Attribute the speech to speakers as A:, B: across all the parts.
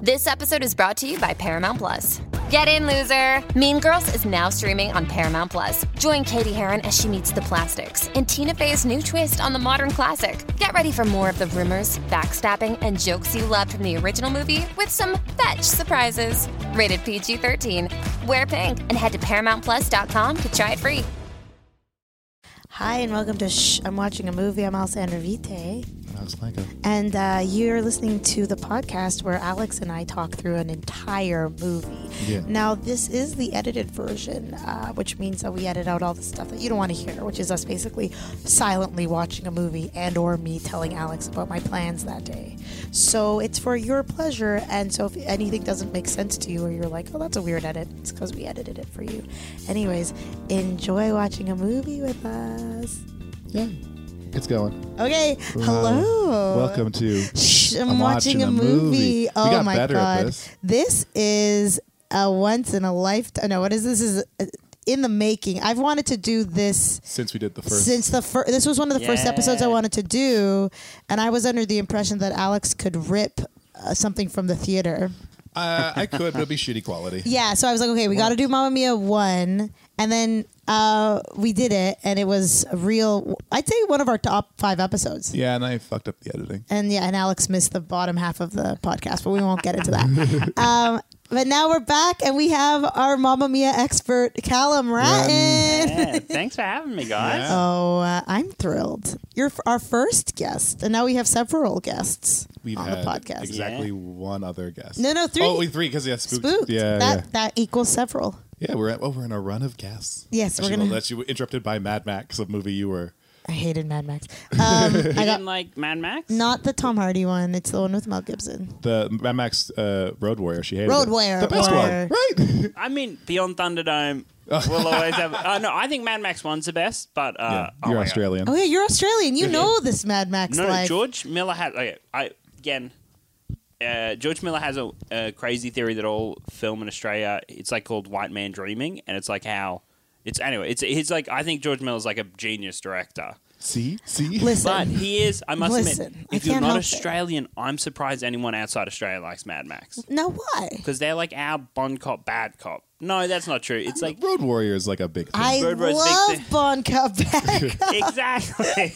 A: This episode is brought to you by Paramount Plus. Get in, loser! Mean Girls is now streaming on Paramount Plus. Join Katie Heron as she meets the plastics in Tina Fey's new twist on the modern classic. Get ready for more of the rumors, backstabbing, and jokes you loved from the original movie with some fetch surprises. Rated PG 13. Wear pink and head to ParamountPlus.com to try it free.
B: Hi, and welcome to Shh, I'm watching a movie. I'm Alsa Andravite.
C: That's like a
B: And uh, you're listening to the podcast where Alex and I talk through an entire movie.
C: Yeah.
B: Now, this is the edited version, uh, which means that we edit out all the stuff that you don't want to hear, which is us basically silently watching a movie and or me telling Alex about my plans that day. So it's for your pleasure, and so if anything doesn't make sense to you or you're like, oh, that's a weird edit, it's because we edited it for you. Anyways, enjoy watching a movie with us.
C: yeah. It's going.
B: Okay, hello.
C: Welcome to.
B: Shh, I'm, watching, a movie.
C: We
B: Oh
C: got
B: my
C: better at
B: god,
C: this.
B: is a once in a lifetime. No, what is this? This Is uh, in the making. I've wanted to do this
C: Since we did the first.
B: since the first. This was one of the first episodes I wanted to do, and I was under the impression that Alex could rip. Uh, something from the theater.
C: uh, I could, but it'd be shitty quality.
B: Yeah, so I was like, okay, we got to do Mamma Mia 1. And then uh, we did it, and it was a real, I'd say one of our top five episodes.
C: Yeah, and I fucked up the editing.
B: and yeah, and Alex missed the bottom half of the podcast, but we won't get into that. um, but now we're back, and we have our Mamma Mia expert, Callum Ratton.
D: Yeah, thanks for having me, guys.
B: Oh, uh, I'm thrilled! You're f- our first guest, and now we have several guests
C: We've
B: on
C: had
B: the podcast.
C: exactly
D: Yeah.
C: one other guest.
B: No, no, three.
C: Oh, we three because yeah, spooked.
B: Spooked.
C: Yeah,
B: that that equals several.
C: yeah, yeah. We're at, oh, we're in a run of guests.
B: Yes,
C: I
B: we're
C: should
B: gonna-
C: know That you were interrupted by Mad Max, a movie you were.
B: I hated Mad Max. Um,
D: You didn't like Mad Max?
B: not the Tom Hardy one. It's the one with Mel Gibson.
C: The Mad Max uh, Road Warrior. She hated
B: Road
C: it.
B: Warrior,
C: The best
B: or-
C: one, right?
D: I mean, Beyond Thunderdome will always have. Uh, no, I think Mad Max One's the best, but uh, oh
C: You're
D: my God.
C: Australian.
B: Oh yeah, you're Australian. You know this Mad Max
D: No, no,
B: life.
D: George Miller has. Okay, I again. Uh, George Miller has a, a crazy theory that all film in Australia it's like called white man dreaming, and it's like how it's anyway. It's he's like I think George Miller's like a genius director.
C: See, see.
B: Listen,
D: But he is, I must
B: Listen,
D: admit,
B: I
D: if you're
B: can't
D: not
B: help it.
D: Australian, I'm surprised anyone outside Australia likes Mad Max.
B: now why?
D: because they're like our Bond cop, bad cop. No, that's not true. It's like
C: Road Warrior is like a big. Thing.
B: I
D: Bird Rose Big
B: love
D: Thing.
B: Bon Quebec.
D: exactly,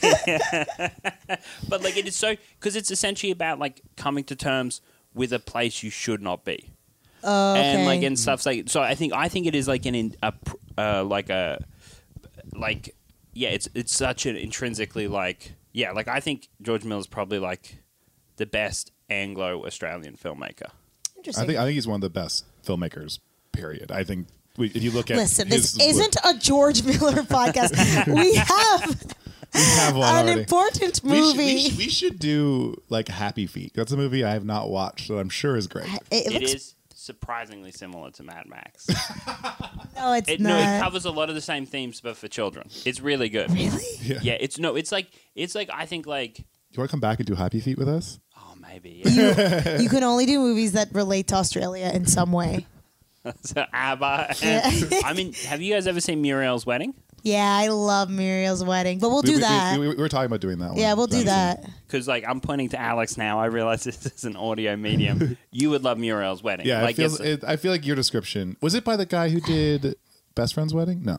D: but like it is so because it's essentially about like coming to terms with a place you should not be,
B: Oh,
D: and like and stuff like. So I think I think it is like an in, a pr- uh, like a like yeah, it's it's such an intrinsically like yeah, like I think George Miller's probably like the best Anglo Australian filmmaker.
C: I think I think he's one of the best filmmakers. Period. I think we, if you look at
B: Listen,
C: his
B: this isn't a George Miller podcast. we have
C: we have one
B: an
C: already.
B: important
C: We should- we
B: movie.
C: should- we should do like Happy Feet. That's a movie I have not watched that I'm sure is great.
B: Uh, it,
D: It
B: looks
D: is surprisingly similar to Mad Max.
B: no, it's
D: It,
B: not.
D: no, it covers a lot of the same themes, but for children. It's really good. Really? Yeah. It's no. It's like it's like I think like
C: You want to come back and do Happy Feet with us?
D: oh maybe yeah.
B: you can only do movies that relate to Australia in some way.
D: so ABBA. And, I mean, have you guys ever seen Muriel's Wedding?
B: Yeah, I love Muriel's Wedding, but we'll do
C: we,
B: that.
C: We, we, we were talking about doing that one.
B: yeah, we'll do
C: That's-
B: that.
D: Because like I'm pointing to Alex now. I realize this is an audio medium. you would love Muriel's Wedding.
C: Yeah,
D: Like
C: it feels,
D: it's-
C: it, I feel like your description was it by the guy who did Best Friend's Wedding? No.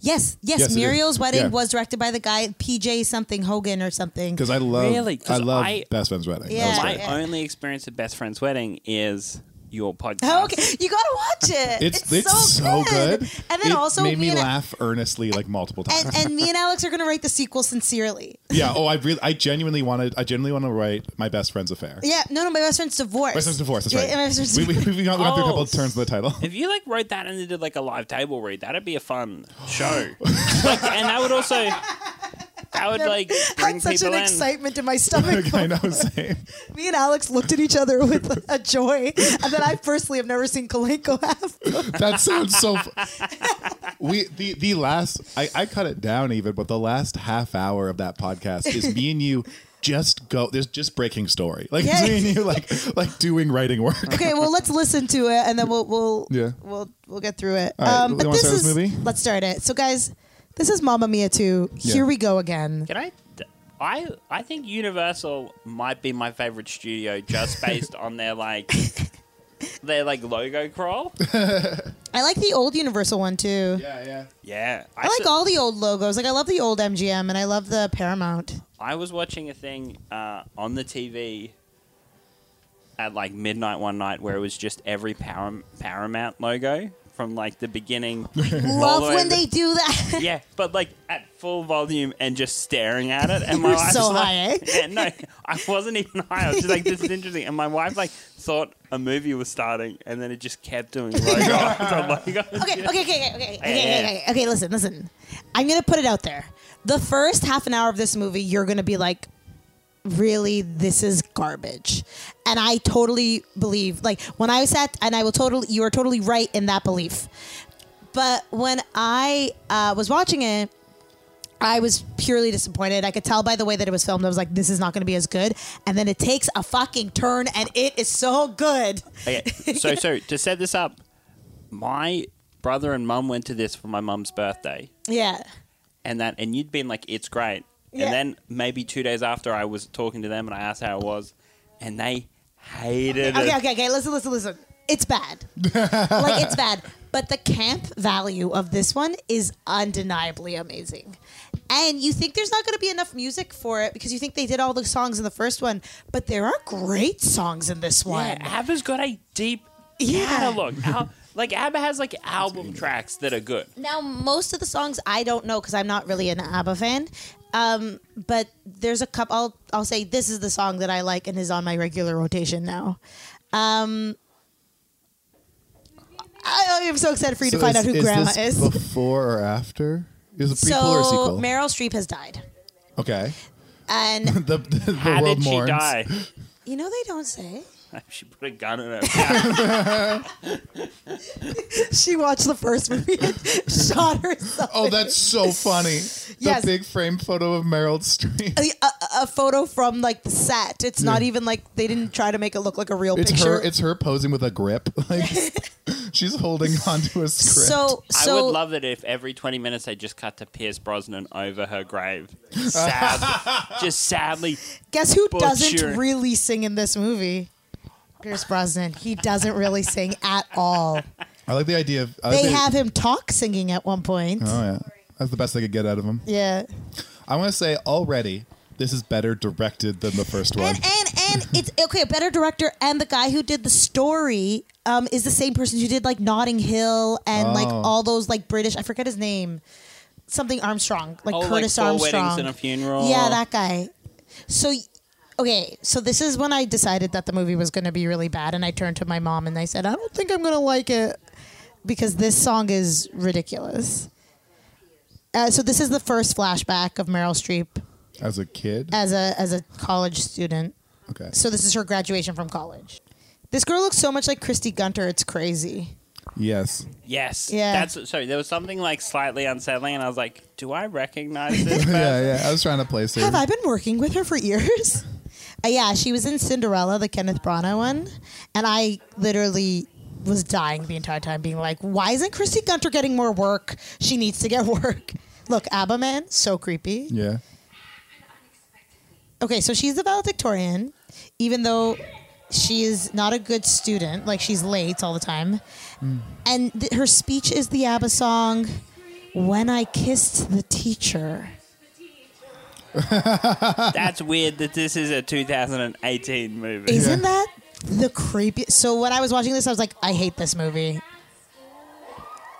B: Yes, yes,
C: Yes, it is.
B: Muriel's Wedding
C: Yeah.
B: was directed by the guy PJ something Hogan or something.
C: Because I love
D: Really? 'Cause
C: I love
D: I-
C: Best Friend's Wedding. That
B: Yeah.
C: was
D: my
C: great.
D: only experience of best friend's wedding is your podcast.
B: Oh, okay, you gotta watch it.
C: It's, it's, so good.
B: And then
C: it
B: also
C: made me
B: and-
C: laugh earnestly like multiple times.
B: and, and me and Alex are gonna write the sequel sincerely.
C: yeah. Oh, I really, I genuinely wanted, I genuinely want to write my best friend's affair.
B: Yeah, no, no, my best friend's divorce.
C: Best friend's divorce. That's
B: Yeah,
C: right.
B: yeah, my best friend's
C: we, we,
B: divorce.
C: we, we got, we got through a couple
D: Oh.
C: of turns of the title.
D: If you like wrote that and did like a live table read, that'd be a fun show. like, and that would also I would like bring
B: Had such
D: people
B: an
D: in.
B: excitement in my stomach.
C: I know, same.
B: Me and Alex looked at each other with a joy that I personally have never seen Kalenko have.
C: That sounds so. F- we the the last I I cut it down even, but the last half hour of that podcast is me and you just go. There's just breaking story, like it's
B: Yeah.
C: me and you like like doing writing work.
B: Okay, well let's listen to it and then we'll we'll
C: Yeah.
B: we'll we'll get through it. Um,
C: All right, you wanna start this movie?
B: let's start it. So guys, this is Mamma Mia 2.
C: Yeah.
B: Here we go again.
D: Can I? I I think Universal might be my favorite studio just based on their like their like logo crawl.
B: I like the old Universal one too.
C: Yeah, yeah.
D: Yeah,
B: I like
D: s-
B: all the old logos. Like I love the old MGM and I love the Paramount.
D: I was watching a thing uh, on the TV at like midnight one night where it was just every Param- Paramount logo from like the beginning.
B: Love when they do that.
D: Yeah, but like at full volume and just staring at it, and my
B: You're
D: wife's
B: so
D: like,
B: high, eh?
D: Yeah, no, I wasn't even high. I was just like, "This is interesting." And my wife like thought a movie was starting, and then it just kept doing logo after logo.
B: okay, okay, okay, okay, okay, okay,
D: yeah,
B: okay, okay, okay. Listen, listen. I'm gonna put it out there. The first half an hour of this movie, you're gonna be like, really, this is garbage. And I totally believe, like, when I sat, and I will totally, you are totally right in that belief. But when I uh, was watching it, I was purely disappointed. I could tell by the way that it was filmed. I was like, this is not going to be as good. And then it takes a fucking turn, and it is so good.
D: Okay, so so to set this up, my brother and mum went to this for my mum's birthday,
B: Yeah.
D: and that, and you'd been like, "It's great,"
B: Yeah.
D: and then maybe two days after, I was talking to them and I asked how it was, and they hated it.
B: Okay, okay, okay. Listen, listen, listen. It's bad. like it's bad. But the camp value of this one is undeniably amazing. And you think there's not going to be enough music for it because you think they did all the songs in the first one, but there are great songs in this one.
D: Yeah, ABBA's got a deep
B: Yeah.
D: catalog. Al- like ABBA has like album tracks that are good.
B: Now, most of the songs I don't know because I'm not really an ABBA fan. Um, but there's a couple. I'll I'll say this is the song that I like and is on my regular rotation now. Um, I, I am so excited for you to find out who Grandma is.
C: Before or after? Is it a prequel or
B: so
C: sequel?
B: Meryl Streep has died,
C: okay.
B: and
C: The, the, the
D: How
C: world
D: did she
C: mourns.
D: die?
B: you know they don't say.
D: she put a gun in her mouth.
B: She watched the first movie and shot herself.
C: Oh, that's so funny.
B: Yes.
C: The big frame photo of Meryl Streep.
B: A, a- a photo from like the set. It's not even like they didn't try to make it look like a real
C: It's
B: picture.
C: her. It's her posing with a grip. Like she's holding onto a script.
B: so so
D: I would love it if every 20 minutes they just cut to Pierce Brosnan over her grave. Sad, just sadly.
B: Guess who
D: Butcher.
B: doesn't really sing in this movie? Pierce Brosnan. He doesn't really sing at all.
C: I like the idea of I like
B: They
C: the-
B: have him talk singing at one point.
C: Oh yeah, that's the best they could get out of him.
B: Yeah.
C: I want to say already this is better directed than the first one.
B: And and and it's okay, a better director and the guy who did the story um, is the same person who did like Notting Hill and like
C: Oh.
B: all those like British I forget his name. Something Armstrong, like
D: Oh, like
B: Curtis
D: four
B: Armstrong.
D: weddings and a funeral.
B: Yeah, that guy. So, y- okay, so this is when I decided that the movie was going to be really bad, and I turned to my mom and I said, "I don't think I'm going to like it because this song is ridiculous." Uh, so this is the first flashback of Meryl Streep
C: As a kid,
B: as a as a college student.
C: okay.
B: Uh, So this is her graduation from college. This girl looks so much like Christy Gunter, it's crazy.
C: yes,
D: Yes.
B: Yeah.
D: That's sorry. There was something like slightly unsettling, and I was like, "Do I recognize this?" person?
C: yeah, yeah. I was trying to place her.
B: Have I been working with her for years? Uh, yeah, she was in Cinderella, the Kenneth Branagh one, and I literally was dying the entire time, being like, "Why isn't Christy Gunter getting more work? She needs to get work." Look, Abba Man, so creepy.
C: yeah,
B: Okay, so she's the valedictorian, even though she is not a good student. Like she's late all the time, and th- her speech is the Abba song, "When I Kissed the Teacher."
D: That's weird that this is a 2018 movie.
B: Isn't that the creepy? So when I was watching this, I was like, I hate this movie.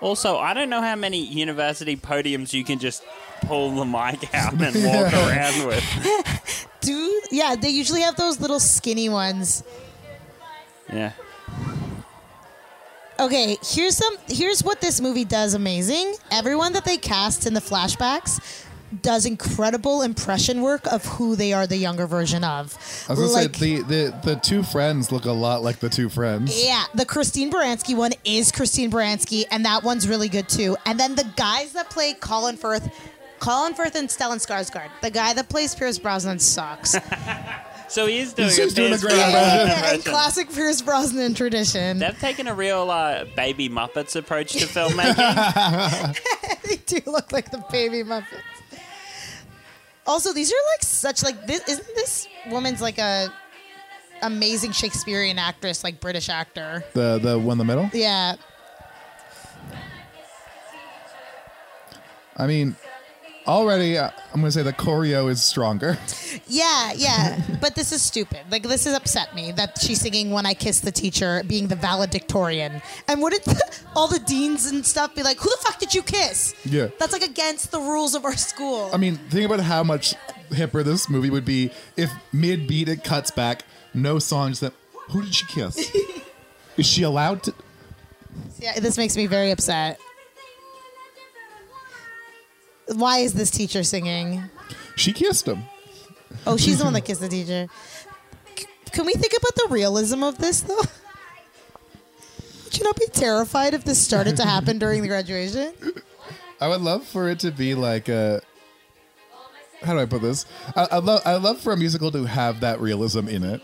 D: Also, I don't know how many university podiums you can just pull the mic out and walk around with.
B: Dude, yeah, they usually have those little skinny ones.
D: Yeah.
B: Okay, here's some. Here's what this movie does amazing. Everyone that they cast in the flashbacks does incredible impression work of who they are the younger version of.
C: I was gonna
B: like,
C: say the, the the two friends look a lot like the two friends.
B: yeah, the Christine Baranski one is Christine Baranski, and that one's really good too. And then the guys that play Colin Firth, Colin Firth and Stellan Skarsgård, the guy that plays Pierce Brosnan sucks.
D: So he is doing,
C: He's doing a
D: Pierce
C: great
D: Brosnan
B: In
C: impression.
D: impression.
B: classic Pierce Brosnan tradition,
D: They've taken a real uh, baby Muppets approach to filmmaking.
B: they do look like the baby Muppets. Also, these are like such like this. Isn't this woman's like a amazing Shakespearean actress, like British actor?
C: The the one in the middle.
B: Yeah,
C: I mean, already uh, I'm gonna say the choreo is stronger.
B: Yeah, yeah. but this is stupid. Like this has upset me that she's singing "When I Kiss the Teacher," being the valedictorian, and wouldn't the, all the deans and stuff be like, "Who the fuck did you kiss?"
C: Yeah. Uh,
B: that's like against the rules of our school.
C: I mean, think about how much hipper this movie would be if mid beat it cuts back. No songs that. Who did she kiss? is she allowed to?
B: yeah, this makes me very upset. Why is this teacher singing?
C: She kissed him.
B: Oh, she's the one that kissed the teacher. C- can we think about the realism of this though? Would you not be terrified if this started to happen during the graduation?
C: I would love for it to be like a. How do I put this? I, I love I love for a musical to have that realism in it.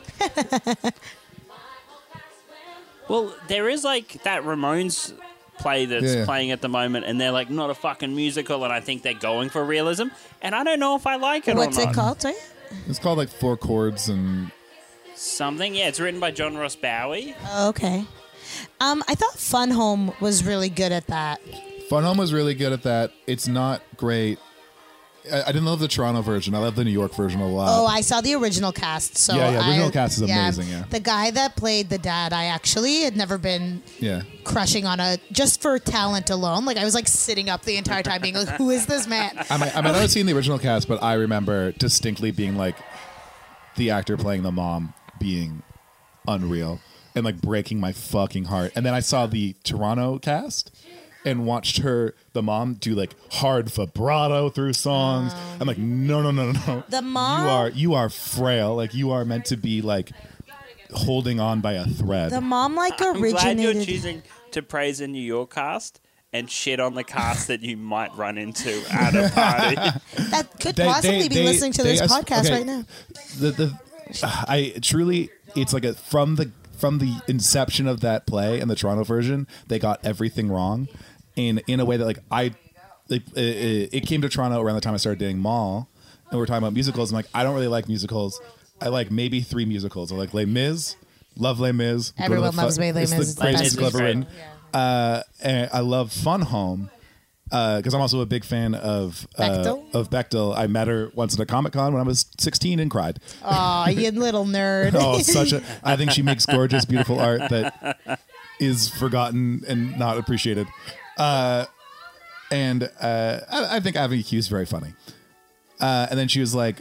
D: well, there is like that Ramones play that's
C: Yeah.
D: playing at the moment, and they're like not a fucking musical, and I think they're going for realism, and I don't know if I like it
B: What's
D: or not.
B: it called? Sorry?
C: It's called like four chords and
D: Something. Yeah, it's written by John Ross Bowie.
B: Oh, Okay. Um, I thought Fun Home was really good at that.
C: Fun Home was really good at that. It's not great. I, I didn't love the Toronto version. I love the New York version a lot.
B: Oh, I saw the original cast. So
C: Yeah, yeah,
B: I-
C: original cast is amazing, yeah.
B: the guy that played the dad, I actually had never been
C: yeah.
B: crushing on a just for talent alone. Like I was like sitting up the entire time, being like, "Who is this man?"
C: I might, I might not have seen the original cast, but I remember distinctly being like the actor playing the mom being unreal and like breaking my fucking heart. And then I saw the Toronto cast and watched her, the mom, do like hard vibrato through songs. I'm like, no, no, no, no, no.
B: Um, The mom-
C: you are you are frail. Like you are meant to be like holding on by a thread.
B: The mom like
D: I'm glad you're
B: originated.
D: choosing to praise a New York cast and shit on the cast that you might run into at a party.
B: that could
C: They-
B: possibly
C: they-
B: be
C: they-
B: listening to
C: they
B: this
C: as-
B: podcast
C: okay.
B: right now.
C: the the I truly it's like a from the from the inception of that play and the Toronto version they got everything wrong in in a way that like I like it, it came to Toronto around the time I started dating Mall and we are talking about musicals I'm like I don't really like musicals I like maybe three musicals I like Les Mis love Les Mis Go to
B: Everyone
C: the
B: loves Les
C: it's
B: Mis. It's
C: the
B: the best
C: greatest
D: musical.
C: ever written and I love Fun Home because I'm also a big fan of uh,
B: Bechtel?
C: of Bechtel. I met her once at a Comic Con when I was 16 and cried.
B: Aw, you little nerd.
C: Oh, such a! I think she makes gorgeous, beautiful art that is forgotten and not appreciated. Uh, and uh, I, I think Avenue Q is very funny. Uh, and then she was like,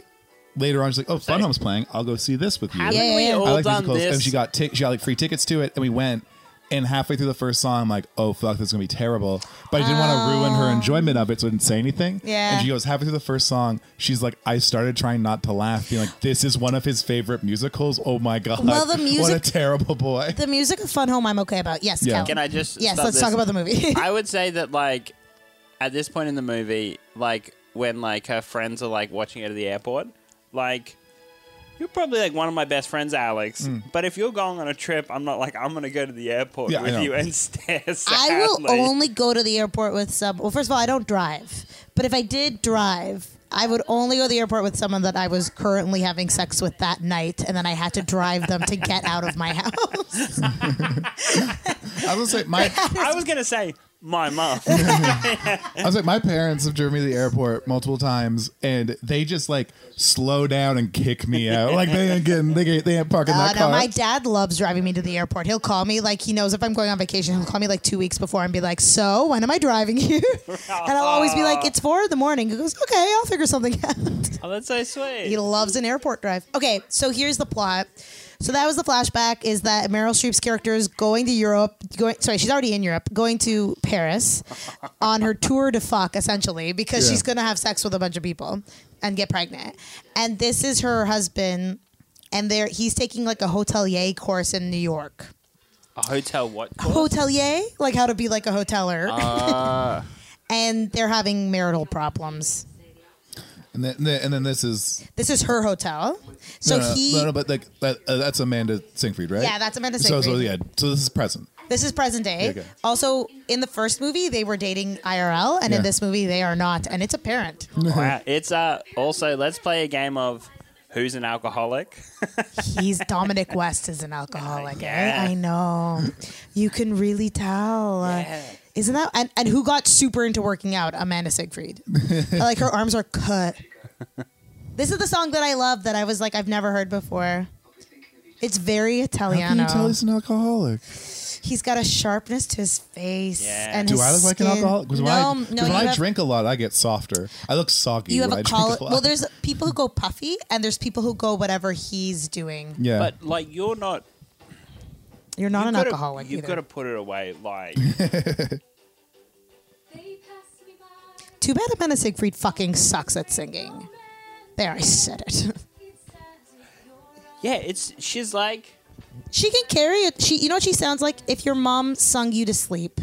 C: later on, she's like, "Oh, Fun Home's playing. I'll go see this with you."
D: Haven't
B: Yeah,
D: we
B: yeah, yeah.
D: all
C: I like
D: done
C: musicals,
D: this?
C: and she got ti- she got like free tickets to it, and we went. And halfway through the first song, I'm like, "Oh fuck, this is gonna be terrible." But I didn't want to ruin her enjoyment of it, so I didn't say anything.
B: Oh. Yeah.
C: And she goes halfway through the first song, she's like, "I started trying not to laugh, being like, this is one of his favorite musicals. Oh my god,
B: Well, the
C: what
B: music-
C: a terrible boy."
B: The music of Fun Home, I'm okay about. Yes,
C: Yeah.
B: Cal.
D: Can I just
B: Yes,
D: stop
B: let's
D: this?
B: talk about the movie.
D: I would say that like at this point in the movie, like when like her friends are like watching it at the airport, like you're probably like one of my best friends, Alex. But if you're going on a trip, I'm not like I'm gonna go to the airport
C: Mm. Yeah, I know.
D: with you and stare.
B: I will
D: sadly.
B: only go to the airport with some. Well, first of all, I don't drive. But if I did drive, I would only go to the airport with someone that I was currently having sex with that night, and then I had to drive them to get out of my house.
C: I was like, my
D: I was gonna say my Oh, mom.
C: I was like, my parents have driven me to the airport multiple times, and they just like slow down and kick me out. Like they ain't getting they ain't, they ain't parking
B: Uh,
C: that
B: no,
C: car.
B: my dad loves driving me to the airport. He'll call me like he knows if I'm going on vacation. He'll call me like two weeks before and be like, "So when am I driving you?" and I'll always be like, "It's four in the morning." He goes, "Okay, I'll figure something out."
D: oh, that's so sweet.
B: He loves an airport drive. Okay, so here's the plot. So that was the flashback. Is that Meryl Streep's character is going to Europe? Going sorry, she's already in Europe. Going to Paris on her tour de fuck, essentially, because
C: Yeah.
B: she's gonna have sex with a bunch of people and get pregnant. And this is her husband, and there he's taking like a hotelier course in New York.
D: A hotel what?
B: Hotelier, like how to be like a hoteler. and they're having marital problems.
C: And then, and then- and then this is
B: This is her hotel. So
C: no, no,
B: he.
C: no, no, but like that, uh, that's Amanda Singfried, right?
B: Yeah, that's Amanda
C: So, so
B: Seyfried.
C: yeah, so this is present.
B: This is present day.
C: Okay.
B: Also, in the first movie, they were dating IRL, and
C: Yeah.
B: in this movie, they are not, and it's apparent.
D: Wow. It's uh also let's play a game of who's an alcoholic.
B: He's Dominic West is an alcoholic.
D: Yeah.
B: eh? I know. You can really tell. Uh, Isn't that and, and who got super into working out? Amanda Siegfried. like her arms are cut. This is the song that I love that I was like I've never heard before. It's very
C: How can
B: Italiano.
C: you tell he's an alcoholic?
B: He's got a sharpness to his face.
D: Yeah.
B: And
C: Do
B: his
C: I look like an
B: skin.
C: alcoholic? Because
B: No,
C: when I,
B: no,
C: 'cause when
B: you
C: I
B: have-
C: drink a lot, I get softer. I look soggy
B: You have
C: when I
B: a
C: drink
B: collar.
C: a lot.
B: Well, there's people who go puffy, and there's people who go whatever he's doing.
C: yeah.
D: But like you're not
B: You're not
D: you've
B: an
D: gotta-
B: alcoholic.
D: You've
B: either.
D: got to put it away. Like
B: Too bad Amanda Siegfried fucking sucks at singing. There, I said it.
D: yeah, it's she's like
B: she can carry it. She, you know what she sounds like? If your mom sung you to sleep.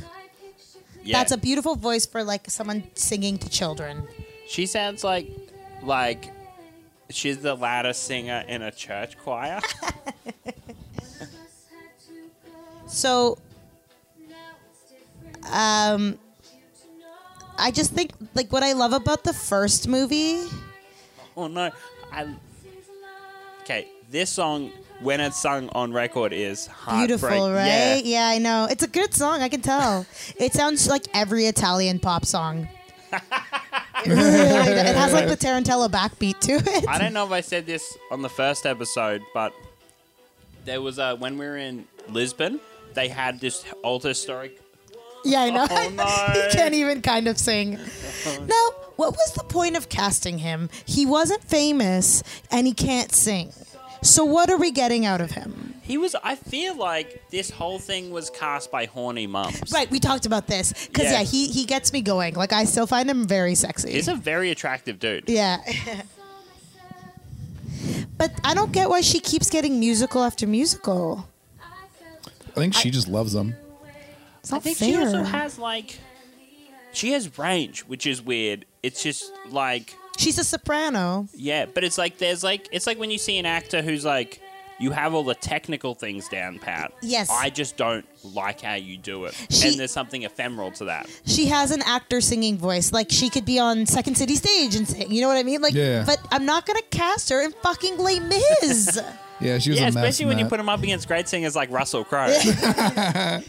D: yeah,
B: That's a beautiful voice for like someone singing to children.
D: she sounds like like she's the loudest singer in a church choir.
B: So, um, I just think like what I love about the first movie.
D: oh no. I Okay, this song when it's sung on record is heartbreak.
B: Beautiful,
D: Yeah.
B: right? Yeah. I know. It's a good song. I can tell. it sounds like every Italian pop song. it, really does. It has like the Tarantella backbeat to it.
D: I don't know if I said this on the first episode, but there was a when we were in Lisbon, they had this old historic.
B: Yeah, I know.
D: Oh, no.
B: he can't even kind of sing. Now, what was the point of casting him? He wasn't famous and he can't sing. So what are we getting out of him?
D: He was. I feel like this whole thing was cast by horny mums.
B: Right, we talked about this because
D: Yeah.
B: yeah, he he gets me going. Like I still find him very sexy.
D: He's a very attractive dude.
B: Yeah. but I don't get why she keeps getting musical after musical.
C: I think she just loves them.
B: It's
D: I
B: not
D: think
B: fair.
D: she also has like, she has range, which is weird. It's just like,
B: She's a soprano.
D: yeah, but it's like there's like it's like when you see an actor who's like. You have all the technical things down, Pat.
B: Yes.
D: I just don't like how you do it.
B: She-
D: and there's something ephemeral to that.
B: She has an actor singing voice. Like she could be on Second City stage and sing. You know what I mean? Like,
C: Yeah.
B: but I'm not gonna cast her in fucking Les Mis.
C: Yeah, she was
D: Yeah,
C: a mess.
D: especially
C: in
D: when you
C: that.
D: put him up against great singers like Russell Crowe.
B: I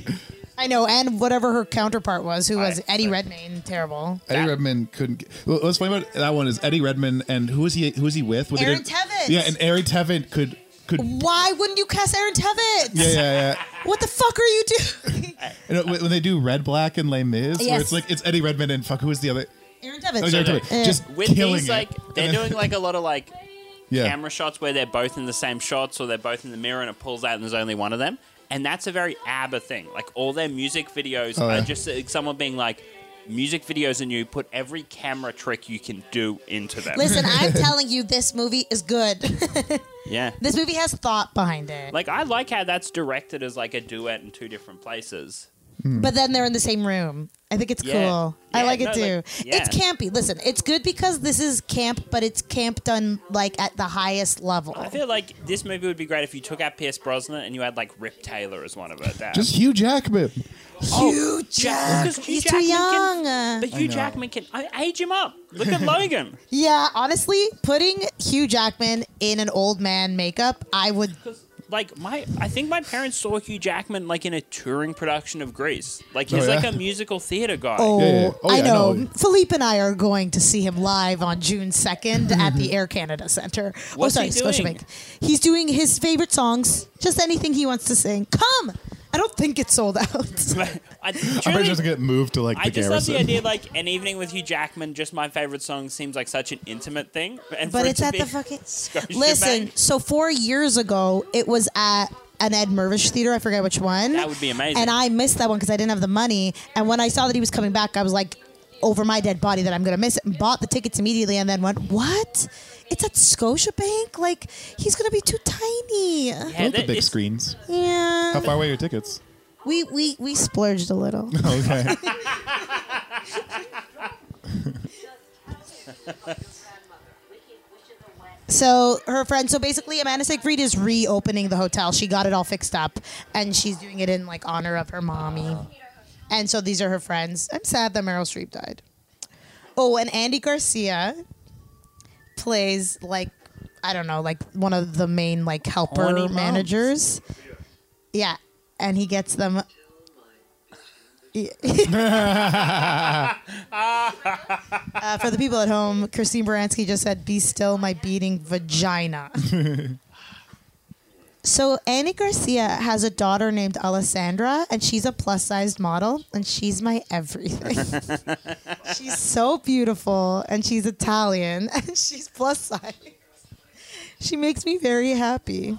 B: know, and whatever her counterpart was, who was
D: I-
B: Eddie Redmayne, terrible.
C: Eddie
D: that-
C: Redman couldn't. Get, well, what's funny about that one is Eddie Redman and who was he? Who was he with? With
B: Aaron Tevin.
C: Yeah, and Aaron Tevin could could.
B: Why wouldn't you cast Aaron Tevitz?
C: Yeah, yeah, yeah.
B: What the fuck are you doing?
C: And it- when they do Red Black and Les Mis, where
B: Yes.
C: it's like it's Eddie Redman and fuck, who was the other?
B: Aaron
C: Oh,
B: Tevitz. Uh,
C: Aaron Tevin.
B: Yeah.
C: Just
D: With
C: killing
D: these,
C: it.
D: like, they're
C: And then-
D: doing like a lot of like
C: yeah.
D: camera shots where they're both in the same shots or they're both in the mirror and it pulls out and there's only one of them. And that's a very ABBA thing. Like, all their music videos
C: Oh,
D: are
C: yeah.
D: just like, someone being like, music videos and you put every camera trick you can do into them.
B: Listen, I'm telling you, this movie is good.
D: Yeah.
B: this movie has thought behind it.
D: Like, I like how that's directed as like a duet in two different places.
B: but then they're in the same room. I think it's
D: Hmm. Yeah.
B: cool. I
D: Yeah,
B: like
D: no,
B: it too.
D: like- yeah.
B: It's campy. Listen, it's good because this is camp, but it's camp done like at the highest level.
D: I feel like this movie would be great if you took out Pierce Brosnan and you had like Rip Taylor as one of her dads.
C: Just Hugh Jackman.
B: Hugh
D: Jack-
B: Jack,
D: because Oh, Hugh
B: he's too
D: Jackman
B: young.
D: can- But Hugh Jackman can I, age him up. Look at Logan.
B: yeah, honestly, putting Hugh Jackman in an old man makeup, I would.
D: Like my, I think my parents saw Hugh Jackman like in a touring production of Grease. Like he's
C: Oh, yeah.
D: like a musical theater guy.
B: Oh,
C: yeah, yeah. Oh,
B: I
C: yeah, I
B: know.
C: know.
B: Philippe and I are going to see him live on June 2nd at the Air Canada Center.
D: What's
B: oh, sorry,
D: he doing?
B: Scotiabank. He's doing his favorite songs, just anything he wants to sing. Come! I don't think it's sold out.
D: I,
C: I bet it doesn't get moved to like the
D: I just love
C: garrison.
D: the idea, like an evening with Hugh Jackman. Just my favorite song seems like such an intimate thing, and
B: But
D: for it
B: it's
D: to
B: at
D: be
B: the fucking.
D: Scotiabank.
B: Listen, so four years ago, it was at an Ed Mervish theater. I forget which one.
D: That would be amazing.
B: And I missed that one because I didn't have the money. And when I saw that he was coming back, I was like, over my dead body that I'm gonna miss it. And bought the tickets immediately, and then went, "What? It's at Scotiabank? Like he's gonna be too tiny." Yeah.
D: Yeah,
C: I like the
D: that-
C: big
D: it's-
C: screens. How far away are your tickets?
B: We we we splurged a little.
C: Okay.
B: So her friend, so basically Amanda Siegfried is reopening the hotel. She got it all fixed up and she's doing it in like honor of her mommy. And so these are her friends. I'm sad that Meryl Streep died. Oh, and Andy Garcia plays like I don't know, like one of the main like helper
D: Horny moms.
B: managers. Yeah, and he gets them Uh, for the people at home, Christine Baranski just said, "Be still, my beating vagina." so Annie Garcia has a daughter named Alessandra, and she's a plus-sized model, and she's my everything. she's so beautiful, and she's Italian, and she's plus-size. She makes me very happy.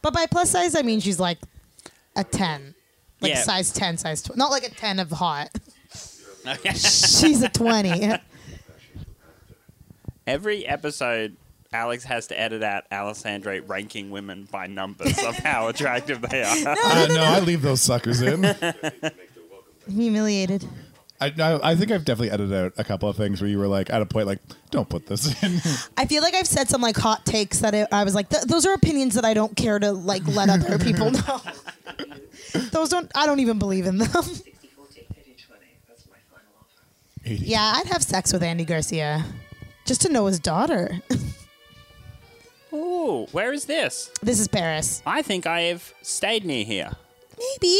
B: But by plus size, I mean she's like a ten, like
D: Yeah.
B: size ten, size twelve, not like a ten of hot. She's a 20.
D: Every episode, Alex has to edit out Alessandra ranking women by numbers of how attractive they are.
C: uh, no, I leave those suckers in. I,
B: Humiliated.
C: I, I think I've definitely edited out a couple of things where you were like at a point like, don't put this in.
B: I feel like I've said some like hot takes that I, I was like, "Th- those are opinions that I don't care to like let other people know. those don't, I don't even believe in them. yeah, I'd have sex with Andy Garcia just to know his daughter.
D: Ooh, where is this?
B: this is Paris.
D: I think I have stayed near here.
B: Maybe.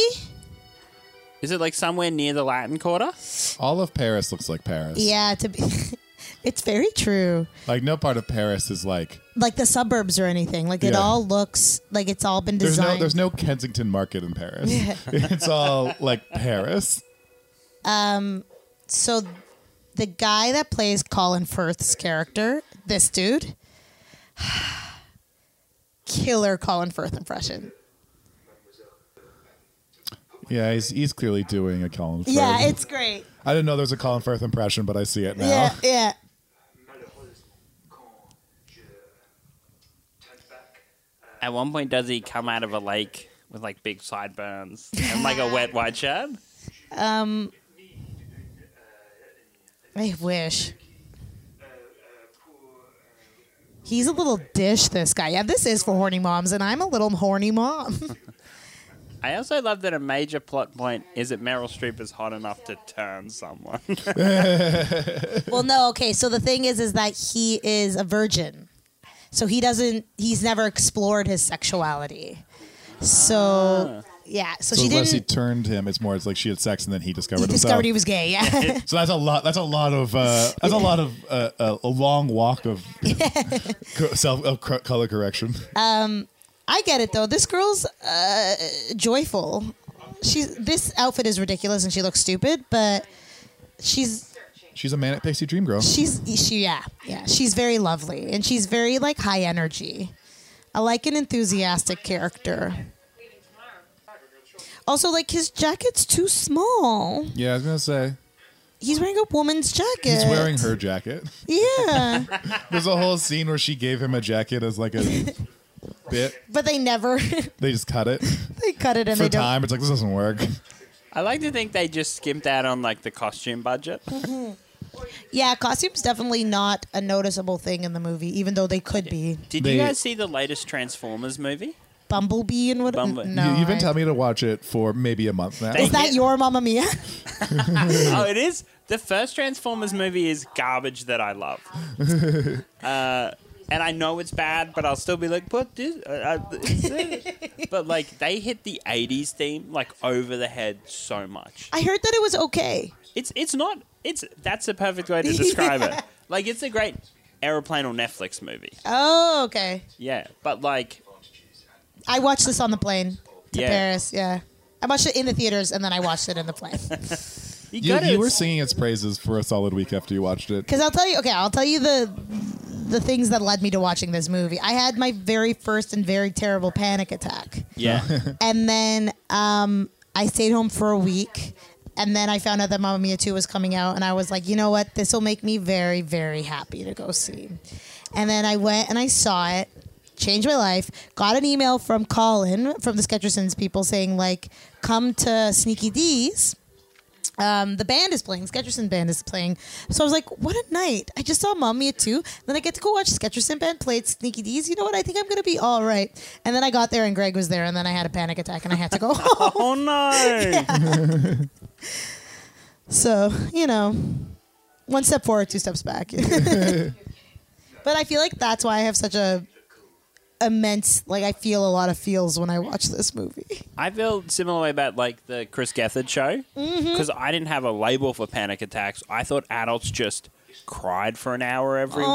D: Is it like somewhere near the Latin Quarter?
C: All of Paris looks like Paris.
B: Yeah, to be. it's very true.
C: Like no part of Paris is like
B: Like the suburbs or anything. Like it
C: Yeah.
B: all looks like it's all been
C: there's
B: designed.
C: no there's no Kensington Market in Paris. it's all like Paris.
B: so the guy that plays Colin Firth's character, this dude, killer Colin Firth impression.
C: Yeah, he's he's clearly doing a Colin Firth.
B: Yeah, it's great.
C: I didn't know there was a Colin Firth impression, but I see it now.
B: Yeah, yeah.
D: At one point, does he come out of a lake with like big sideburns and like a wet white shirt?
B: Um, I wish. He's a little dish, this guy. Yeah, this is for horny moms, and I'm a little horny mom.
D: I also love that a major plot point is that Meryl Streep is hot enough to turn someone.
B: well, no, okay. So the thing is, is that he is a virgin, so he doesn't. He's never explored his sexuality. So yeah, so,
C: Ah. So
B: she
C: unless
B: didn't.
C: he turned him, it's more it's like she had sex and then he
B: he
C: discovered himself.
B: discovered he was gay. Yeah,
C: So that's a lot. That's a lot of. Uh, that's a lot of uh, uh, a long walk of co- self of cor- color correction.
B: I get it though. This girl's uh, joyful. She's this outfit is ridiculous and she looks stupid, but she's
C: She's a manic pixie dream girl.
B: she's she yeah yeah she's very lovely and she's very like high energy. I like an enthusiastic character. Also, like his jacket's too small.
C: Yeah, I was gonna say
B: He's wearing a woman's jacket.
C: he's wearing her jacket.
B: Yeah,
C: There's a whole scene where she gave him a jacket as like a bit.
B: but they never
C: They just cut it
B: they cut it and
C: for
B: they don't.
C: time. It's like this doesn't work.
D: I like to think they just skimped out on like the costume budget.
B: Yeah, costume's definitely not a noticeable thing in the movie, even though they could be.
D: Did
C: They-
D: you guys see the latest Transformers movie?
B: Bumblebee and what?
D: Bumble-
B: No,
C: you, you've been
B: I-
C: telling me to watch it for maybe a month now.
D: Thank-
B: Is that
D: Yeah.
B: your Mamma Mia?
D: oh, it is. The first Transformers movie is garbage that I love. uh, and I know it's bad, but I'll still be like, but this. Uh, uh, this- but like, they hit the 80s theme like over the head so much.
B: I heard that it was okay.
D: It's it's not. It's That's the perfect way to describe it. Like, it's a great aeroplane or Netflix movie.
B: Oh, okay.
D: Yeah. But like,
B: I watched this on the plane to
D: Yeah.
B: Paris. Yeah, I watched it in the theaters and then I watched it in the play.
D: You,
C: You,
D: got it.
C: you were singing its praises for a solid week after you watched it.
B: Because I'll tell you, okay, I'll tell you the the things that led me to watching this movie. I had my very first and very terrible panic attack,
D: yeah.
B: and then um, I stayed home for a week, and then I found out that Mamma Mia two was coming out, and I was like, you know what, this will make me very very happy to go see. And then I went and I saw it, changed my life. Got an email from Colin from the Sketchersons people saying like, come to Sneaky D's um, the band is playing, Sketcherson band is playing. So I was like, what a night. I just saw Mamma Mia 2. Then I get to go watch Sketcherson band play at Sneaky D's. You know what? I think I'm going to be all right. And then I got there and Greg was there and then I had a panic attack and I had to go home.
D: Oh no!
B: So, you know, one step forward, two steps back. but I feel like that's why I have such a immense, like I feel a lot of feels when I watch this movie.
D: I feel similar way about like the Chris Gethard show
B: Mm-hmm.
D: because I didn't have a label for panic attacks. I thought adults just cried for an hour every
B: Oh.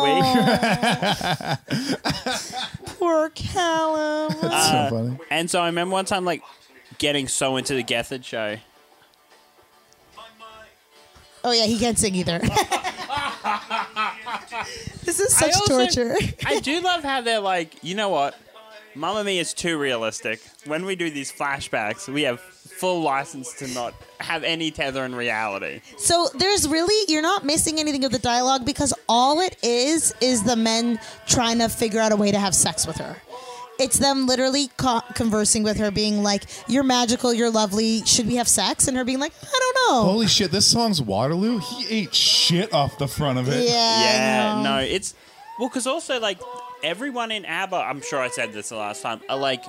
D: week,
B: Poor Callum.
C: That's so funny.
D: and so I remember one time like getting so into the Gethard show.
B: Oh yeah, he can't sing either. this is
D: I
B: such
D: also-
B: torture.
D: I do love how they're like, you know what? Mamma Mia is too realistic. When we do these flashbacks, we have full license to not have any tether in reality.
B: So there's really you're not missing anything of the dialogue because all it is is the men trying to figure out a way to have sex with her. It's them literally co- conversing with her, being like, "You're magical, you're lovely. Should we have sex?" And her being like, "I don't know."
C: Holy shit, this song's Waterloo. He ate shit off the front of it.
B: yeah, I
D: Yeah, no,
B: know.
D: it's well because also like everyone in ABBA, I'm sure I said this the last time, are like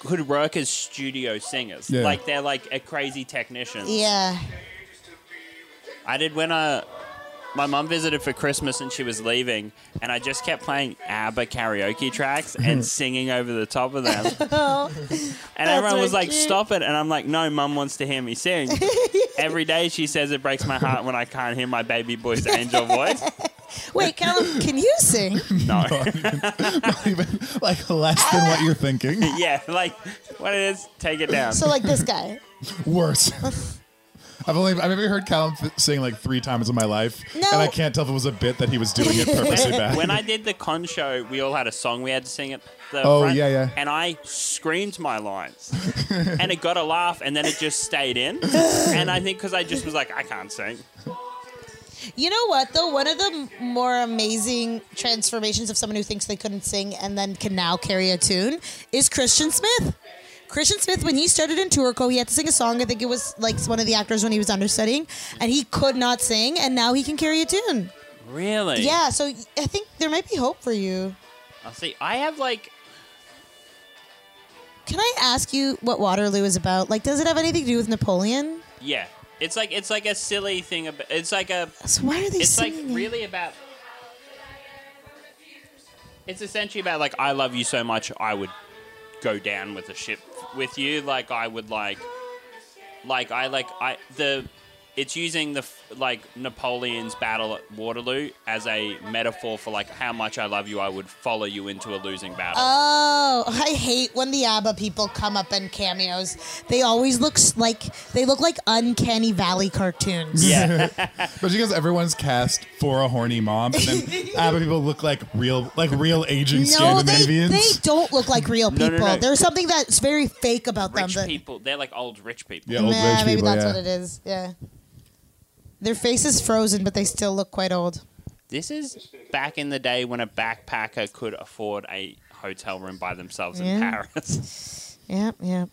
D: could work as studio singers.
C: Yeah.
D: Like they're like a crazy technician.
B: Yeah,
D: I did when I my mum visited for Christmas and she was leaving, and I just kept playing ABBA karaoke tracks and singing over the top of them.
B: Oh,
D: and everyone
B: so
D: was like,
B: cute.
D: "Stop it!" And I'm like, "No, mum wants to hear me sing." Every day she says it breaks my heart when I can't hear my baby boy's angel voice.
B: Wait, Callum, can you sing?
D: No.
C: Not even like less than what you're thinking.
D: Yeah, like what it is, take it down.
B: So like this guy.
C: Worse. I've only I've ever heard Callum f- sing like three times in my life,
B: No.
C: and I can't tell if it was a bit that he was doing it purposely bad.
D: when I did the con show, we all had a song we had to sing at the
C: Oh,
D: front,
C: yeah, yeah.
D: and I screamed my lines, and it got a laugh, and then it just stayed in, and I think because I just was like, I can't sing.
B: You know what, though? One of the m- more amazing transformations of someone who thinks they couldn't sing and then can now carry a tune is Christian Smith. Christian Smith, when he started in Turco, he had to sing a song. I think it was like one of the actors when he was understudying, and he could not sing, and now he can carry a tune.
D: Really?
B: Yeah, so I think there might be hope for you.
D: I see. I have like,
B: Can I ask you what Waterloo is about? Like, does it have anything to do with Napoleon?
D: yeah. It's like it's like a silly thing. About, it's like a.
B: So why are they
D: It's like
B: singing? it?
D: really about. It's essentially about like I love you so much I would go down with a ship with you. Like I would like, like I like I the. It's using the f- like Napoleon's battle at Waterloo as a metaphor for like how much I love you. I would follow you into a losing battle.
B: Oh, I hate when the ABBA people come up in cameos. They always look s- like they look like uncanny valley cartoons.
D: yeah,
C: But because everyone's cast for a horny mom, and then ABBA people look like real, like real aging
B: No, they,
C: Scandinavians.
B: they don't look like real people.
D: No, no, no.
B: There's something that's very fake about
D: rich
B: them. that-
D: people. They're like old rich people.
C: Yeah, old
B: Nah,
C: rich
B: maybe
C: people.
B: that's
C: yeah.
B: what it is. Yeah. Their face is frozen, but they still look quite old.
D: This is back in the day when a backpacker could afford a hotel room by themselves in
B: Yeah.
D: Paris.
B: Yep, yep.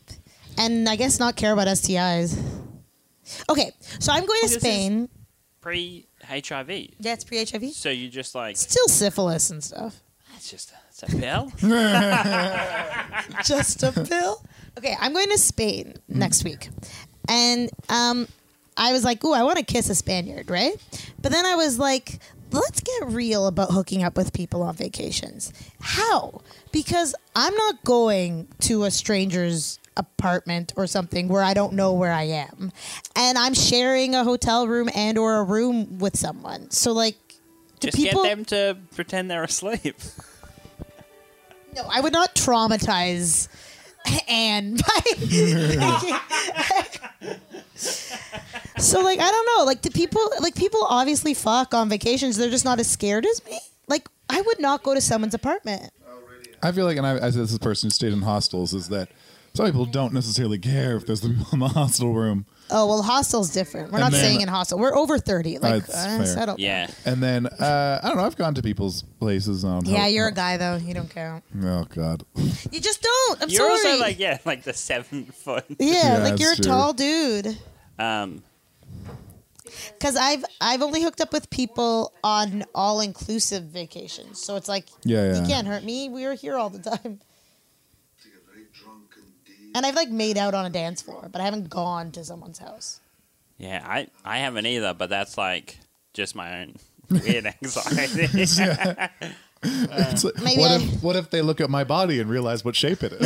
B: And I guess not care about STIs. Okay, so I'm going to
D: This is-
B: Spain.
D: pre HIV.
B: That's pre HIV.
D: So you just like
B: Still syphilis and stuff.
D: that's just it's a pill.
B: just a pill. Okay, I'm going to Spain next week, and um, I was like, "Ooh, I want to kiss a Spaniard," right? But then I was like, "Let's get real about hooking up with people on vacations. How? Because I'm not going to a stranger's." apartment or something where I don't know where I am and I'm sharing a hotel room and or a room with someone. So like do
D: just
B: people
D: get them to pretend they're asleep.
B: No, I would not traumatize Anne. so like I don't know. Like do people like people obviously fuck on vacations. They're just not as scared as me. Like I would not go to someone's apartment.
C: I feel like, and I, as this person who stayed in hostels, is that some people don't necessarily care if there's the people in the hostel room.
B: Oh well, hostel's different. We're not
C: And then-
B: staying in hostel. We're over thirty. Like
C: That's
B: uh,
C: fair.
B: settle.
D: Yeah.
C: And then uh, I don't know. I've gone to people's places on.
B: Yeah, you're a guy though. You don't count.
C: Oh God.
B: You just don't. I'm
D: You're
B: sorry.
D: also like yeah, like the seven foot.
B: yeah,
C: Yeah,
B: like you're a
C: that's true.
B: tall dude.
D: Um,
B: Because I've I've only hooked up with people on all inclusive vacations, so it's like
C: Yeah, yeah.
B: you can't hurt me. We were here all the time. And I've like made out on a dance floor, but I haven't gone to someone's house.
D: yeah, I I haven't either, but that's like just my own weird anxiety.
C: It's like,
B: Maybe
C: what
B: I-
C: if what if they look at my body and realize what shape it is?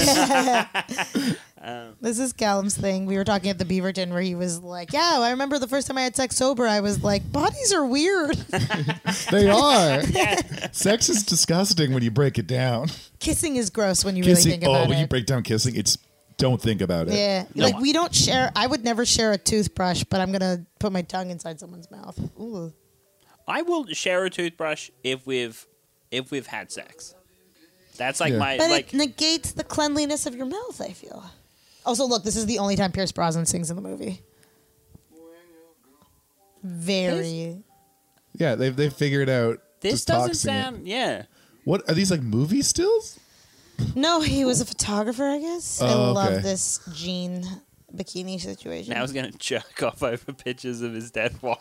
B: This is Callum's thing. We were talking at the Beaverton where he was like, "Yeah, I remember the first time I had sex sober. I was like, bodies are weird.
C: they are. Sex is disgusting when you break it down.
B: Kissing is gross when you really
C: kissing.
B: think
C: oh,
B: about
C: when
B: it.
C: you break down kissing, it's don't think about it.
B: yeah, like we don't share. I would never share a toothbrush, but I'm gonna put my tongue inside someone's mouth. Ooh.
D: I will share a toothbrush if we've if we've had sex. That's like
C: Yeah.
D: my
B: But
D: like
B: it negates the cleanliness of your mouth, I feel. Also, look, this is the only time Pierce Brosnan sings in the movie. Very.
C: Yeah, they've they figured out.
D: this
C: just
D: doesn't
C: toxing it.
D: sound yeah.
C: What are these like movie stills?
B: No, he was a photographer, I guess. I
C: Oh, okay.
B: love this jean bikini situation.
D: Now I was gonna jerk off over pictures of his dead wife.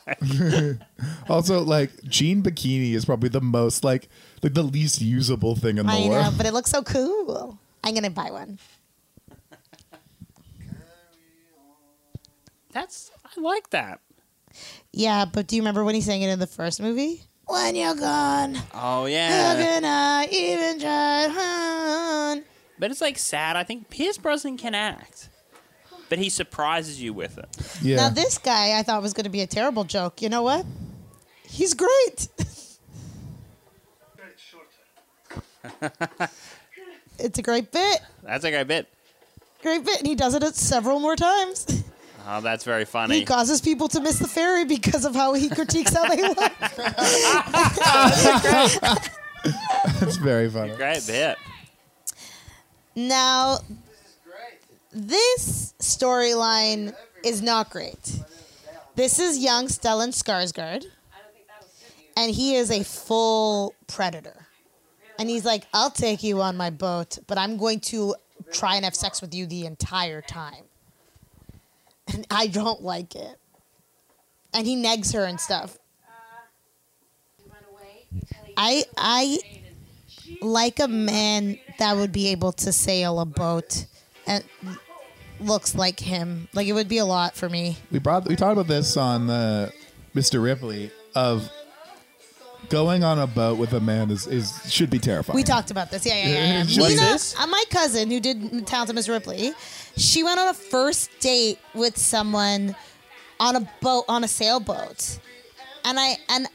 C: Also, like jean bikini is probably the most like like the least usable thing in the
B: I know,
C: world.
B: but it looks so cool. I'm gonna buy one.
D: That's I like that.
B: Yeah, but do you remember when he sang it in the first movie? When you're gone,
D: Oh
B: how
D: yeah,
B: can I even try? hon?
D: but it's like sad. I think Pierce Brosnan can act, but he surprises you with it.
C: Yeah.
B: Now this guy I thought was going to be a terrible joke. You know what? He's great. it's a great bit.
D: That's a great bit.
B: Great bit. And he does it at several more times.
D: Oh, that's very
B: He
D: funny.
B: causes people to miss the ferry because of how he critiques how they look.
C: That's very funny.
D: Great bit.
B: Now, this storyline is not great. This is young Stellan Skarsgård, and he is a full predator. And he's like, "I'll take you on my boat, but I'm going to try and have sex with you the entire time." And I don't like it. And he negs her and stuff. I I like a man that would be able to sail a boat and looks like him. Like it would be a lot for me.
C: we brought we talked about this on uh, Mr. Ripley of going on a boat with a man is, is should be terrifying.
B: We talked about this. Yeah, yeah, yeah. yeah.
C: What's
B: Mina,
D: this?
B: uh, my cousin who did Towns of Miss Ripley, she went on a first date with someone on a boat on a sailboat, and I and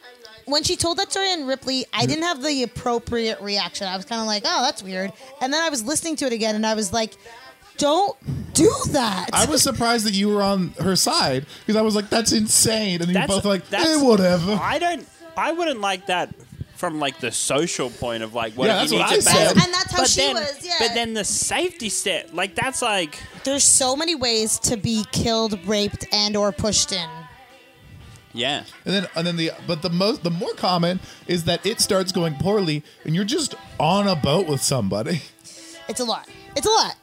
B: when she told that story in Ripley, I didn't have the appropriate reaction. I was kind of like, oh, that's weird. And then I was listening to it again, and I was like, don't do that.
C: I was surprised that you were on her side because I was like, "That's insane," and then you
D: That's
C: both were like,
D: that's-
C: "Eh, whatever."
D: I don't. I wouldn't like that from like the social point of like what
C: Yeah,
D: if
C: that's
D: you need
C: what
D: to
C: I said.
D: bail?
B: And that's how
D: but
B: she
D: then,
B: was, yeah.
D: But then the safety set, like that's like
B: There's so many ways to be killed, raped, and or pushed in.
D: yeah.
C: And then and then the but the most the more common is that it starts going poorly and you're just on a boat with somebody.
B: It's a lot. It's a lot.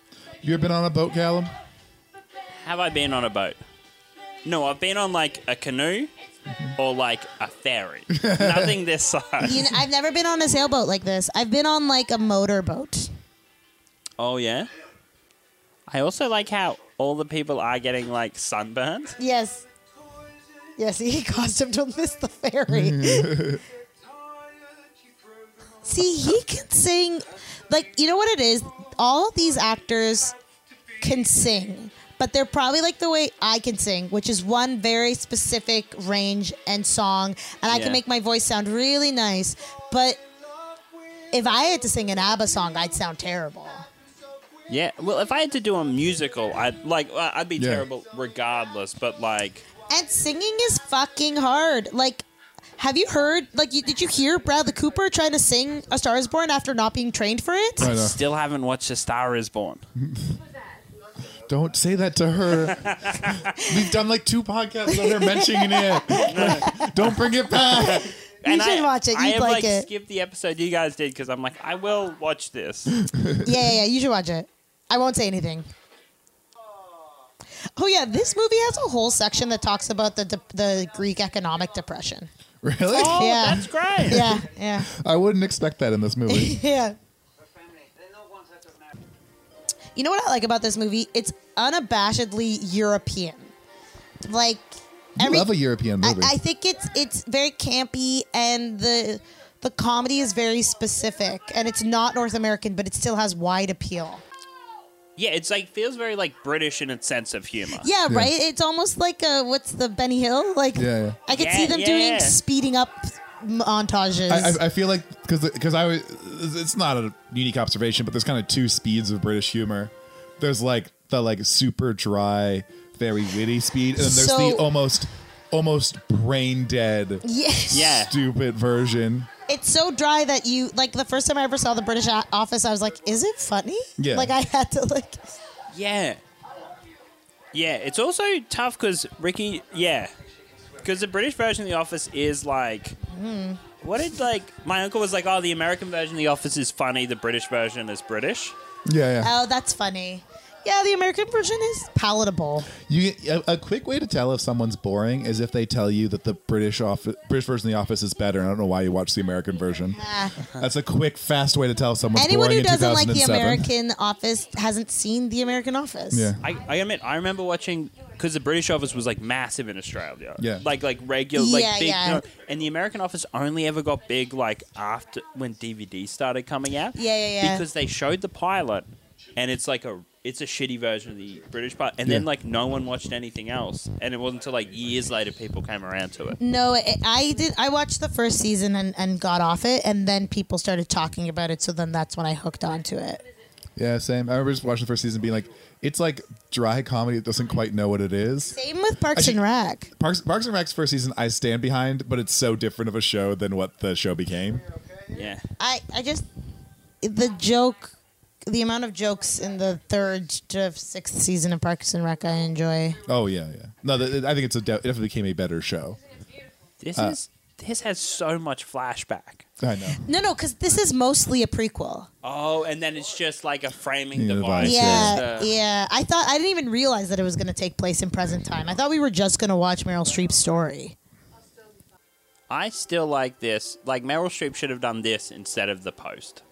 C: You ever been on a boat, Callum?
D: Have I been on a boat? No, I've been on like a canoe or like a ferry. Nothing this size.
B: You know, I've never been on a sailboat like this. I've been on like a motorboat.
D: Oh yeah. I also like how all the people are getting like sunburned.
B: Yes. Yes, he caused him to miss the ferry. See, he can sing. Like, you know what it is? All of these actors can sing, but they're probably like the way I can sing, which is one very specific range and song, and I
D: Yeah.
B: can make my voice sound really nice. But if I had to sing an ABBA song, I'd sound terrible.
D: Yeah. Well, if I had to do a musical, I'd like uh, I'd be
C: Yeah.
D: terrible regardless. But like,
B: And singing is fucking hard. Like, have you heard? Like, you, did you hear Bradley Cooper trying to sing "A Star Is Born" after not being trained for it?
C: I know.
D: still haven't watched A Star Is Born.
C: Don't say that to her. We've done like two podcasts on her mentioning it. Don't bring it
D: Oh,
C: back.
D: and
B: should
D: I,
B: watch it.
D: I
B: You'd
D: have,
B: like
D: like,
B: it.
D: skipped the episode you guys did because I'm like, I will watch this.
B: Yeah, yeah, yeah. You should watch it. I won't say anything. Oh yeah, this movie has a whole section that talks about the de- the Greek economic depression.
C: Really?
D: Oh,
B: Yeah.
D: that's great.
B: Yeah, yeah,
C: I wouldn't expect that in this movie.
B: yeah. You know what I like about this movie? It's unabashedly European. Like
C: I
B: every
C: love a European
B: I,
C: movie.
B: I think it's it's very campy and the the comedy is very specific and it's not North American, but it still has wide appeal.
D: Yeah, it's like feels very like British in its sense of humor.
B: Yeah, right. It's almost like a what's the Benny Hill? Like
C: Yeah, yeah.
B: I could
D: Yeah,
B: see them
D: yeah,
B: doing
D: yeah.
B: speeding up montages.
C: I, I, I feel like because because I was it's not a unique observation, but there's kind of two speeds of British humor. There's like the like super dry, very witty speed, and then there's
B: So-
C: the almost almost brain dead,
B: yes.
D: Yeah.
C: stupid version.
B: It's so dry that you like the first time I ever saw the British o- office, I was like, "Is it funny?"
C: Yeah.
B: Like I had to like.
D: Yeah. Yeah, it's also tough because Ricky, yeah. Because the British version of The Office is like. What did, like, my uncle was like, oh, the American version of The Office is funny, the British version is British.
C: Yeah, yeah.
B: Oh, that's funny. Yeah, the American version is palatable.
C: You a, a quick way to tell if someone's boring is if they tell you that the British office British version of the Office is better. I don't know why you watch the American version.
B: Ah.
C: That's a quick, fast way to tell if someone's
B: Anyone
C: boring
B: who
C: in
B: doesn't like the
C: 2007.
B: American Office hasn't seen the American Office.
C: Yeah.
D: I, I admit, I remember watching. Because the British Office was like massive in Australia,
C: Yeah.
D: like like regular, like
B: Yeah,
D: big,
B: yeah.
D: no, and the American Office only ever got big like after when DVD started coming out.
B: Yeah, yeah, yeah.
D: Because they showed the pilot, and it's like a it's a shitty version of the British part, and then
C: Yeah.
D: like no one watched anything else, and it wasn't until like years later people came around to it.
B: No, it, I did. I watched the first season and, and got off it, and then people started talking about it. So then that's when I hooked onto it.
C: Yeah, same. I remember just watching the first season, being like, "It's like dry comedy that doesn't quite know what it is."
B: Same with Parks and
C: Actually-
B: Rec.
C: Parks, Parks and Rec's first season, I stand behind, but it's so different of a show than what the show became.
D: Yeah,
B: I I just the joke, the amount of jokes in the third to sixth season of Parks and Rec, I enjoy.
C: Oh yeah, yeah. No, th- th- I think it's a de- it definitely became a better show.
D: this is this has so much flashback.
C: I know.
B: No, no, because this is mostly a prequel.
D: Oh, and then it's just like a framing
C: Yeah,
D: device.
C: device,
B: Yeah,
D: It's the-
B: yeah. I thought I didn't even realize that it was going to take place in present time. I thought we were just going to watch Meryl Streep's story.
D: I still like this. Like Meryl Streep should have done this instead of the post.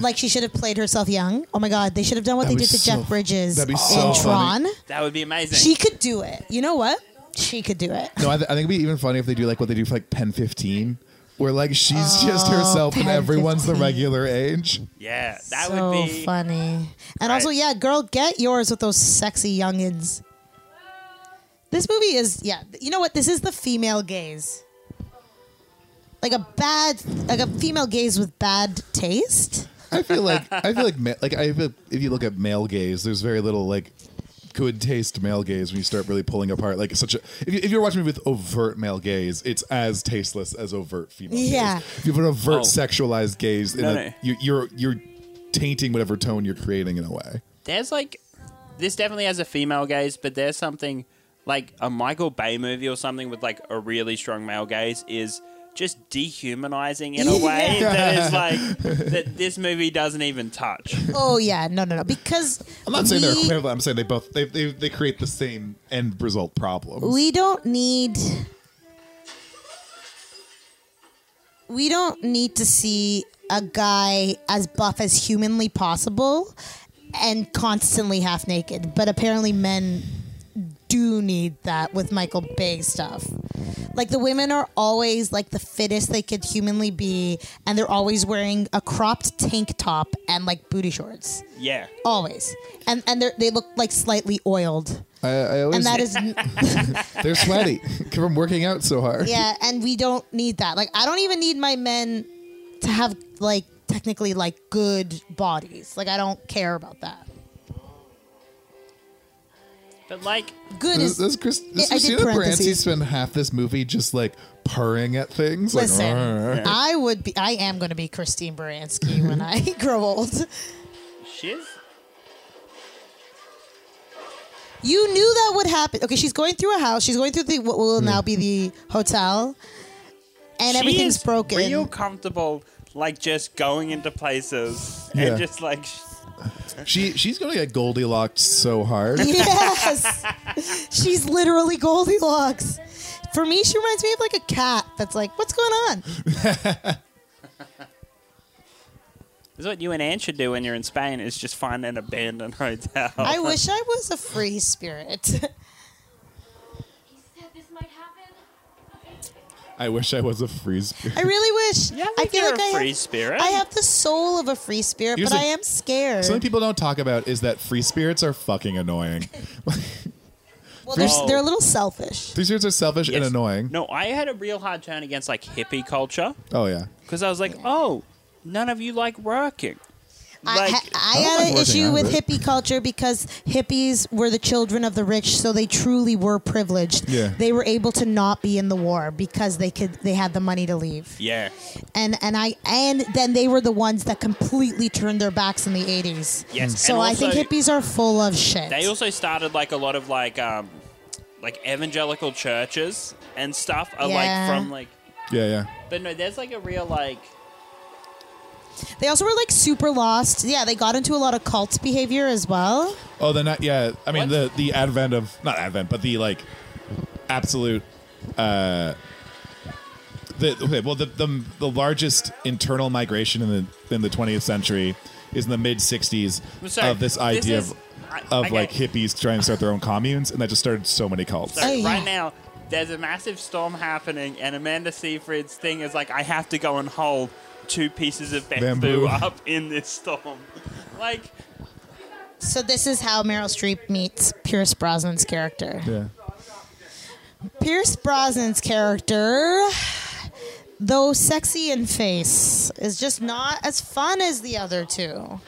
B: Like she should have played herself young. Oh my God, they should have done what
C: That
B: they
C: would
B: did to
C: so-
B: Jeff Bridges
C: that'd be
B: in
C: so funny.
B: Tron.
D: That would be amazing.
B: She could do it. You know what? She could do it.
C: No, I, th- I think it'd be even funny if they do like what they do for like Pen Fifteen, where like she's just herself and
B: Pen
C: everyone's
B: 15.
C: the regular age.
D: yeah, that
B: so
D: would be.
B: funny. And also,
D: Right.
B: yeah, girl, get yours with those sexy youngins. This movie is, yeah. You know what? This is the female gaze. Like a bad, like a female gaze with bad taste.
C: I feel like I feel like ma- like I feel if you look at male gaze, there's very little like good taste male gaze when you start really pulling apart like such a if, you, if you're watching me with overt male gaze it's as tasteless as overt female
B: Yeah.
C: gaze. if you have an overt
D: Oh.
C: sexualized gaze in
D: No,
C: a,
D: no.
C: You, you're you're tainting whatever tone you're creating in a way
D: There's like, this definitely has a female gaze, but there's something like a Michael Bay movie or something with like a really strong male gaze is just dehumanizing in a way that is like that this movie doesn't even touch.
B: Oh yeah, no, no, no. Because
C: I'm not saying they're
B: we-
C: equivalent I'm saying they both they, they, they create the same end result problem
B: we don't need we don't need to see a guy as buff as humanly possible and constantly half naked but apparently men do need that with michael bay stuff like the women are always like the fittest they could humanly be and they're always wearing a cropped tank top and like booty shorts
D: Yeah.
B: always and and they're, they look like slightly oiled
C: I, I always
B: and that is
C: they're sweaty from working out so hard
B: Yeah, and we don't need that. Like, I don't even need my men to have like technically like good bodies. Like I don't care about that.
D: But like,
B: Good
C: This,
B: is
C: this, Chris, this
B: I did
C: Christina Brancy
B: parentheses.
C: spent half this movie just like purring at things. Like,
B: Listen,
C: "Arr."
B: I would be. I am going to be Christine Baranski when I grow old.
D: shiz.
B: You knew that would happen. Okay, she's going through a house. She's going through the what will now be the hotel, and
D: She
B: everything's
D: is
B: broken.
D: Real comfortable, like just going into places
C: Yeah.
D: and just like.
C: she she's gonna get Goldilocks so hard.
B: yes, she's literally Goldilocks. For me, she reminds me of like a cat. That's like, what's going on?
D: This is what you and Anne should do when you're in Spain is just find an abandoned hotel.
B: I wish I was a free spirit.
C: I wish I was a free spirit.
B: I really wish.
D: Yeah,
B: I
D: like
B: feel
D: you're
B: like
D: a
B: I
D: free
B: have,
D: spirit.
B: I have the soul of a free spirit,
C: Here's
B: but
C: the-
B: I am scared.
C: Something people don't talk about is that free spirits are fucking annoying.
B: well, they're,
D: Oh.
B: they're a little selfish.
C: free spirits are selfish and
D: Yes.
C: annoying.
D: No, I had a real hard turn against like hippie culture
C: Oh yeah.
D: because I was like, oh, none of you like working.
B: I,
D: Like,
B: ha- I
C: I don't
B: had
C: like
B: an
C: working
B: issue
C: out,
B: with
C: but-
B: hippie culture because hippies were the children of the rich, so they truly were privileged.
C: Yeah.
B: They were able to not be in the war because they could they had the money to leave.
D: yeah.
B: And and I and then they were the ones that completely turned their backs in the 80s.
C: Hmm.
D: Yes,
B: So
D: and
B: I think
D: also-
B: hippies are full of shit.
D: They also started like a lot of like um like evangelical churches and stuff are
B: Yeah.
D: like from like
C: Yeah, yeah.
D: but no, there's like a real like
B: they also were like super lost. Yeah, they got into a lot of cult behavior as well.
C: Oh, they're not. Yeah, I mean
D: What?
C: the the advent of not advent, but the like absolute. uh the, okay, well, the, the the largest internal migration in the in the 20th century is in the mid 60s
D: I'm sorry,
C: of this
D: this
C: idea
D: is-
C: of,
D: I-
C: of
D: okay.
C: like hippies trying to start their own communes, and that just started so many cults.
D: so
B: Oh, yeah.
D: right now there's a massive storm happening and Amanda Seyfried's thing is like I have to go and hold two pieces of
C: Bamboo.
D: bamboo, up in this storm. like
B: So this is how Meryl Streep meets Pierce Brosnan's character.
C: Yeah.
B: Pierce Brosnan's character, though sexy in face, is just not as fun as the other two.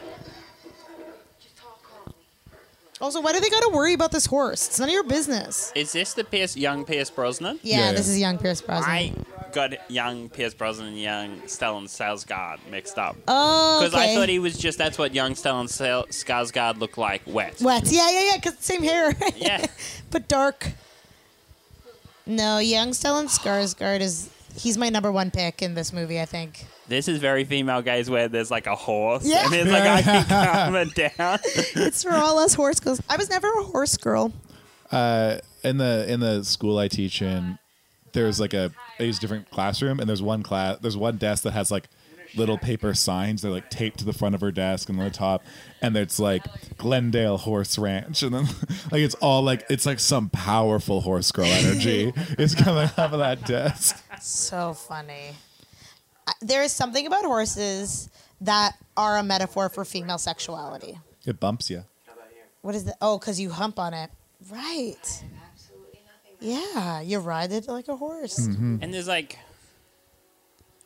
B: Also, why do they got to worry about this horse? It's none of your business.
D: is this the Pierce young Pierce Brosnan?
B: Yeah,
C: Yeah,
B: this
C: yeah.
B: is young Pierce Brosnan.
D: I got young Pierce Brosnan and young Stellan Skarsgård mixed up.
B: oh,
D: Because
B: okay.
D: I thought he was just that's what young Stellan Sa- Skarsgård looked like wet.
B: wet. Yeah, yeah, yeah. Cause same hair.
D: Yeah.
B: but dark. No, young Stellan Skarsgård is he's my number one pick in this movie. I think.
D: This is very female gaze where there's like a horse
B: Yeah.
D: and it's like I can calm it down.
B: It's for all us horse girls. I was never a horse girl.
C: in the in the school I teach in, there's like a I use a different classroom, and there's one class, there's one desk that has like little paper signs. They're like taped to the front of her desk and on the top, and it's like Glendale Horse Ranch, and then like it's all like it's like some powerful horse girl energy is coming off of that desk.
B: So funny. I- There is something about horses that are a metaphor for female sexuality.
C: It bumps you.
B: What is that? Oh, because you hump on it. Right. Yeah, you ride it like a horse.
D: and there's like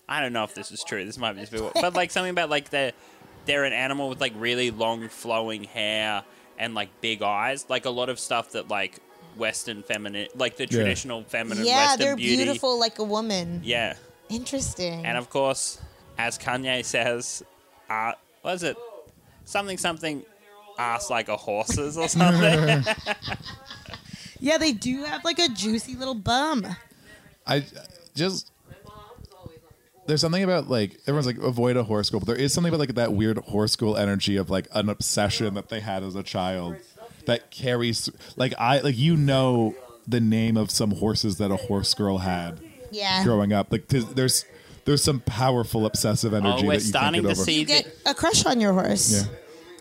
D: I don't know if this is true. This might just be what, but like something about like they're they're an animal with like really long flowing hair and like big eyes. Like a lot of stuff that like Western feminine like the traditional feminine
B: Yeah,
D: Western
B: they're
D: beauty.
B: beautiful like a woman.
D: Yeah.
B: Interesting.
D: And of course, as Kanye says, uh, what is it? Something, something, ass like a horse's or something.
B: yeah, they do have like a juicy little bum.
C: I just there's something about like everyone's like avoid a horse school, but there is something about like that weird horse school energy of like an obsession that they had as a child that carries like I like you know the name of some horses that a horse girl had
B: Yeah.
C: growing up. Like 'cause there's there's some powerful obsessive energy
D: oh, we're
C: that you can't
D: starting
C: get
D: to
C: over.
D: see.
B: Get
D: The,
B: a crush on your horse.
C: Yeah.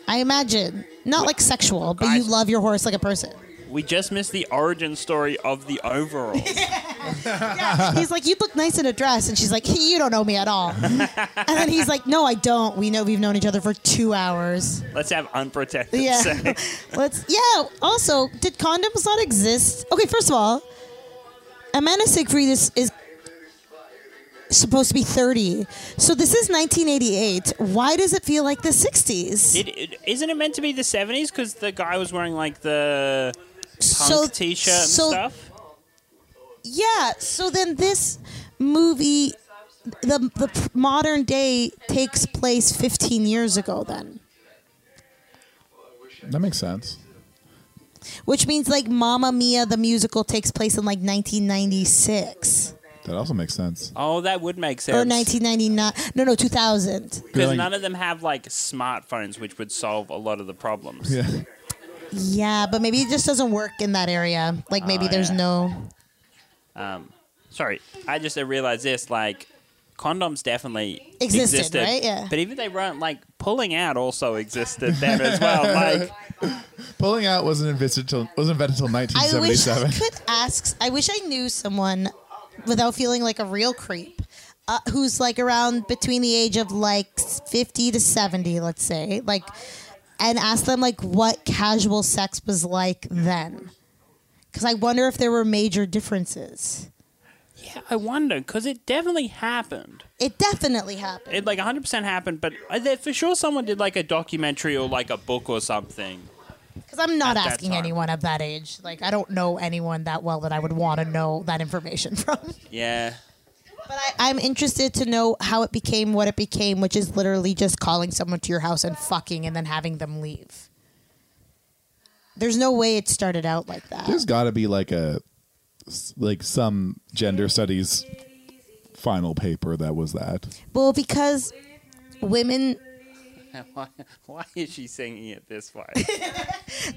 B: I imagine. Not like sexual, but you
D: Guys-
B: love your horse like a person.
D: we just missed the origin story of the overall. Uh-huh.
B: He's like, you look nice in a dress, and she's like, you don't know me at all. and then he's like, no, I don't. We know we've known each other for two hours.
D: Let's have unprotected
B: Yeah.
D: sex.
B: Let's. Yeah. Also, did condoms not exist? Okay. First of all, Amanda Siegfried is, is supposed to be 30. So this is 1988. Why does it feel like the 60s?
D: It, it, isn't it meant to be the 70s? Because the guy was wearing like the punk
B: So-
D: t-shirt and
B: so-
D: stuff.
B: yeah. So then this movie, the the p- modern day takes place 15 years ago. Then,
E: That makes sense.
B: which means like Mamma Mia the musical takes place in like 1996
E: That also makes sense.
D: Oh, that would make sense.
B: or 1999. No, no, 2000.
D: Because
E: Like-
D: none of them have like smartphones, which would solve a lot of the problems.
E: Yeah.
B: Yeah, but maybe it just doesn't work in that area. Like maybe
D: Oh,
B: there's
D: yeah.
B: no.
D: Sorry, I just realized this. Like, condoms definitely
B: Existed, right? Yeah.
D: But even they weren't like pulling out. Also existed then as well. Like,
E: Pulling out wasn't invented till wasn't invented till
B: I wish I
E: 1977.
B: could ask. I wish I knew someone without feeling like a real creep. Uh, who's like around between the age of like 50 to 70 let's say like and ask them like what casual sex was like then because i wonder if there were major differences
D: yeah, I wonder because it definitely happened.
B: it definitely happened
D: It like 100 percent happened. But I- there- for sure, someone did like a documentary or like a book or something.
B: because i'm not
D: at that
B: asking
D: time.
B: anyone of that age like i don't know anyone that well that i would want to know that information from
D: Yeah.
B: But I, I'm interested to know how it became what it became, which is literally just calling someone to your house and fucking and then having them leave. There's no way it started out like that.
E: There's got to be like a like some gender studies final paper that was that.
B: Well, because women.
D: Why, why is she singing it this way?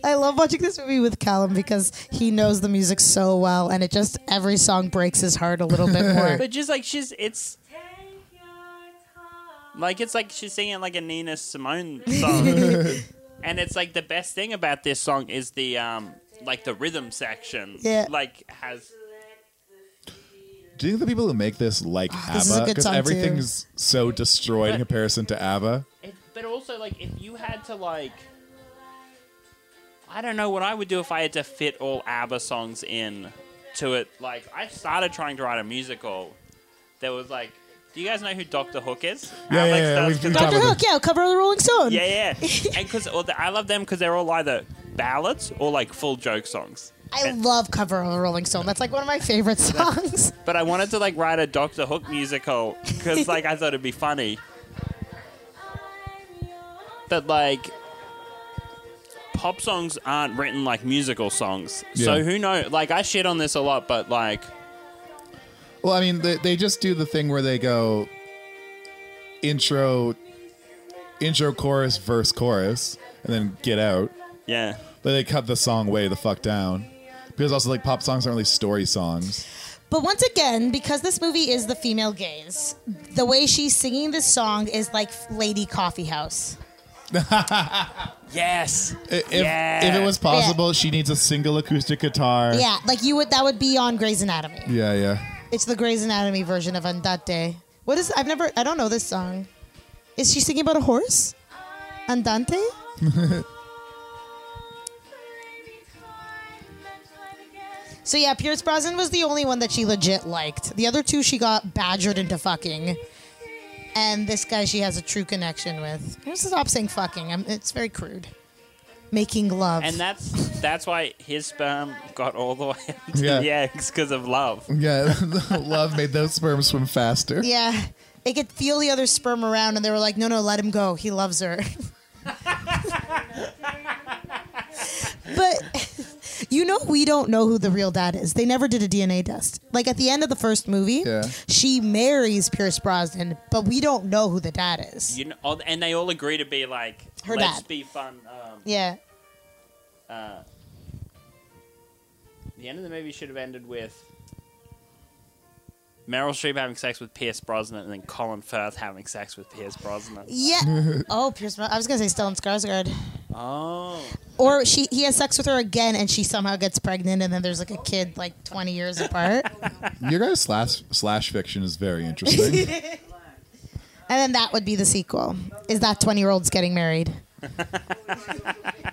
B: I love watching this movie with Callum because he knows the music so well, and it just every song breaks his heart a little bit more.
D: but just like she's it's. Like it's like she's singing like a Nina Simone song, and it's like the best thing about this song is the um like the rhythm section.
B: Yeah.
D: Like has
E: Do you think the people who make Oh, this like
B: this is a
E: ABBA?
B: good
E: Because
B: song, too.
E: everything's so destroyed in comparison to ABBA.
D: it, but also like if you had to like I don't know what I would do if I had to fit all ABBA songs in to it. Like I started trying to write a musical that was like, do you guys know who Doctor Hook is?
E: Yeah, yeah,
D: Alex
E: yeah,
D: does,
E: we've-
D: 'cause
E: we've
D: I-
E: talked
B: Dr.
E: about
B: Hook, yeah, cover of the Rolling Stone.
D: Yeah, yeah. and because I love them because they're all either ballads or like full joke songs.
B: I love cover of the Rolling Stone. That's like one of my favorite songs.
D: But I wanted to like write a Doctor Hook musical because like I thought it'd be funny. But like, pop songs aren't written like musical songs. So
E: Yeah.
D: who knows? Like I shit on this a lot, but like,
E: Well, I mean, they, they just do the thing where they go intro, intro chorus, verse chorus, and then get out.
D: yeah.
E: But they cut the song way the fuck down. Because also, like, pop songs aren't really story songs.
B: But once again, because this movie is the female gaze, the way she's singing this song is like Lady Coffee House.
D: Yes.
E: I- If,
D: Yeah.
E: if it was possible, she needs a single acoustic guitar.
B: Yeah, like you would that would be on Grey's Anatomy.
E: Yeah, yeah.
B: It's the Grey's Anatomy version of Andante. What is I've never I don't know this song. Is she singing about a horse? Andante? so yeah, Pierce Brosnan was the only one that she legit liked. The other two she got badgered into fucking. And this guy she has a true connection with. Just Stop saying fucking. I'm, it's very crude. Making love.
D: And that's that's why his sperm got all the way up to
E: Yeah.
D: the eggs because of love.
E: Yeah, love made those sperms swim faster.
B: Yeah. They could feel the other sperm around and they were like, no, no, let him go. He loves her. but you know, we don't know who the real dad is. They never did a DNA test. Like at the end of the first movie,
E: Yeah.
B: she marries Pierce Brosnan, but we don't know who the dad is.
D: You know, all- and they all agree to be like,
B: Her
D: let's
B: dad.
D: be fun. Um,
B: Yeah.
D: The end of the movie should have ended with Meryl Streep having sex with Pierce Brosnan and then Colin Firth having sex with Pierce Brosnan.
B: Yeah. oh, Pierce Brosnan. I was going to say Stellan Skarsgård.
D: Oh.
B: Or she he has sex with her again and she somehow gets pregnant and then there's like a kid like 20 years apart.
E: Your guys' slash, slash fiction is very interesting.
B: And then that would be the sequel. Is that 20 year olds getting married?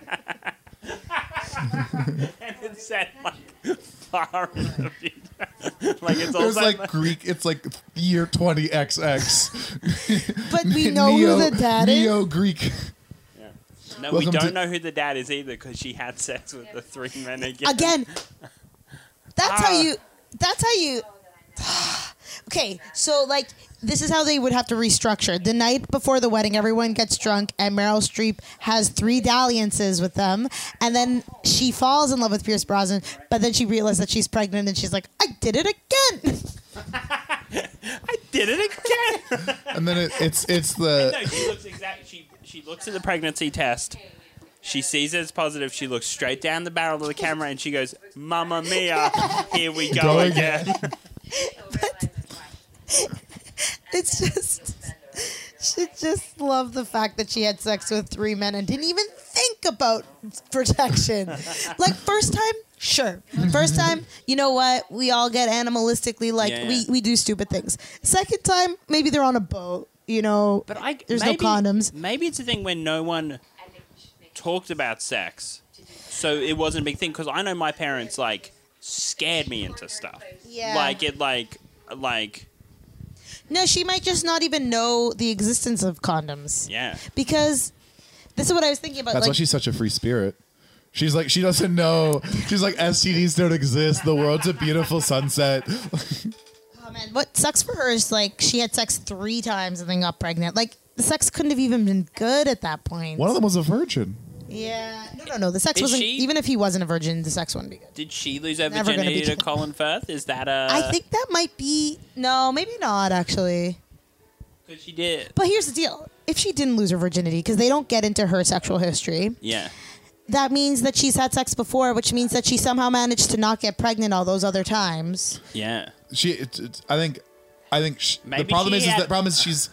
D: And it's set like far in the future. like it's
E: There's
D: also
E: like Greek. It's like
C: year 20XX.
B: But we know
C: Neo-
B: who the dad
C: Neo
B: is.
C: Greek.
D: No, we
C: Welcome
D: don't
C: to-
D: know who the dad is either because she had sex with the three men again.
B: Again, that's how
D: Ah.
B: you. That's how you. Okay, so like this is how they would have to restructure. The night before the wedding, everyone gets drunk, and Meryl Streep has three dalliances with them, and then she falls in love with Pierce Brosnan, but then she realizes that she's pregnant, and she's like, "I did it again."
D: Did it again?
C: And then it, it's it's the
D: no, she looks exactly. She she looks at the pregnancy test. She sees it's positive. She looks straight down the barrel of the camera and she goes, "Mamma mia, here we go
C: Go
D: again."
B: It's just she just loved the fact that she had sex with three men and didn't even think about protection. like first time, sure. First time, you know what? We all get animalistically like
D: Yeah,
B: we
D: yeah.
B: we do stupid things. Second time, maybe they're on a boat, you know.
D: But I
B: there's
D: maybe-
B: no condoms.
D: Maybe it's a thing when no one talked about sex, so it wasn't a big thing. Because I know my parents like scared me into stuff.
B: Yeah.
D: Like it, like like
B: No, she might just not even know the existence of condoms
D: yeah.
B: because this is what I was thinking about.
C: That's why
B: like,
C: she's such a free spirit. She's like she doesn't know. She's like STDs don't exist. The world's a beautiful sunset.
B: Oh, man. What sucks for her is like she had sex three times and then got pregnant. Like the sex couldn't have even been good at that point.
C: One of them was a virgin.
B: Yeah. No, no, no. The sex
D: Is
B: wasn't.
D: she-
B: Even if he wasn't a virgin, the sex wouldn't be good.
D: Did she lose her
B: Never gonna
D: virginity
B: be
D: to
B: good.
D: Colin Firth? Is that a?
C: Uh,
B: I think that might be. No, maybe not actually.
D: Because she did.
B: But here's the deal: if she didn't lose her virginity, because they don't get into her sexual history,
D: Yeah.
B: that means that she's had sex before, which means that she somehow managed to not get pregnant all those other times.
D: Yeah.
C: She. It, it, I think. I think sh the
D: Maybe
C: problem
D: she
C: is, is
D: had-
C: the problem is she's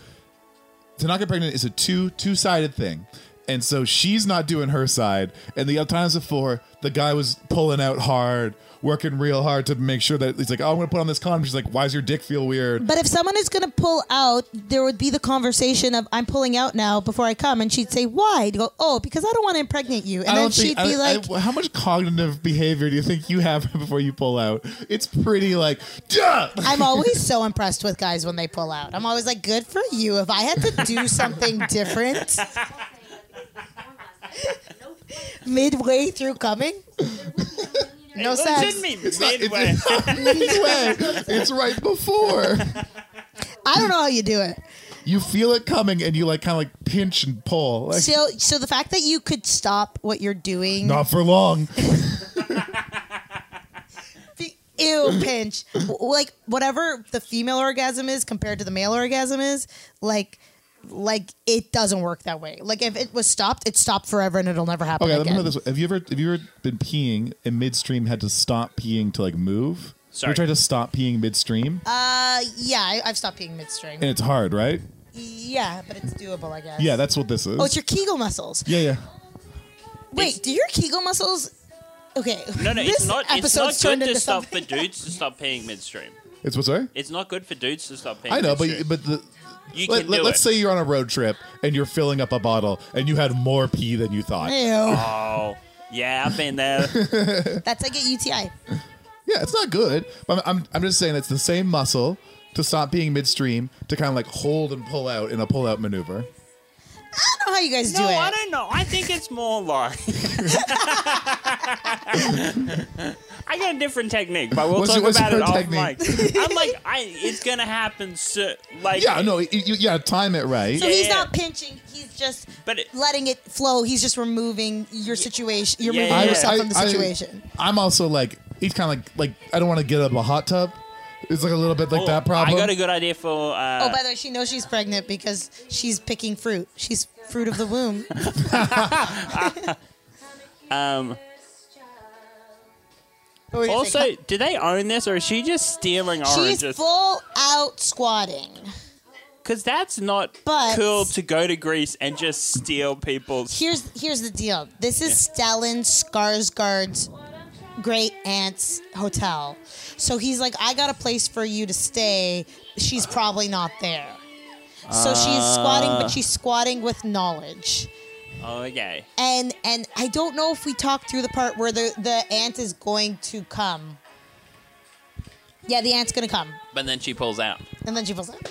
C: to not get pregnant is a two two sided thing, and so she's not doing her side. And the other times before, the guy was pulling out hard, working real hard to make sure that he's like, oh, I'm gonna put on this condom. She's like, why does your dick feel weird?
B: But if someone is going to pull out, there would be the conversation of "I'm pulling out now before I come," and she'd say, "Why?" He'd go, "Oh, because I don't want to impregnate you." And
C: I
B: then
C: don't
B: she'd
C: think. I-
B: be
C: I-
B: like,
C: how much cognitive behavior do you think you have before you pull out? It's pretty like, duh.
B: I'm always so impressed with guys when they pull out. I'm always like, good for you. If I had to do something different midway through coming, no
D: It
B: sex.
D: didn't mean midway.
C: midway. It's right before.
B: I don't know how you do it.
C: You feel it coming and you like kind of like pinch and pull. Like,
B: So, so the fact that you could stop what you're doing,
C: not for long.
B: ew, pinch, W- like whatever the female orgasm is compared to the male orgasm is, like. Like it doesn't work that way. Like if it was stopped, it stopped forever and it'll never happen
C: Okay, let me
B: again.
C: put it this way. Have you ever have you ever been peeing and midstream had to stop peeing to like move?
D: Sorry.
C: You tried to stop peeing midstream?
B: Uh, yeah, I, I've stopped being midstream.
C: and it's hard, right?
B: Yeah, but it's doable, I guess.
C: Yeah, that's what this is.
B: Oh, it's your Kegel muscles.
C: yeah, yeah.
B: Wait, do your Kegel muscles? Okay.
D: No, no,
B: this
D: it's not. It's
B: episode's
D: not
B: turned
D: good to
B: into
D: stop for
B: something-
D: dudes to stop peeing midstream.
C: It's what's sorry?
D: It's not good for dudes to stop peeing.
C: I know,
D: midstream.
C: but but the
D: you
C: let,
D: can do
C: us
D: it.
C: say you're on a road trip and you're filling up a bottle and you had more pee than you thought.
B: Ew.
D: Oh, yeah, I've been there.
B: That's like a UTI.
C: Yeah, it's not good. But I'm, I'm, I'm just saying it's the same muscle to stop being midstream to kind of like hold and pull out in a pull out
B: I
C: maneuver.
B: don't know how you guys do
D: No,
B: it.
D: I don't know. I think it's more like. I got a different technique, but we'll
C: What's
D: talk
C: your- what's
D: about
C: your
D: it off mic.
C: technique?
D: I'm like, I, it's gonna happen soon. Like,
C: Yeah, no, you, you, yeah, time it right.
B: So he's
D: Yeah.
B: not pinching. He's just
D: But it-
B: letting it flow. He's just removing your situation. You're
D: Yeah,
B: removing
D: yeah, yeah.
B: yourself from the situation.
C: am also like, he's kind of like, like I don't want to get up a hot tub. It's like a little bit like
D: oh,
C: that problem.
D: I got a good idea for. Uh,
B: oh, by the way, she knows she's pregnant because she's picking fruit. She's fruit of the womb.
D: um,
B: What were you gonna say?
D: also, do they own this, or is she just stealing
B: Oh, she's
D: oranges?
B: full out squatting.
D: Because that's not
B: But-
D: cool to go to Greece and just steal people's.
B: here's here's the deal. This is Stellan Skarsgård's great aunt's hotel. So he's like, I got a place for you to stay. She's probably not there. So she's squatting, but she's squatting with knowledge.
D: oh, Okay.
B: And and I don't know if we talked through the part where the the aunt is going to come. Yeah, the ant's gonna come,
D: but then she pulls out.
B: and then she pulls out.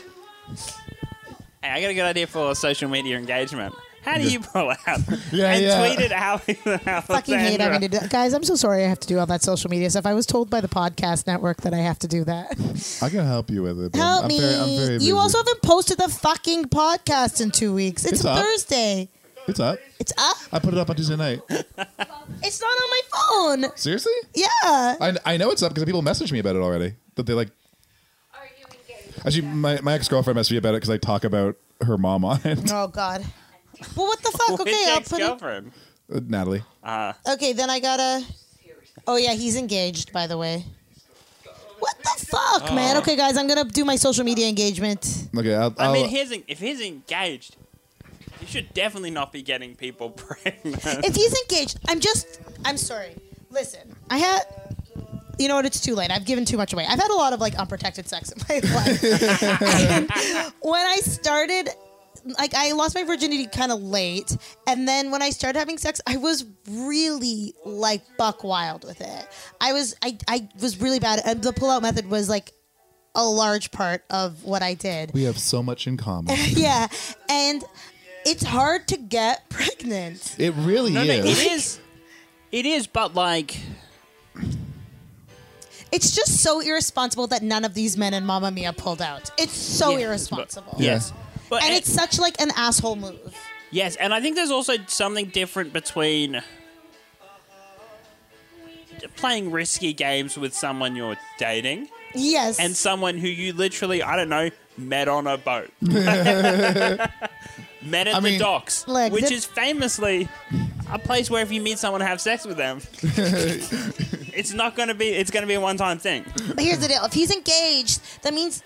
D: Hey, I got a good idea for social media engagement. How do you pull out?
E: Yeah,
D: and
E: yeah.
D: tweet it out.
B: Fucking hate having to do Guys, I'm so sorry I have to do all that social media stuff. I was told by the podcast network that I have to do that.
E: I can help you with it. but
B: Help
E: I'm
B: me.
E: Very, I'm very busy.
B: you also haven't posted the fucking podcast in two weeks. It's,
E: It's up.
B: Thursday.
E: It's up.
B: It's up.
E: I put it up on Tuesday night.
B: It's not on my phone.
E: Seriously?
B: Yeah.
E: I, I know it's up because people messaged me about it already. That they like. Actually, my, my ex girlfriend messaged me about it because I talk about her mom on it.
B: Oh God. Well, what the fuck? Okay, I'll put it.
D: girlfriend.
E: Natalie.
B: Okay, then I gotta. Oh yeah, he's engaged, by the way. What the fuck, man? Okay, guys, I'm gonna do my social media engagement.
E: Okay, I'll,
D: I
B: Oh.
E: I'll,
D: mean, he's en- if he's engaged, he should definitely not be getting people pregnant.
B: If he's engaged, I'm just. I'm sorry. Listen, I had. You know what? It's too late. I've given too much away. I've had a lot of like unprotected sex in my life. And when I started, like, I lost my virginity kind of late, and then when I started having sex, I was really like buck wild with it. I was, I, I was really bad. And the pull-out method was like a large part of what I did
E: we have so much in common.
B: yeah, and it's hard to get pregnant.
E: It really
D: no, no, it
E: is.
D: is. It is, but like,
B: It's just so irresponsible that none of these men in Mamma Mia pulled out. It's so
D: Yeah,
B: irresponsible.
D: but- yes, but
B: And
D: it-
B: it's such like an asshole move.
D: Yes, and I think there's also something different between playing risky games with someone you're dating
B: Yes.
D: and someone who you literally, I don't know, met on a boat. met at
E: I
D: the
E: mean-
D: docks,
B: Look,
D: which
B: the-
D: is famously a place where if you meet someone and have sex with them, it's not going to be, it's going to be a one time thing.
B: but here's the deal: if he's engaged, that means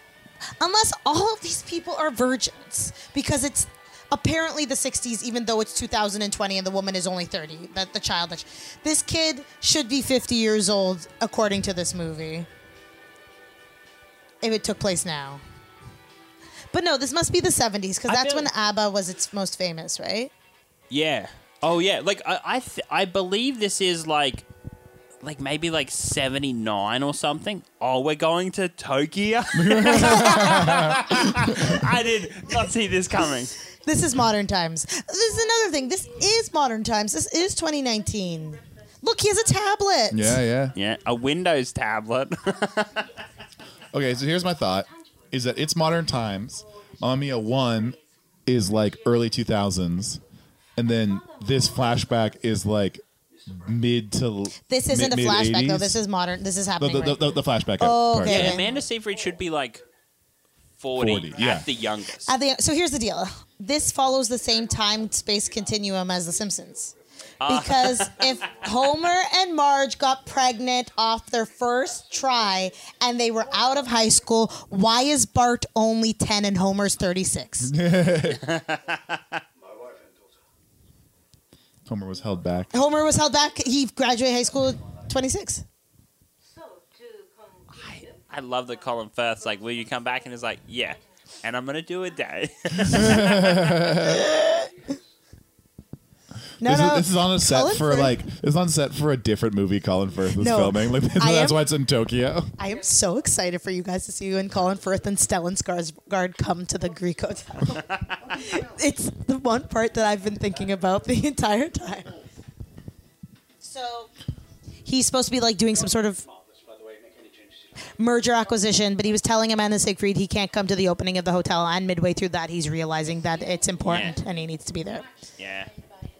B: unless all of these people are virgins, because it's apparently the 60s, even though it's 2020 and the woman is only 30, that the child that sh- this kid should be 50 years old according to this movie. If it took place now. But no, this must be the 70s because
D: I
B: that's
D: feel-
B: when ABBA was its most famous, right?
D: Yeah. Oh yeah. Like I I, th- I believe this is like like maybe like 79 or something. Oh, we're going to Tokyo. I did not see this coming.
B: This is modern times. This is another thing. This is modern times. This is 2019. Look, he has a tablet.
E: Yeah, yeah.
D: Yeah, a Windows tablet.
E: Okay, so here's my thought: is that it's modern times. Mamma Mia one is like early two thousands, and then this flashback is like mid to l-
B: This isn't
E: mid-
B: a flashback though.
E: mid-eighties.
B: This is modern. This is
E: the
B: happening.
E: the, the,
B: right
E: the, the flashback.
B: Oh, okay.
D: yeah, Amanda Seyfried should be like 40,
E: 40, yeah.
D: at the youngest.
B: now. At the- so here's the deal. This follows the same time space continuum as The Simpsons. Because if Homer and Marge got pregnant off their first try and they were out of high school, why is Bart only 10 and Homer's 36?
E: Homer was held back.
B: Homer was held back. He graduated high school at 26.
D: I love that Colin Firth's like, "Will you come back?" and is like, "Yeah." And I'm going to do a day.
B: No,
E: this,
B: no.
E: is, this is on a set
B: Colin
E: for
B: Firth-
E: like this is on set for a different movie Colin Firth was
B: No,
E: filming. Like
B: I
E: that's
B: am-
E: why it's in Tokyo.
B: I am so excited for you guys to see you and Colin Firth and Stellan Skarsgård come to the Greek Hotel. it's the one part that I've been thinking about the entire time. So he's supposed to be like doing some sort of merger acquisition, but he was telling Amanda Siegfried he can't come to the opening of the hotel, and midway through that, he's realizing that it's important
D: Yeah.
B: and he needs to be there.
D: Yeah.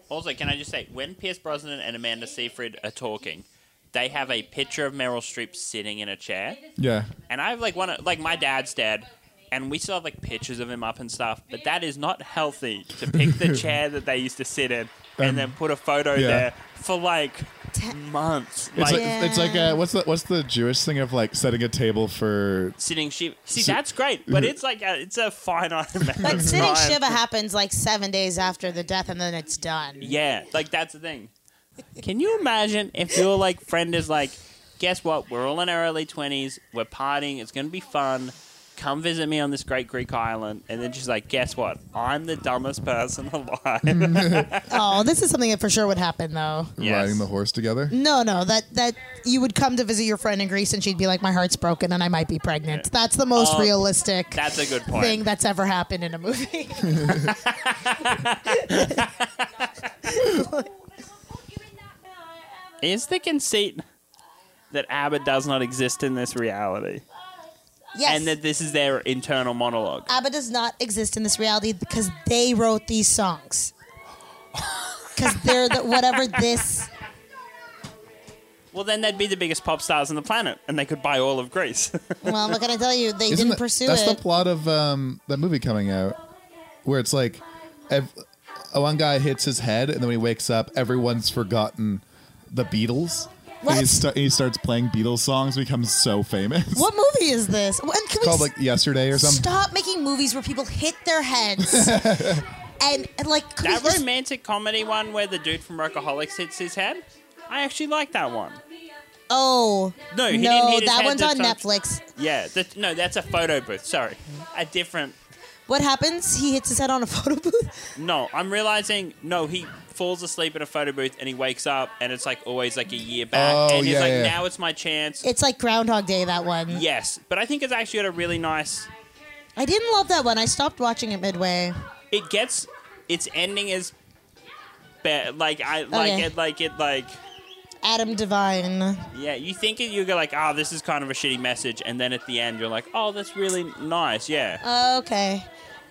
D: Also, can I just say, when Pierce Brosnan and Amanda Seyfried are talking, they have a picture of Meryl Streep sitting in a chair,
E: Yeah.
D: and I have like one, of, like my dad's dad, and we still have like pictures of him up and stuff. But that is not healthy to pick the chair that they used to sit in and then put a photo
E: Um, yeah.
D: there for like months,
E: It's
D: like,
E: like, it's like uh, what's the what's the Jewish thing of like setting a table for
D: sitting shiva. See, that's great, but it's like a, it's a finite amount.
B: Like
D: of
B: sitting
D: time.
B: Shiva happens like seven days after the death, and then it's done.
D: Yeah, like that's the thing. Can you imagine if your like friend is like, guess what? We're all in our early twenties. We're partying. It's gonna be fun. come visit me on this great Greek island. And then she's like, guess what? I'm the dumbest person alive.
B: Oh, this is something that for sure would happen though.
D: Yes.
C: riding the horse together.
B: No, no, that that you would come to visit your friend in Greece and she'd be like, my heart's broken and I might be pregnant. That's the most realistic
D: Um, That's a good point.
B: thing that's ever happened in a movie.
D: Is the conceit that ABBA does not exist in this reality?
B: yes.
D: And that this is their internal monologue?
B: ABBA does not exist in this reality because they wrote these songs. Because they're the, whatever this.
D: Well, then they'd be the biggest pop stars on the planet, and they could buy all of Greece.
B: Well, what can I tell you? They
C: Isn't
B: didn't
C: that-
B: pursue
C: that's
B: it.
C: the plot of um, that movie coming out, where it's like, ev- one guy hits his head, and then when he wakes up, everyone's forgotten the Beatles.
B: What?
C: And he, sta- he starts playing Beatles songs, becomes so famous.
B: what movie is this? And can we
C: It's called
B: s-
C: like yesterday or something.
B: stop making movies where people hit their heads? and, and, like, could we
D: that
B: just-
D: romantic comedy one where the dude from Workaholics hits his head? I actually like that one.
B: oh
D: No, he didn't
B: no,
D: hit his
B: that
D: head,
B: one's on
D: that's on-
B: Netflix.
D: Yeah, that, no, that's a photo booth. Sorry, a different.
B: What happens? He hits his head on a photo booth.
D: No, I'm realizing. No, he falls asleep in a photo booth and he wakes up and it's like always like a year back,
C: Oh,
D: and he's
C: yeah,
D: like,
C: yeah.
D: now it's my chance.
B: It's like Groundhog Day. That one.
D: yes, but I think it's actually got a really nice.
B: I didn't love that one. I stopped watching it midway.
D: It gets. Its ending is. Be- like
C: Oh,
D: I like
B: Okay.
D: it like it like.
B: Adam Devine.
D: Yeah, you think it, you go like, oh, this is kind of a shitty message, and then at the end you're like, oh, that's really nice, yeah.
B: Okay.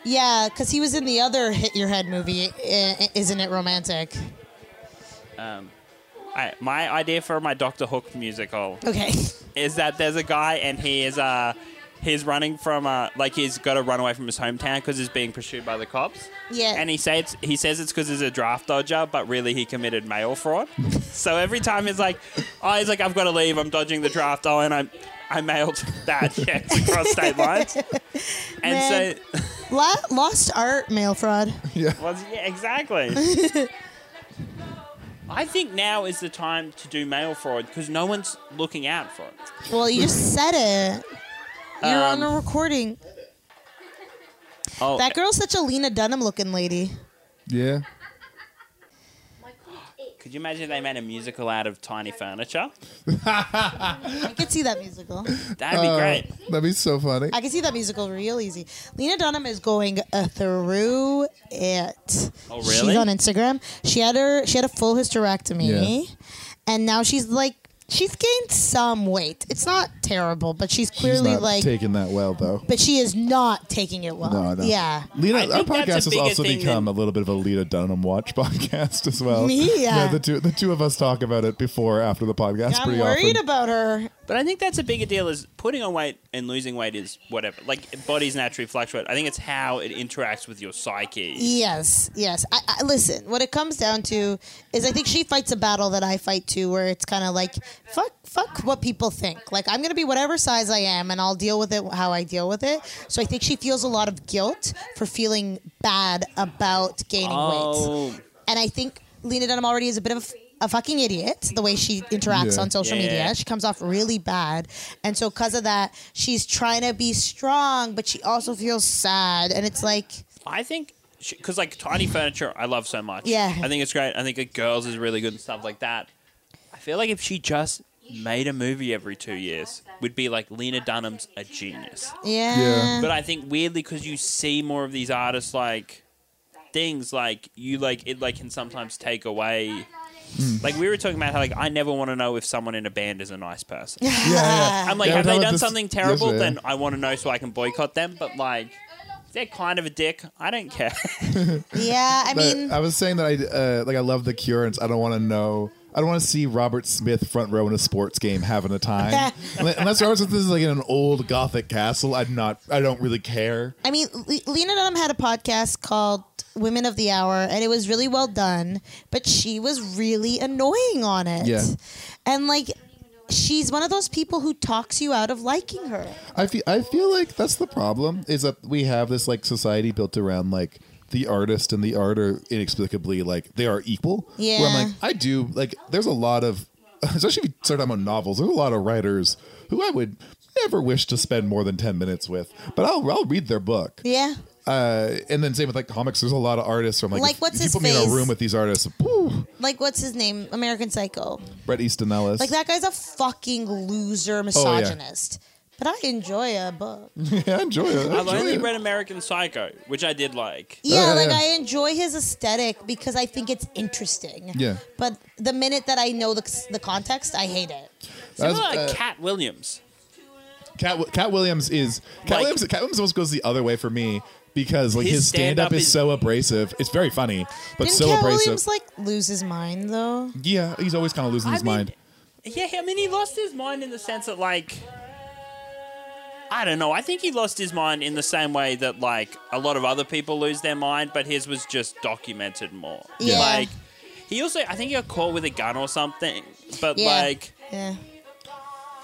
B: Yeah, because he was in the other Hit Your Head movie, I- I- Isn't It Romantic?
D: I, my idea for my Doctor Hook musical
B: Okay.
D: is that there's a guy and he is uh he's running from uh like he's got to run away from his hometown because he's being pursued by the cops.
B: Yeah.
D: And he says he says it's because he's a draft dodger, but really he committed mail fraud. so every time he's like, oh, he's like, I've got to leave. I'm dodging the draft. Oh, and I I mailed that check across state lines. And
B: Man.
D: so
B: La- lost art mail fraud.
D: Was yeah, exactly. I think now is the time to do mail fraud because no one's looking out for it.
B: Well, you just said it. You're on a recording.
D: Oh,
B: That girl's such a Lena Dunham looking lady.
C: Yeah.
D: could you imagine if they made a musical out of tiny furniture?
B: I could see that musical.
D: That'd be great.
C: That'd be so funny.
B: I could see that musical real easy. Lena Dunham is going uh, through it.
D: Oh,
B: She's
D: really?
B: on Instagram. She had her she had a full hysterectomy,
C: Yeah.
B: and now she's like she's gained some weight. It's not terrible, but she's clearly
C: She's not
B: like.
C: taking that well though.
B: but she is not taking it well.
C: No, no.
B: Yeah.
C: Lena,
D: I
C: our
D: think that's a
C: podcast has
D: bigger
C: also
D: thing
C: become a little bit of a Lena Dunham watch podcast as well.
B: Me? Yeah.
C: the two the two of us talk about it before or after the podcast
B: I'm
C: pretty
B: worried
C: often.
B: about her.
D: But I think that's a bigger deal is putting on weight and losing weight is whatever. Like bodies naturally fluctuate. I think it's how it interacts with your psyche.
B: Yes, yes. I, I listen. What it comes down to is, I think she fights a battle that I fight too, where it's kind of like, fuck, fuck what people think. Like I'm gonna be whatever size I am, and I'll deal with it how I deal with it. So I think she feels a lot of guilt for feeling bad about gaining weight.
D: Oh,
B: and I think Lena Dunham already is a bit of a fucking idiot the way she interacts
C: Yeah.
B: on social
D: Yeah,
B: media.
D: yeah.
B: She comes off really bad, and so because of that, she's trying to be strong, but she also feels sad, and it's like,
D: I think because like tiny furniture, I love so much.
B: Yeah.
D: I think it's great. I think like, girls is really good and stuff like that. I feel like if she just made a movie every two years, would be like Lena Dunham's a genius.
B: yeah,
C: Yeah.
D: But I think weirdly because you see more of these artists like things like you like it like can sometimes take away. Like we were talking about how like I never want to know if someone in a band is a nice person. I'm like,
C: Yeah,
D: have
C: that
D: they
C: was
D: done
C: just
D: something terrible?
C: yesterday.
D: Then I want to know so I can boycott them. But like, if they're kind of a dick. I don't care.
B: yeah. I
C: But
B: mean,
C: I was saying that I uh, like I love the Cure, and I don't want to know. I don't want to see Robert Smith front row in a sports game having a time. Unle- Unless Robert Smith is like in an old Gothic castle, I'm not. I don't really care.
B: I mean, Le- Lena Dunham had a podcast called Women of the Hour, and it was really well done, but she was really annoying on it.
C: Yeah.
B: and like. She's one of those people who talks you out of liking her.
C: I feel. I feel like that's the problem. Is that we have this like society built around like the artist and the art are inexplicably like they are equal. Where
B: Yeah.
C: I'm like, I do like. There's a lot of, especially if you start talking about novels. There's a lot of writers who I would. never wish to spend more than 10 minutes with, but I'll, I'll read their book.
B: Yeah.
C: Uh, and then same with like comics, there's a lot of artists from like,
B: Like,
C: if
B: what's
C: you
B: his
C: put me in
B: face?
C: a room with these artists, whew,
B: Like what's his name? American Psycho.
C: Bret Easton Ellis.
B: Like that guy's a fucking
C: Oh,
B: loser misogynist. But I enjoy a book.
C: yeah, I enjoy it. I
D: I've
C: enjoy
D: only
C: it.
D: read American Psycho, which I did like.
B: Yeah,
C: yeah,
B: like
C: yeah.
B: I enjoy his aesthetic because I think it's interesting.
C: Yeah.
B: But the minute that I know the, the context, I hate it.
D: Similar
C: That's-
D: like
C: uh,
D: Cat Williams.
C: Cat, Cat Williams is Cat
D: Like-
C: Williams. Cat Williams almost goes the other way for me because like his,
D: His
C: stand up
D: stand-up
C: is,
D: is-
C: so abrasive. It's very funny, but
B: Didn't
C: so
B: Cat
C: abrasive.
B: Williams like lose his mind though?
C: yeah, he's always kind of losing
D: I
C: his
D: mean,
C: mind.
D: Yeah, I mean, he lost his mind in the sense that, like, I don't know. I think he lost his mind in the same way that, like, a lot of other people lose their mind, but his was just documented more.
B: Yeah.
D: Like, he also, I think he got caught with a gun or something, but,
B: Yeah.
D: like,
B: Yeah.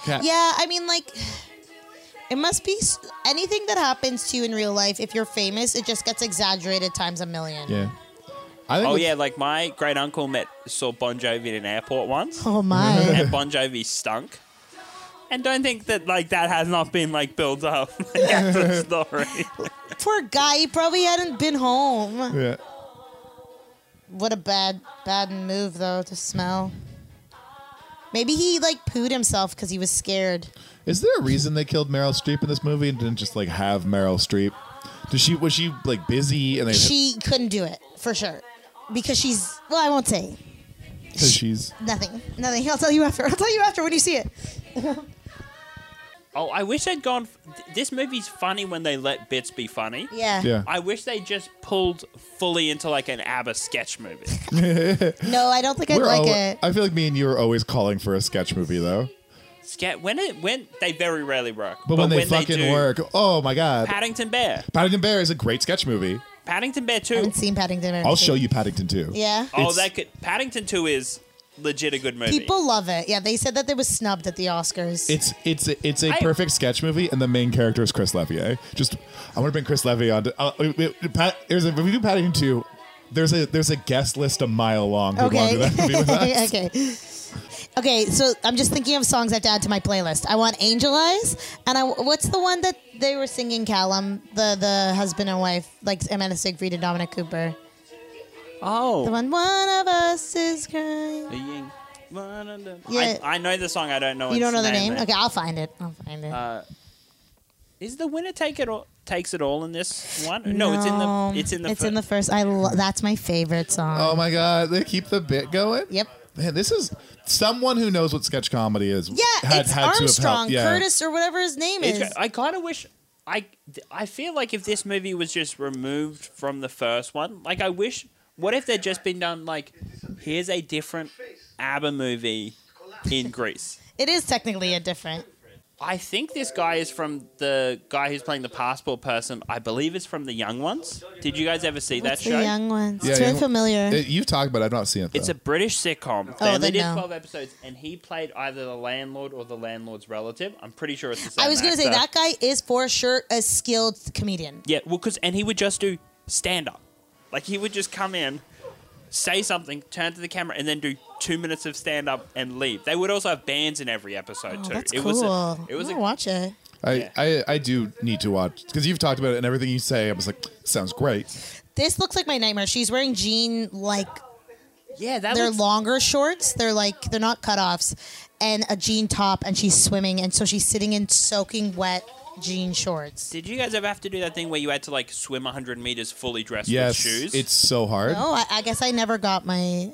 C: Cat,
B: Yeah, I mean, like, it must be s- anything that happens to you in real life. If you're famous, it just gets exaggerated times a million.
C: yeah. I think
D: oh,
C: with-
D: yeah, like, my great uncle met, saw Bon Jovi in an airport once,
B: Oh my!
D: and Bon Jovi stunk. And don't think that, like, that has not been, like, built up as a story.
B: Poor guy. He probably hadn't been home.
C: yeah.
B: What a bad, bad move though to smell. Maybe he like pooed himself because he was scared.
C: Is there a reason they killed Meryl Streep in this movie and didn't just like have Meryl Streep? Did she was she like busy and they
B: She couldn't do it for sure because she's well. I won't say
C: 'cause she's
B: nothing. Nothing. I'll tell you after. I'll tell you after when you see it.
D: Oh, I wish they'd gone. th- This movie's funny when they let bits be funny.
B: Yeah.
C: yeah.
D: I wish they just pulled fully into like an ABBA sketch movie.
B: No, I don't think I'd
C: We're
B: like
C: al-
B: it.
C: I feel like me and you are always calling for a sketch movie though.
D: Sketch when it when they very rarely work,
C: But, when, they fucking
D: do,
C: work, oh my god.
D: Paddington Bear,
C: Paddington Bear is a great sketch movie.
D: Paddington Bear
B: I
D: two.
B: haven't seen Paddington.
C: I'll show you Paddington 2.
B: Yeah.
D: Oh,
C: It's-
D: that could Paddington two is legit a good movie.
B: People love it. Yeah, they said that they was snubbed at the Oscars.
C: It's it's a- it's a
D: I-
C: perfect sketch movie, and the main character is Chris Levier. Just I want to bring Chris Levier on. To, uh, wait, wait, Pat, there's a, when we do Paddington two. There's a there's a guest list a mile long. who belong to that movie with us.
B: okay. Okay, so I'm just thinking of songs I have to add to my playlist. I want Angel Eyes, and I what's the one that they were singing, Callum, the the husband and wife, like Amanda Siegfried and Dominic Cooper. The
D: oh,
B: one, one of us is crying. Yeah.
D: I, I know the song. I don't know.
B: You don't
D: its Uh,
B: know the name?
D: though.
B: Okay, I'll find it. I'll find it.
D: Is the winner take it all? Takes it all in this one? No, it's in
B: Um,
D: the. It's in the.
B: It's
D: fir-
B: in the first. I lo- that's my favorite song.
C: Oh my god, they keep the bit going.
B: Yep.
C: Man, this is someone who knows what sketch comedy is.
B: yeah, it's
C: to have
B: Armstrong,
C: helped. Yeah.
B: Curtis, or whatever his name
D: It's
B: is.
D: great. I kind of wish. I I feel like if this movie was just removed from the first one, like I wish. What if they'd just been done like, here's a different ABBA movie in Greece.
B: It is technically a different.
D: I think this guy is from the guy who's playing the passport person. I believe is from the Young Ones. Did you guys ever see
B: What's
D: that
B: the
D: show?
B: young ones?
C: Yeah,
B: it's very
C: young-
B: familiar.
C: It- you've talked about. it, I've not seen it. Though.
D: It's a British sitcom.
B: Oh,
D: they
B: then
D: only did
B: no.
D: twelve episodes, and he played either the landlord or the landlord's relative. I'm pretty sure it's the same.
B: I was going to say
D: actor.
C: uh,
B: that guy is for sure a skilled comedian.
D: Yeah, well, because and he would just do stand up, like he would just come in, say something, turn to the camera, and then do two minutes of stand up and leave. They would also have bands in every episode
B: Oh,
D: too.
B: that's
D: it
B: cool. Oh,
D: was a, it
B: I'm
D: was
B: gonna
D: a,
B: watch it.
C: I, I I do need to watch because you've talked about it and everything you say. I was like, sounds great.
B: This looks like my nightmare. She's wearing jean like
D: yeah that
B: they're
D: looks-
B: longer shorts. They're like they're not cutoffs, and a jean top, and she's swimming, and so she's sitting in soaking wet jean shorts.
D: Did you guys ever have to do that thing where you had to like swim 100 meters fully dressed
C: Yes,
D: with shoes?
C: it's so hard.
B: No, Oh, I, I guess I never got my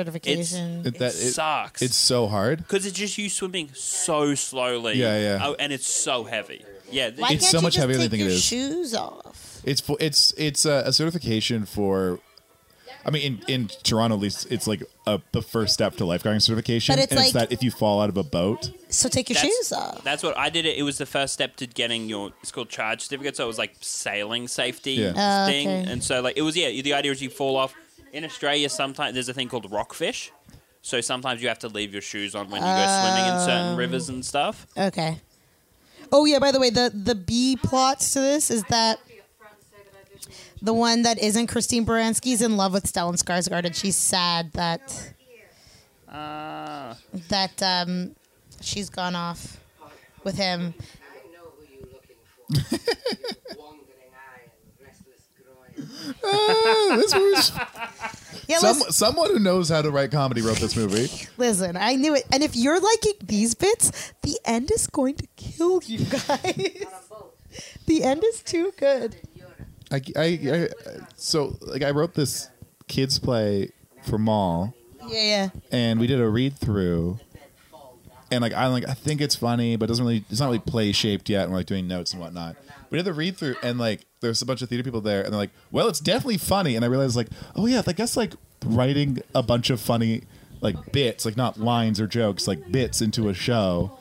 B: certification.
C: It- that- uh, it-
D: sucks.
C: It's so hard.
D: because it's just you swimming so slowly.
C: Yeah, yeah.
D: Oh, and it's so heavy. Yeah, th-
B: Why
C: it's
B: can't
C: so
B: you
C: much
B: just
C: heavier than
B: take
C: I think it
B: your
C: is.
B: shoes off?
C: It's for it's it's a, a certification for. I mean, in, in Toronto, at least, it's like a, the first step to lifeguarding certification,
B: But it's
C: and it's
B: like-
C: that if you fall out of a boat,
B: So take your
D: That's-
B: shoes off.
D: That's what I did. It. it was the first step to getting your. It's called charge certificate. So it was like sailing safety
C: Yeah.
B: Oh,
D: thing,
B: okay.
D: and so like it was. Yeah, the idea is you fall off. In Australia, sometimes there's a thing called rockfish. So sometimes you have to leave your shoes on when you go swimming in certain rivers and stuff.
B: Okay. Oh yeah. By the way, the the B plots to this is that the one that isn't Christine Baranski's in love with Stellan Skarsgård, and she's sad that that um, she's gone off with him,
C: Ah, this was
B: Yeah,
C: some,
B: listen,
C: someone who knows how to write comedy wrote this movie.
B: listen, I knew it. And if you're liking these bits, the end is going to kill you guys. the end is too good.
C: I, I, I so like I wrote this kids play for Mall,
B: Yeah, yeah.
C: and we did a read through, and like I like I think it's funny, but it doesn't really it's not really play shaped yet. And we're like doing notes and whatnot. We did the read through, and like there's a bunch of theater people there, and they're like, "Well, it's definitely funny." And I realized like, oh yeah, I guess like writing a bunch of funny like bits, like not lines or jokes, like bits into a show.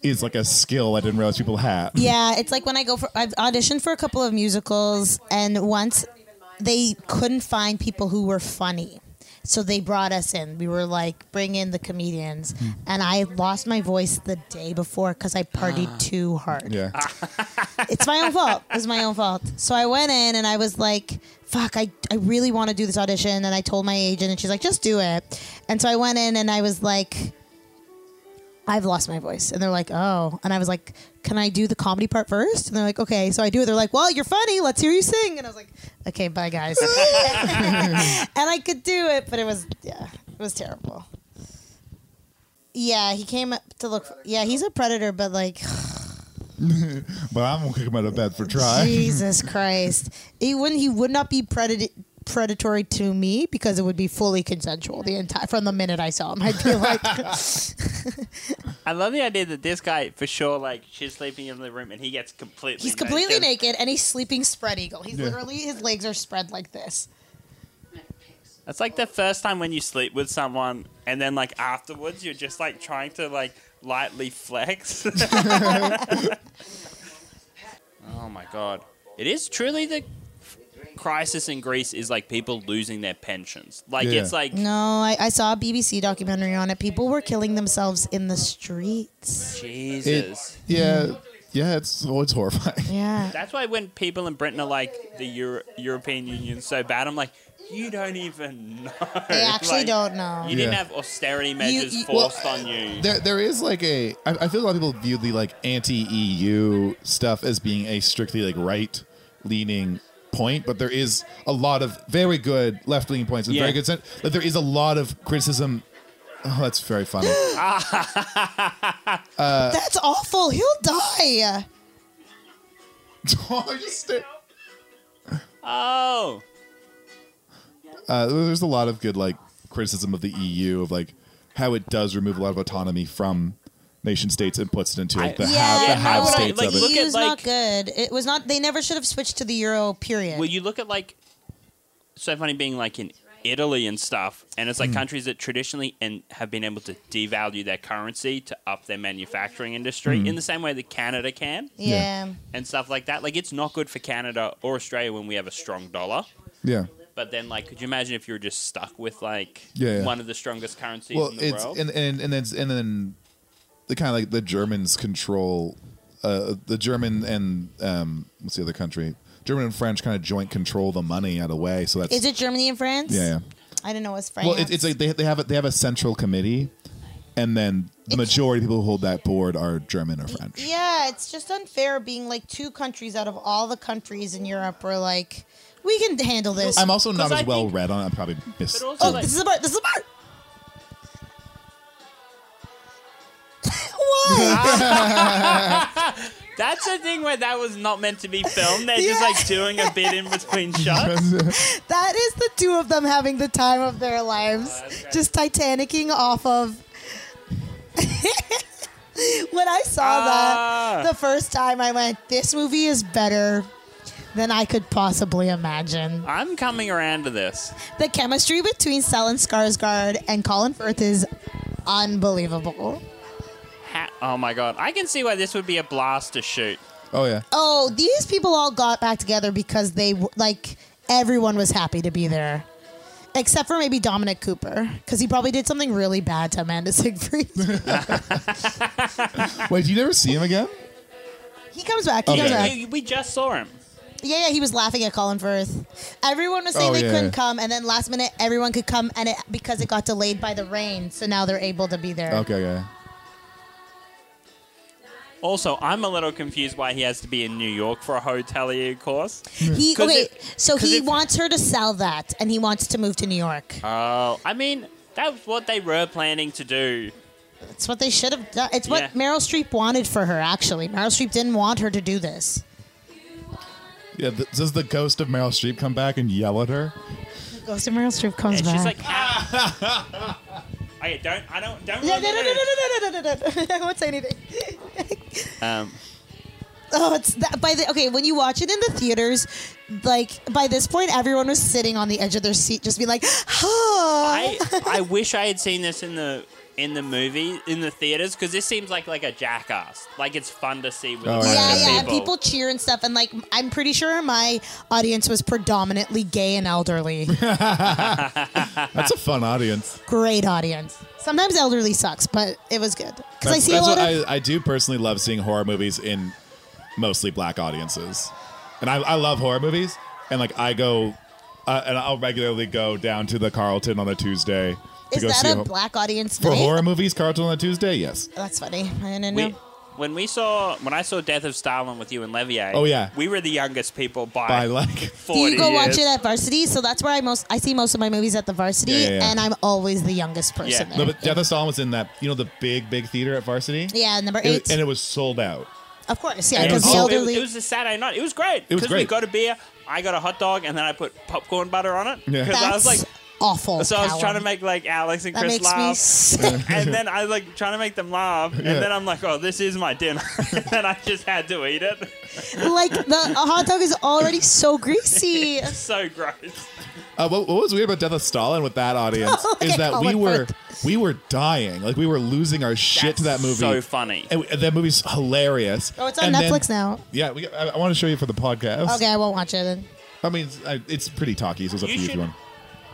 C: Is like a skill I didn't realize people had.
B: Yeah, it's like when I go for I've auditioned for a couple of musicals and once they couldn't find people who were funny. So they brought us in. We were like, bring in the comedians. And I lost my voice the day before because I partied too hard.
C: Yeah.
B: it's my own fault. It's my own fault. So I went in and I was like, fuck, I, I really want to do this audition. And I told my agent, and she's like, just do it. And so I went in and I was like, I've lost my voice. And they're like, oh. And I was like, can I do the comedy part first? And they're like, okay. So I do it. They're like, well, you're funny. Let's hear you sing. And I was like, okay, bye, guys. and I could do it, but it was, yeah, it was terrible. Yeah, he came up to look. For, yeah, he's a predator, but like,
C: But I'm gonna kick him out of bed for try.
B: Jesus Christ. He wouldn't he would not be predat- predatory to me because it would be fully consensual the entire from the minute I saw him. I'd be like
D: I love the idea that this guy, for sure, like she's sleeping in the room and he gets completely.
B: he's completely naked and he's sleeping spread eagle. He's literally his legs are spread like this.
D: That's like the first time when you sleep with someone, and then like afterwards, you're just like trying to like lightly flex. oh my god! It is truly the crisis in Greece is like people losing their pensions. Like
C: Yeah.
D: it's like
B: No, I, I saw a BBC documentary on it. People were killing themselves in the streets.
D: Jesus.
C: yeah, yeah, it's oh, it's horrifying.
B: Yeah.
D: That's why when people in Britain are like the Euro- European Union so bad, I'm like, you don't even know.
B: They actually
D: Like,
B: don't know.
D: You didn't
C: Yeah.
D: have austerity measures
B: you-
D: forced on you.
C: There, there is like a. I, I feel a lot of people view the like anti-EU stuff as being a strictly like right-leaning point, but there is a lot of very good left-leaning points and
D: Yeah.
C: very good. Sen- but there is a lot of criticism. Oh, that's very funny.
B: That's awful. He'll die.
C: Oh, you sta-
D: Oh,
C: uh, there's a lot of good like criticism of the EU of like how it does remove a lot of autonomy from nation states and puts it into like the
D: I-
C: have
B: yeah,
C: the
D: Yeah, how
C: have
D: would I-
C: states
D: like,
C: of it.
D: look at,
B: EU's not
D: like-
B: good. It was not they never should have switched to the euro period.
D: well, you look at like so funny being like in Italy and stuff, and
C: Hmm.
D: it's like countries that traditionally and have been able to devalue their currency to up their manufacturing
C: Hmm.
D: industry in the same way that Canada can
B: yeah.
D: and stuff like that. Like it's not good for Canada or Australia when we have a strong dollar.
C: yeah.
D: But then, like, could you imagine if you were just stuck with like
C: Yeah, yeah.
D: one of the strongest currencies
C: well,
D: in the
C: it's
D: world?
C: and and and then and then the kind of like the Germans control uh, the German and um, what's the other country? German and French kind of joint control the money out of way. So that's
B: Is it Germany and France?
C: yeah. yeah.
B: I didn't know it was France.
C: Well, it, it's like they, they have a, they have a central committee, and then the majority of people who hold that board are German or French.
B: yeah, it's just unfair being like two countries out of all the countries in Europe were like, we can handle this.
C: I'm also not
D: 'Cause
C: as
D: I
C: well
D: think-
C: read on. it. I'm probably miss.
D: But also,
B: oh,
D: like,
B: this is the part. This is the part. what?
D: that's the thing where that was not meant to be filmed. They're just like doing a bit in between shots.
B: that is the two of them having the time of their lives, just titanicking off of. when I saw
D: Ah.
B: that the first time, I went, "This movie is better." Than I could possibly imagine.
D: I'm coming around to this.
B: The chemistry between Stellan Skarsgård and Colin Firth is unbelievable.
D: Ha- oh my god, I can see why this would be a blast to shoot.
C: Oh yeah,
B: Oh, these people all got back together because they w- like everyone was happy to be there, except for maybe Dominic Cooper because he probably did something really bad to Amanda Siegfried.
C: wait, do you never see him again?
B: he comes back. He comes
C: Okay.
B: back.
D: We- We just saw him.
B: Yeah, yeah, he was laughing at Colin Firth. Everyone was saying
C: Oh,
B: they
C: yeah,
B: couldn't
C: yeah.
B: come, and then last minute everyone could come, and it because it got
C: Oh.
B: delayed by the rain, so now they're able to be there.
C: Okay, yeah.
D: Also, I'm a little confused why he has to be in New York for a hotelier course.
B: He
D: 'Cause
B: okay.
D: it-
B: so
D: 'cause
B: he
D: it-
B: wants her to sell that, and he wants to move to New York.
D: Oh, I mean, that was what they were planning to do.
B: It's what they should have done. It's what
D: Yeah.
B: Meryl Streep wanted for her. Actually, Meryl Streep didn't want her to do this.
C: Yeah, th- does the ghost of Meryl Streep come back and yell at her?
B: Ghost of Meryl Streep comes
D: And
B: back.
D: she's like, ah. I don't, I don't, don't.
B: no,
D: really
B: no,
D: know.
B: no, no, no, no, no, no, no, no. I won't say anything.
D: Um,
B: Oh, it's that by the okay. When you watch it in the theaters, like by this point, everyone was sitting on the edge of their seat, just being like, "Oh,
D: I, I wish I had seen this in the in the movie in the theaters because this seems like like a jackass. Like it's fun to see with a
C: Oh,
D: bunch
C: yeah,
B: yeah,
D: of
B: yeah." And
D: people.
B: people cheer and stuff, and like I'm pretty sure my audience was predominantly gay and elderly.
C: That's a fun audience.
B: Great audience. Sometimes elderly sucks, but it was good because I
C: That's,
B: see a
C: that's
B: lot
C: what
B: of.
C: I, I do personally love seeing horror movies in mostly black audiences, and I, I love horror movies. And like I go, uh, and I'll regularly go down to the Carlton on a Tuesday to
B: is
C: go
B: that
C: see
B: a
C: ho-
B: black audience
C: for
B: night?
C: horror movies. Carlton on a Tuesday, yes.
B: That's funny. I didn't
D: We,
B: know.
D: when we saw when I saw Death of Stalin with you and Levier.
C: Oh, yeah.
D: we were the youngest people by,
C: By like,
B: Do
D: 40
B: you go
D: years.
B: watch it at Varsity? So that's where I most I see most of my movies at the Varsity,
C: Yeah, yeah, yeah.
B: and I'm always the youngest person.
D: Yeah.
B: There.
C: no, but Death of Stalin was in that you know the big big theater at Varsity.
B: yeah, number
C: It-
B: eight.
C: and it was sold out.
B: Of course, yeah,
C: And
B: because
C: it's
B: the
C: all-
D: it,
B: elderly.
D: it was a Saturday night. It was great.
C: It was
D: we
C: great.
D: got a beer. I got a hot dog, and then I put popcorn butter on it.
C: Yeah.
D: Because
B: that's
D: I was like,
B: awful.
D: so I was
B: Callum.
D: trying to make like Alex and
B: that
D: Chris
B: makes me
D: laugh.
B: sick.
D: and then I like trying to make them laugh, and
C: Yeah.
D: then I'm like, "Oh, this is my dinner," and then I just had to eat it.
B: like the a hot dog is already so greasy.
D: It's so gross.
C: Uh, what, what was weird about Death of Stalin with that audience
B: Oh, Okay,
C: is that we
B: Colin
C: were
B: Firth.
C: we were dying, like we were losing our shit to that
D: That's
C: movie.
D: So funny.
C: And we- that movie's hilarious.
B: Oh, it's on
C: And then-
B: Netflix now.
C: Yeah, we, I, want to show you for the podcast.
B: Okay, I won't watch it. Then.
C: I mean, it's, I, it's pretty talky, so it's up
D: You
C: to you if
D: should-
C: you want.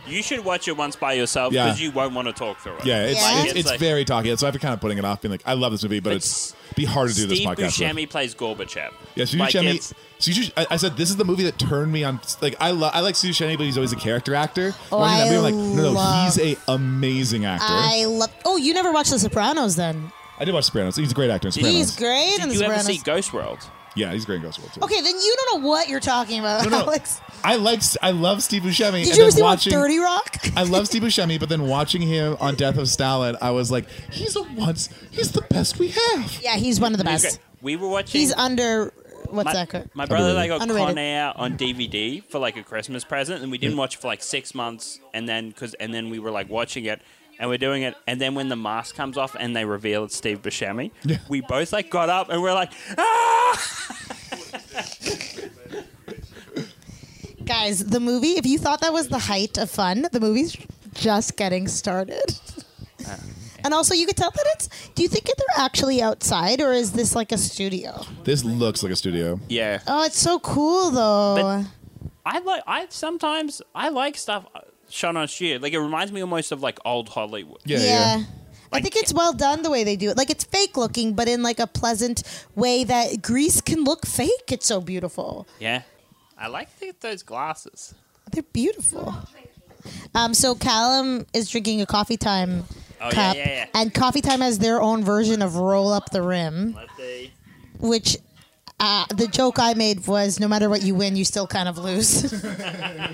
D: You should watch it once by yourself
C: Yeah.
D: because you won't want to talk through it.
C: Yeah, it's
B: Yeah.
C: it's,
D: It's
C: it's
D: like-
C: very talky. That's why I've been kind of putting it off, being like, I love this movie, but,
D: But
C: it's be hard to do this
D: Steve
C: podcast. with.
D: Buscemi plays Gorbachev.
C: Yeah, Steve
D: Like,
C: Buscemi.
D: it's-
C: Steve Buscemi- I, I said this is the movie that turned me on. Like I, lo- I like Steve Buscemi, but he's always a character actor.
B: Oh,
C: Watching that
B: I
C: movie, I'm like, no, no,
B: love-
C: he's a amazing actor. I,
B: I love. Oh, you never watched The Sopranos then?
C: did watch Sopranos. He's a great actor in Sopranos.
B: He's great in
D: Did
B: The
D: you ever
B: Sopranos.
D: see Ghost World?
C: Yeah, he's great in Ghost World too.
B: okay, then you don't know what you're talking about,
C: No, no,
B: Alex.
C: I like. I love Steve Buscemi.
B: Did
C: and
B: you
C: then
B: ever see him on
C: watching,
B: Dirty Rock?
C: I love Steve Buscemi, but then watching him on Death of Stalin, I was like, he's a once. He's the best we have.
B: yeah, he's one of the best.
D: Okay. We were watching.
B: He's under. What's
D: my,
B: that? called?
D: my brother like got
B: Underrated.
D: Con Air on DVD for like a Christmas present, and we
C: Mm.
D: didn't watch it for like six months, and then because and then we were like watching it, and we're doing it, and then when the mask comes off and they reveal it's Steve Buscemi,
C: Yeah.
D: we both like got up and we're like, ah!
B: Guys, the movie, if you thought that was the height of fun, the movie's just getting started. And also, you could tell that it's. Do you think that they're actually outside, or is this like a studio?
C: This looks like a studio.
D: Yeah,
B: Oh, it's so cool, though.
D: I like I sometimes I like stuff uh, shot on sheer. Like it reminds me almost of like old Hollywood.
C: Yeah,
B: yeah.
C: yeah.
B: I think it's well done the way they do it. Like it's fake looking, but in like a pleasant way that Greece can look fake. It's so beautiful.
D: Yeah, I like the, those glasses.
B: They're beautiful. Um, so Callum is drinking a coffee time
D: Oh, yeah,
B: cup,
D: yeah, yeah.
B: and coffee time has their own version of roll up the rim,
D: Let the
B: which uh, the joke I made was no matter what you win, you still kind of lose.
D: and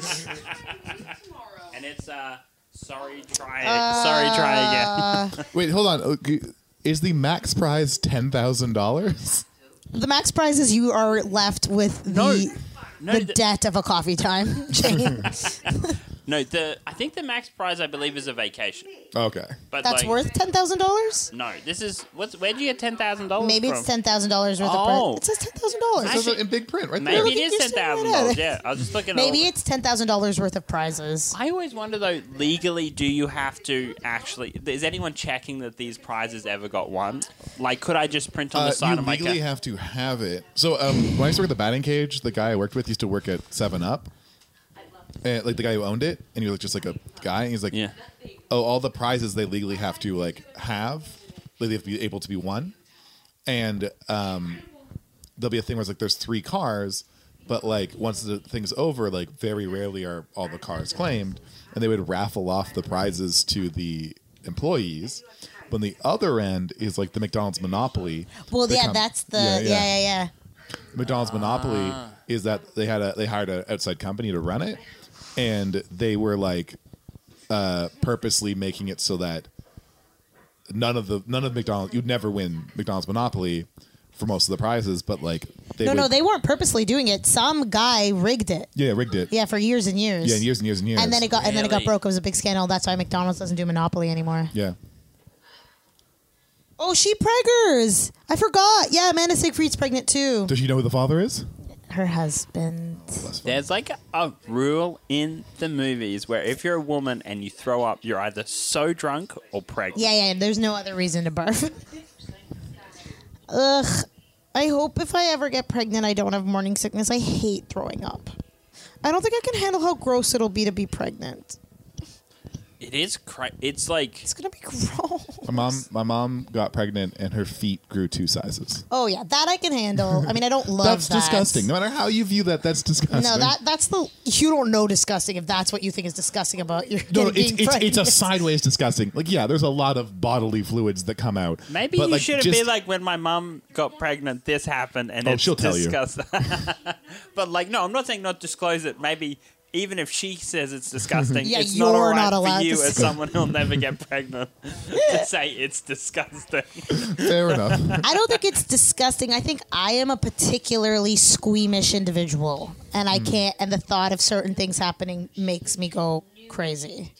D: it's uh sorry try it sorry
B: Uh,
D: try again.
C: Wait, hold on. Okay, Is the max prize ten thousand dollars?
B: the max prize is you are left with the.
D: No. no,
B: the
D: th-
B: debt of a coffee time chain.
D: no, the I think the max prize I believe is a vacation.
C: Okay.
D: But
B: That's
D: like,
B: worth ten thousand dollars.
D: No, this is what's where'd you get ten thousand dollars?
B: Maybe it's ten thousand dollars worth
D: Oh.
B: of print. It says ten thousand dollars.
C: That's in big print right
D: Maybe
C: there.
B: Look at
D: it
B: you
D: is ten
B: sitting right
D: thousand
B: at
D: dollars.
B: it.
D: Yeah, I was just looking. at
B: Maybe
D: all-
B: it's ten thousand dollars worth of prizes.
D: I always wonder though, legally, do you have to actually? Is anyone checking that these prizes ever got won? Like, could I just print on
C: Uh,
D: the side
C: you
D: of my
C: legally
D: ca-
C: have to have it. So um, when I used to work at the batting cage, the guy I worked with used to work at Seven Up, and like the guy who owned it, and he was just like a guy. And he's like,
D: Yeah.
C: "Oh, all the prizes they legally have to like have, like, they have to be able to be won." And um, there'll be a thing where it's like there's three cars, but like once the thing's over, like very rarely are all the cars claimed, and they would raffle off the prizes to the employees. But on the other end is like the McDonald's monopoly.
B: Well,
C: They
B: yeah,
C: come-
B: that's the
C: Yeah,
B: yeah,
C: yeah.
B: yeah, yeah.
C: McDonald's monopoly is that they had a they hired an outside company to run it, and they were like uh, purposely making it so that none of the none of McDonald's you'd never win McDonald's monopoly for most of the prizes, but like they
B: No,
C: would,
B: no, they weren't purposely doing it. Some guy rigged it.
C: yeah rigged it
B: Yeah, for years and years.
C: yeah years and years and years
B: And then it got and then it got
D: Really?
B: broke. It was a big scandal. That's why McDonald's doesn't do Monopoly anymore.
C: yeah
B: Oh, she preggers. I forgot. Yeah, Amanda Siegfried's pregnant too.
C: does she know who the father is
B: Her husband.
D: There's like a rule in the movies where if you're a woman and you throw up, you're either so drunk or pregnant.
B: Yeah, yeah. There's no other reason to barf. Ugh. I hope if I ever get pregnant, I don't have morning sickness. I hate throwing up. I don't think I can handle how gross it'll be to be pregnant.
D: It is. Cra- it's like
B: It's gonna be gross.
C: my mom my mom got pregnant and her feet grew two sizes
B: Oh yeah, that I can handle. I mean, I don't love
C: that's
B: that.
C: disgusting no matter how you view that that's disgusting
B: No, that that's the you don't know disgusting if that's what you think is disgusting about your
C: No, no,
B: being
C: it's, it's, it's a
B: pregnant.
C: sideways disgusting. Like, yeah, there's a lot of bodily fluids that come out.
D: maybe
C: But,
D: you should have
C: just-
D: been like when my mum got pregnant, this happened, and
C: Oh,
D: it's
C: she'll tell you.
D: disgusting. but like, no, I'm not saying not disclose it. Maybe even if she says it's disgusting,
B: Yeah,
D: it's not
B: you're
D: alright
B: not allowed
D: for
B: to
D: you
B: say-
D: as someone who'll never get pregnant to say it's disgusting.
C: fair enough.
B: I don't think it's disgusting. I think I am a particularly squeamish individual, and
C: Hmm.
B: I can't. And the thought of certain things happening makes me go crazy.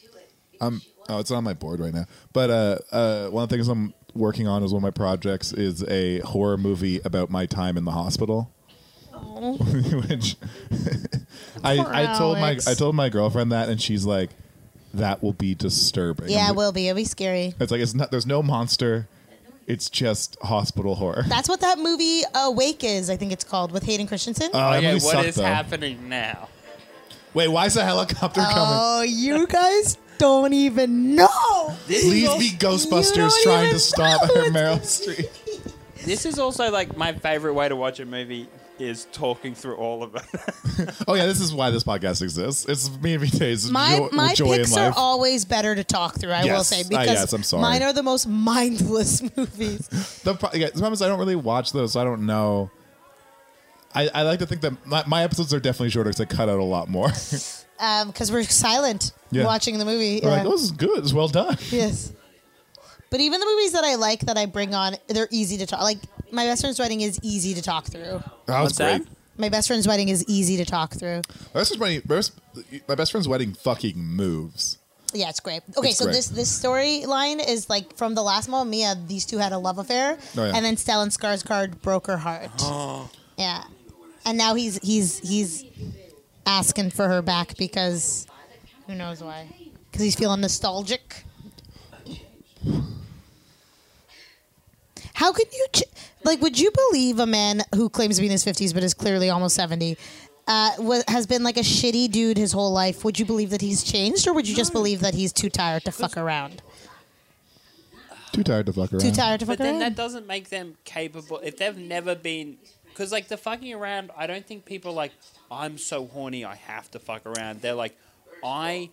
C: Oh, it's on my board right now. But uh, uh, one of the things I'm working on is one of my projects is a horror movie about my time in the hospital. Which I,
B: Oh. Poor
C: I told my
B: Alex.
C: I told my girlfriend that, and she's like, "That will be disturbing."
B: Yeah, it
C: I'm like-
B: will be. It'll be scary.
C: It's like it's not. There's no monster. It's just hospital horror.
B: That's what that movie Awake is. I think it's called with Hayden Christensen.
C: Oh, that
D: okay,
C: movie
D: what
C: sucked,
D: is
C: though.
D: happening now?
C: Wait, why is the helicopter coming?
B: oh, you guys don't even know.
C: Please be
B: You don't
C: Ghostbusters trying
B: even
C: to stop
B: know it's-
C: Meryl Streep.
D: This is also like my favorite way to watch a movie is talking through all of it.
C: Oh yeah, this is why this podcast exists. It's me and VJ's
B: My
C: jo-
B: my
C: joy
B: picks
C: in
B: are
C: life.
B: always better to talk through. I will
C: Yes.
B: say
C: Ah,
B: because
C: yes, I'm sorry.
B: mine are the most mindless movies.
C: the, pro- yeah, the problem is I don't really watch those, so I don't know. I, I like to think that my, my episodes are definitely shorter because I cut out a lot more.
B: because Um, we're silent
C: Yeah.
B: watching the movie.
C: We're like,
B: Yeah.
C: oh, this is good. It's well done.
B: yes. But even the movies that I like that I bring on, they're easy to talk. Like my best friend's wedding is easy to talk through.
C: That was
D: What's that?
C: great.
B: My best friend's wedding is easy to talk through.
C: My best, friend's wedding- my best- my best friend's wedding fucking moves.
B: Yeah, it's great. Okay,
C: It's
B: so
C: great.
B: this this storyline is like from the last Mamma Mia. These two had a love affair,
C: Oh, yeah.
B: and then Stellan Skarsgård broke her heart. Yeah, and now he's he's he's asking for her back because who knows why? Because he's feeling nostalgic. How can you ch- like? Would you believe a man who claims to be in his fifties but is clearly almost seventy? Uh, wa has been like a shitty dude his whole life. Would you believe that he's changed, or would you just believe that he's too tired to fuck around?
C: Too tired to fuck around.
B: Too tired to fuck
D: But then that
B: around.
D: doesn't make them capable if they've never been because like the fucking around. I don't think people are like I'm so horny I have to fuck around. They're like I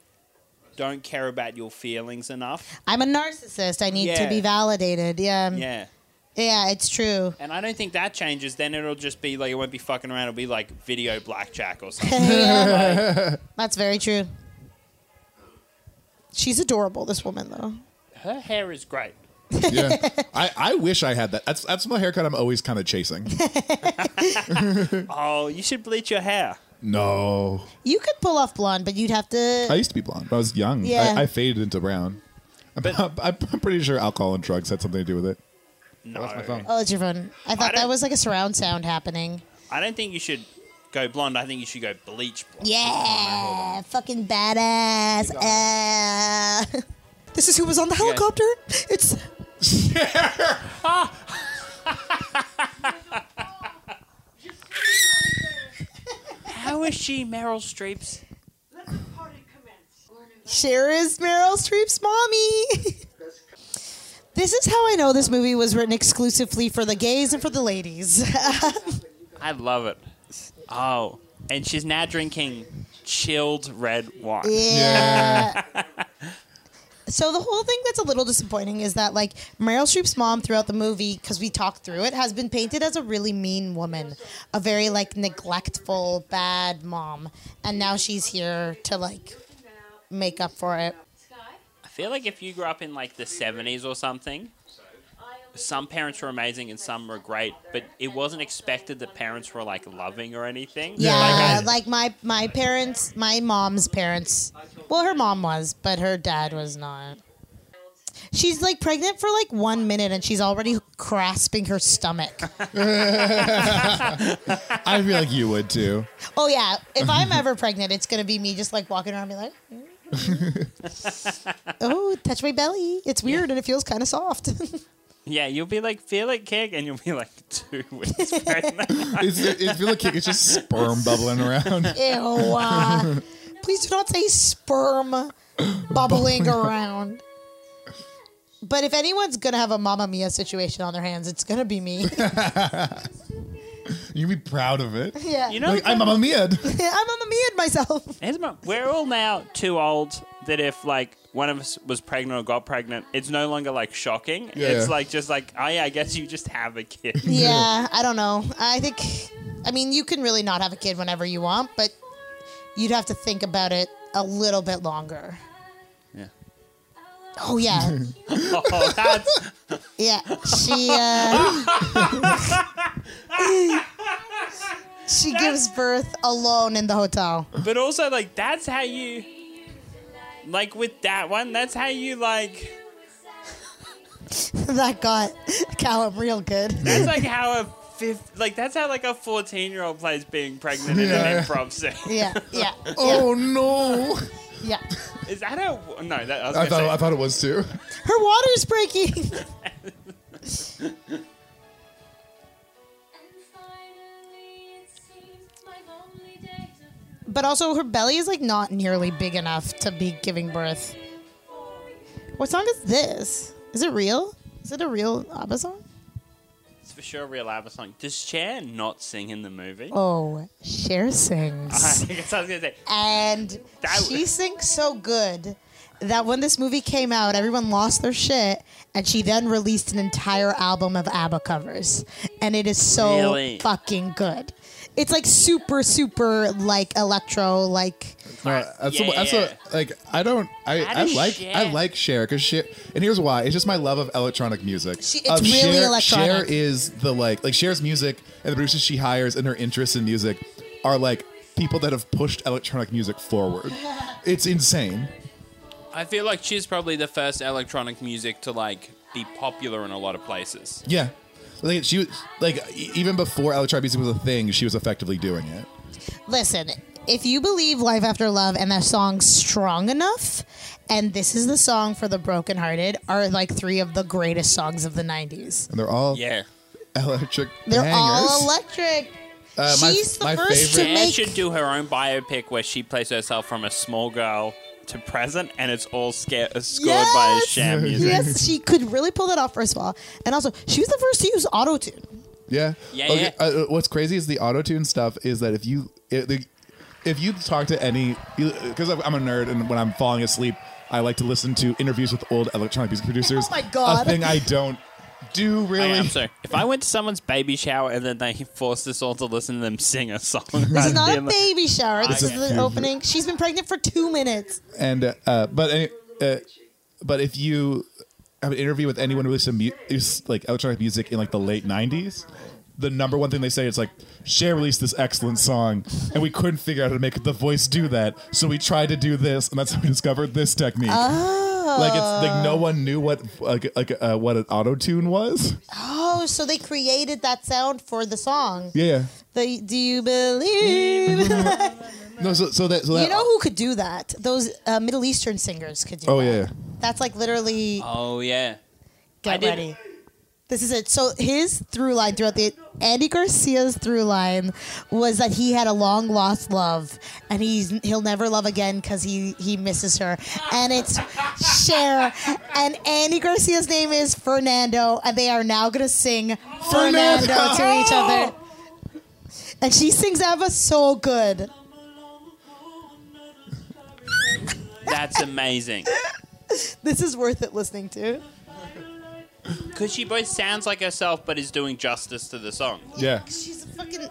D: don't care about your feelings enough.
B: I'm a narcissist. I need to
D: Yeah.
B: be validated. Yeah, yeah,
D: Yeah,
B: it's true.
D: and I don't think that changes. Then it'll just be like it won't be fucking around. It'll be like video blackjack or something.
B: Yeah. That's very true. She's adorable, this woman though.
D: Her hair is great.
C: Yeah. I, I wish I had that. That's that's my haircut. I'm always kind of chasing.
D: Oh, you should bleach your hair.
C: no,
B: You could pull off blonde, but you'd have
C: I
B: to.
C: used to be blonde. When I was young.
B: Yeah.
C: I, I faded into brown. I'm, I'm, I'm pretty sure alcohol and drugs had something to do with it.
D: No,
B: Oh, it's your phone. I thought that
D: don't-
B: was like a surround sound happening.
D: I don't think you should go blonde. I think you should go bleach blonde.
B: Yeah, fucking badass. Uh, this is who was on the helicopter. It's
D: How is she Meryl Streep's?
B: sure is Meryl Streep's mommy. this is how I know this movie was written exclusively for the gays and for the ladies.
D: I love it. Oh, and she's now drinking chilled red wine.
B: yeah. So the whole thing that's a little disappointing is that like Meryl Streep's mom throughout the movie, because we talked through it, has been painted as a really mean woman, a very like neglectful, bad mom, and now she's here to like make up for it.
D: I feel like if you grew up in like the 70s or something, some parents were amazing and some were great, but it wasn't expected that parents were like loving or anything.
B: Yeah, like my my parents, my mom's parents. Well, her mom was, but her dad was not. She's like pregnant for like one minute, and she's already grasping her stomach.
C: I feel like you would too.
B: Oh yeah, if I'm ever pregnant, it's gonna be me just like walking around, and be like, "Oh, touch my belly. It's weird and it feels kind of soft."
D: Yeah, you'll be like, feel it kick, and you'll be like two weeks pregnant.
C: It's, it's feel like it's just sperm bubbling around.
B: Ew. uh, please do not say sperm bubbling around. But if anyone's gonna have a Mamma Mia situation on their hands, it's gonna be me.
C: You'd be proud of it.
B: yeah,
D: You know,
C: Like I'm Mamma Mia.
B: I'm Mamma Mia myself.
D: here's my- we're all now too old that if like one of us was pregnant or got pregnant, it's no longer like shocking.
C: Yeah.
D: It's like just like, oh yeah, I guess you just have a kid.
B: Yeah, I don't know. I think, I mean, you can really not have a kid whenever you want, but you'd have to think about it a little bit longer.
D: Yeah.
B: Oh yeah,
D: oh, that's
B: yeah. She uh, she gives birth alone in the hotel.
D: But also, like, that's how you, like, with that one, that's how you, like,
B: that got Callum real good.
D: that's like how a fifth, like, that's how, like, a 14 year old plays being pregnant in an improv scene.
B: Yeah, yeah,
C: Oh no!
B: yeah.
D: Is that a, no, that, I was
C: I
D: gonna
C: thought
D: say,
C: I thought it was too.
B: Her water's breaking. but also, her belly is like not nearly big enough to be giving birth. What song is this? Is it real? Is it a real ABBA song?
D: it's for sure a real ABBA song. Does Cher not sing in the movie?
B: Oh, Cher
D: I
B: sings.
D: guess I was gonna say,
B: and
D: Uh-huh. That
B: she
D: was-
B: sings so good that when this movie came out, everyone lost their shit, and she then released an entire album of ABBA covers, and it is so
D: Really?
B: fucking good. It's like super, super like electro, like
C: Uh, that's
D: Yeah,
C: a, that's
D: yeah.
C: a like I don't I,
D: That
C: I
D: is
C: like
D: shit.
C: I like Cher because Cher and here's why it's just my love of electronic music.
B: She- it's
C: Of
B: really
C: Cher,
B: electronic.
C: Cher is the like like Cher's music and the producers she hires and her interests in music are like people that have pushed electronic music forward. It's insane.
D: I feel like she's probably the first electronic music to, like, be popular in a lot of places.
C: Yeah, like she was like e- even before electronic music was a thing, she was effectively doing it.
B: listen, if you believe Life After Love and that song's strong enough, and this is the song for the brokenhearted, are like three of the greatest songs of the '90s.
C: And they're all
D: Yeah.
C: electric.
B: They're
C: bangers.
B: all electric.
C: Uh, my-
B: She's the
C: my
B: first
C: favorite-
B: to
D: Cher
B: make.
D: should do her own biopic where she plays herself from a small girl to present, and it's all sca- uh, scored by
B: Yes!
D: Cher music.
B: Yes, she could really pull that off. First of all, and also she was the first to use auto tune.
C: Yeah.
D: Yeah, yeah.
C: Uh, uh, what's crazy is the auto tune stuff is that if you if, the, if you talk to any because I'm a nerd and when I'm falling asleep I like to listen to interviews with old electronic music producers.
B: Oh my God.
C: A thing I don't do really.
D: Hang on, I'm sorry. If I went to someone's baby shower and then they forced us all to listen to them sing a song,
B: This is
D: I'd
B: not
D: be
B: a
D: like-
B: baby shower. This
C: Okay.
B: is the opening. She's been pregnant for two minutes.
C: And uh, uh, but any- uh, but if you have an interview with anyone who listens to mu- is, like electronic music in like the late '90s. The number one thing they say is like, Cher released this excellent song, and we couldn't figure out how to make the voice do that, so we tried to do this, and that's how we discovered this technique.
B: Oh,
C: like it's like no one knew what like like uh, what an auto tune was.
B: oh, so they created that sound for the song.
C: Yeah.
B: The Do you believe?
C: No. So so that so that.
B: you know who could do that? Those uh, Middle Eastern singers could do.
C: oh
B: that.
C: yeah.
B: That's like literally.
D: Oh yeah. I
B: Get
D: did-
B: ready. This is it. So his through line throughout the Andy Garcia's through line was that he had a long lost love and he's he'll never love again because he he misses her and it's Cher and Andy Garcia's name is Fernando and they are now gonna sing Fernando, to each other and she sings Ava so good.
D: That's amazing.
B: This is worth it listening to.
D: Because she both sounds like herself but is doing justice to the song.
E: Yeah,
B: She's a fucking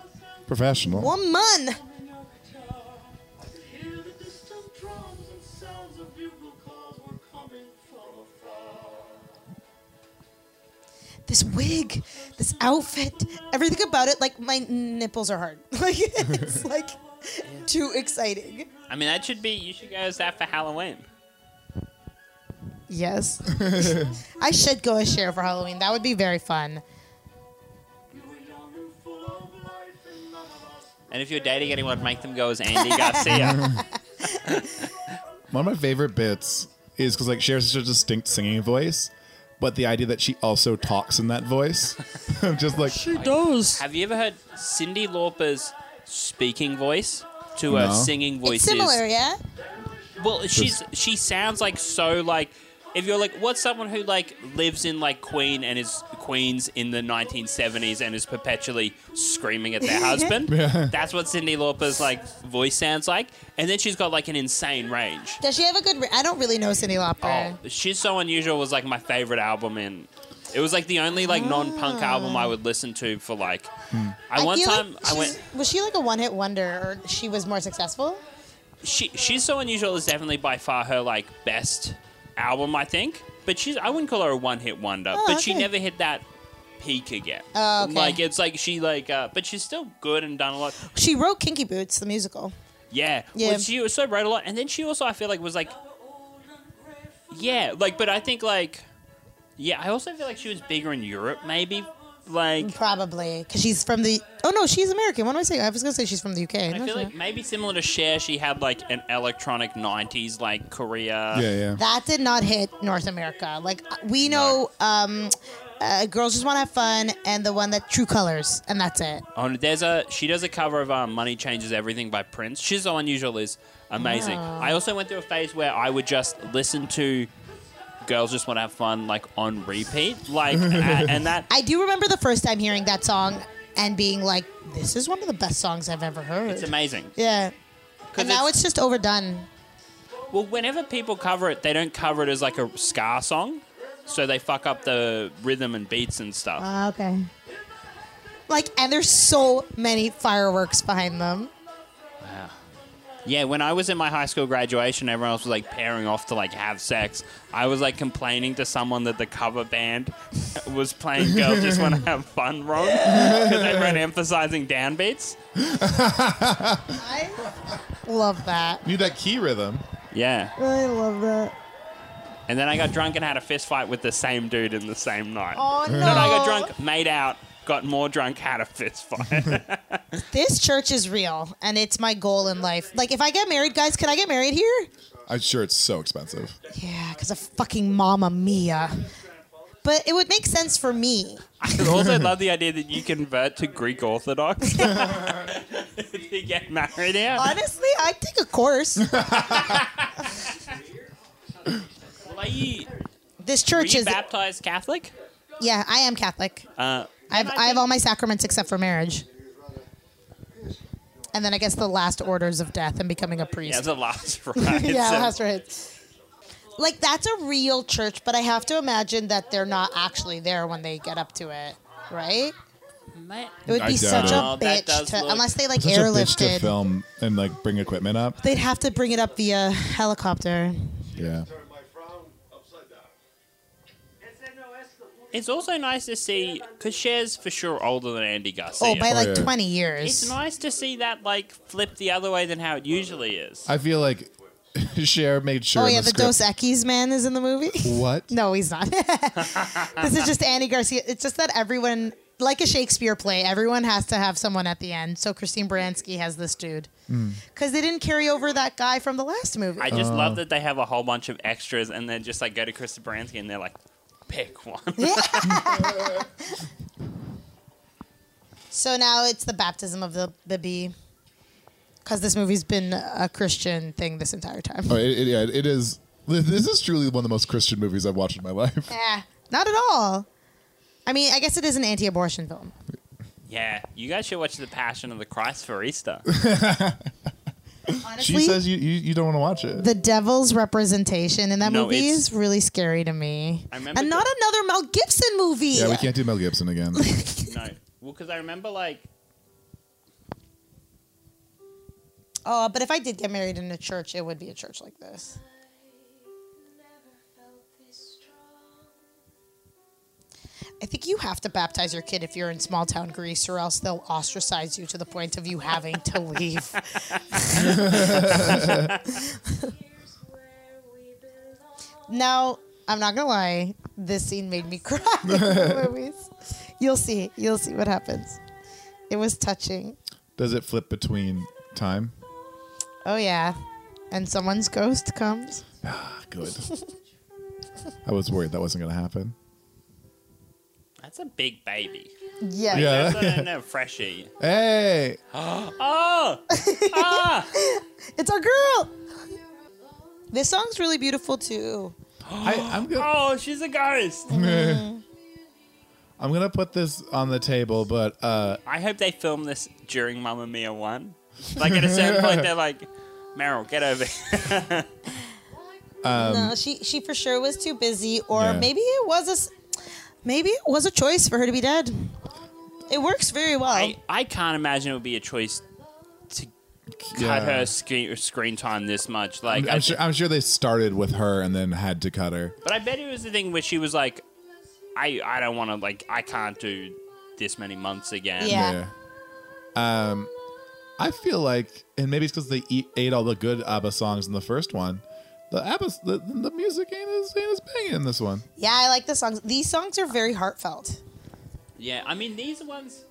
E: professional.
B: woman. This wig, this outfit, everything about it, like my nipples are hard. Like it's like too exciting.
D: I mean, that should be, you should go as that for Halloween.
B: Yes. I should go as Cher for Halloween. That would be very fun.
D: And if you're dating anyone, make them go as Andy Garcia.
E: One of my favorite bits is because like she has such a distinct singing voice, but the idea that she also talks in that voice, I'm just like she does.
D: Have you ever heard Cindy Lauper's speaking voice to her
E: No.
D: singing voice?
B: It's similar,
D: is?
B: yeah?
D: Well, she's she sounds like so like if you're like what's someone who like lives in like Queen and is Queens in the 1970s and is perpetually screaming at their husband. That's what Cindy Lauper's like voice sounds like, and then she's got like an insane range.
B: Does she have a good? Ra- I don't really know Cindy Lauper.
D: Oh, she's so unusual was like my favorite album in. It was like the only like non-punk album I would listen to for like. I one
B: Ah. feel like
D: time I
B: she's-
D: went.
B: Was she like a one-hit wonder, or she was more successful?
D: she she's so unusual is definitely by far her like best album I think. But she's I wouldn't call her a one hit wonder, but she
B: Oh, okay.
D: never hit that peak again.
B: Oh, okay.
D: Like it's like she like uh, but she's still good and done a lot.
B: She wrote Kinky Boots, the musical.
D: Yeah.
B: Yeah.
D: Well, she also wrote a lot and then she also I feel like was like Yeah, like but I think like yeah, I also feel like she was bigger in Europe maybe. Like
B: Mm, Probably because she's from the. Oh no, she's American. What am I saying? I was gonna say she's from the UK.
D: I
B: No,
D: feel
B: she's
D: like
B: not.
D: maybe similar to Cher, she had like an electronic '90s like career.
E: Yeah, yeah.
B: that did not hit North America. Like we know, um, uh, girls just want to have fun, and the one that True Colors, and that's it.
D: Oh, there's a she does a cover of um, "Money Changes Everything" by Prince. She's so unusual, is amazing. I also went through a phase where I would just listen to "Girls Just Want to Have Fun" like on repeat, like and, and that
B: I do remember the first time hearing that song and being like, "This is one of the best songs I've ever heard."
D: it's amazing.
B: Yeah, and now
D: it's-
B: it's just overdone.
D: Well, whenever people cover it, they don't cover it as like a ska song, so they fuck up the rhythm and beats and stuff.
B: Ah, Okay. Like, and there's so many fireworks behind them.
D: Yeah, when I was in my high school graduation, everyone else was like pairing off to like have sex. I was like complaining to someone that the cover band was playing "Girls Just Want to Have Fun" wrong because they weren't emphasizing downbeats.
B: I love that.
E: Need that key rhythm.
D: Yeah,
B: I love that.
D: and then I got drunk and had a fist fight with the same dude in the same night.
B: Oh no!
D: Then I got drunk, made out, got more drunk, had a fist fight.
B: This church is real, and it's my goal in life. Like, if I get married, guys, can I get married here?
E: I'm sure it's so expensive.
B: Yeah, because of fucking Mama Mia. But it would make sense for me.
D: I also love the idea that you convert to Greek Orthodox to get married out.
B: Honestly, I'd take a course.
D: Well, are you,
B: This
D: were
B: church
D: you
B: is.
D: baptized Catholic?
B: Yeah, I am Catholic.
D: Uh,
B: I have, I have all my sacraments except for marriage. And then I guess the last orders of death and becoming a priest.
D: yeah, the last ride.
B: yeah,
D: so-
B: that's right. Like that's a real church, but I have to imagine that they're not actually there when they get up to it, right?
D: Mate,
B: It would
E: I
B: be such a
E: doubt
D: it. That
B: bitch
D: does
B: to,
D: look-
B: unless they like
E: Such a bitch to
B: airlifted.
E: film and like bring equipment up.
B: They'd have to bring it up via helicopter.
E: Yeah.
D: It's also nice to see because Cher's for sure older than Andy Garcia.
B: Oh, by like
E: yeah.
B: twenty years.
D: it's nice to see that like flip the other way than how it usually is.
E: I feel like Cher made sure.
B: oh
E: in
B: yeah,
E: the,
B: the,
E: script-
B: Dos Equis man is in the movie.
E: What?
B: no, he's not. this is just Annie Garcia. It's just that everyone, like a Shakespeare play, everyone has to have someone at the end. So Christine Baranski has this dude because they didn't carry over that guy from the last movie.
D: I just love that they have a whole bunch of extras and then just like go to Chris Baranski and they're like, pick one.
B: So now it's the baptism of the, the bee. Because this movie's been a Christian thing this entire time.
E: Oh, it, it- yeah, it is. This is truly one of the most Christian movies I've watched in my life.
B: Yeah, not at all. I mean, I guess it is an anti abortion film.
D: yeah, you guys should watch The Passion of the Christ for Easter.
C: She says you, you, you don't want to watch it.
B: the devil's representation in that
D: No,
B: movie
D: it's-
B: is really scary to me.
D: I remember the-
B: and not another Mel Gibson movie.
C: yeah, we can't do Mel Gibson again.
D: No, well, because I remember like
B: Oh, but if I did get married in a church, it would be a church like this.
F: I think you have to baptize your kid if you're in small town Greece, or else they'll ostracize you to the point of you having to leave.
B: Now, I'm not gonna lie, this scene made me cry. in the movies. You'll see. You'll see what happens. It was touching.
C: Does it flip between time?
B: Oh yeah. And someone's ghost comes.
C: Ah, Good. I was worried that wasn't going to happen.
D: that's a big baby.
B: Yeah.
C: Yeah.
D: That's a, a freshie.
C: Hey,
D: Oh,
B: It's our girl. This song's really beautiful too.
C: I, I'm gonna
D: oh, she's a ghost.
C: I'm gonna put this on the table, but uh,
D: I hope they film this during Mamma Mia one. Like at a certain point, they're like, Meryl, get over. here."
B: no, Uh, she she for sure was too busy, or
C: Yeah.
B: maybe it was a s- maybe it was a choice for her to be dead. It works very well.
D: I, I can't imagine it would be a choice to
C: yeah.
D: cut her screen, screen time this much. Like,
C: I'm,
D: I
C: I'm
D: thi-
C: sure I'm sure they started with her and then had to cut her.
D: but I bet it was the thing where she was like, I I don't want to like I can't do this many months again.
B: Yeah.
C: Um, I feel like, and maybe it's because they eat, ate all the good ABBA songs in the first one. The ABBA, the, the music ain't as, ain't as banging in this one.
B: yeah, I like the songs. These songs are very heartfelt.
D: Yeah, I mean these ones.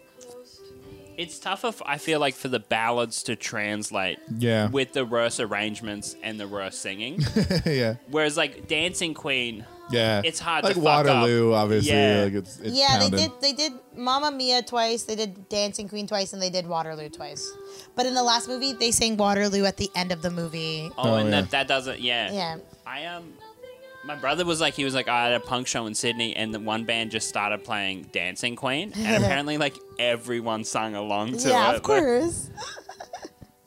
D: It's tougher, f- I feel like, for the ballads to translate.
C: Yeah.
D: With the worse arrangements and the worse singing,
C: yeah,
D: whereas like Dancing Queen,
C: yeah.
D: It's hard to
C: Like
D: fuck
C: Waterloo,
D: up.
C: obviously.
D: Yeah.
C: Like it's, it's
B: yeah,
C: pounded.
B: they did they did Mamma Mia twice, they did Dancing Queen twice, and they did Waterloo twice. But in the last movie, they sang Waterloo at the end of the movie.
D: oh,
C: Oh,
D: and
C: yeah.
D: that that doesn't, yeah.
B: Yeah.
D: I Um, my brother was like, he was like, "Oh, I had a punk show in Sydney, and the one band just started playing Dancing Queen, and apparently, like everyone sung along to it.
B: yeah,
D: Like,
B: of course.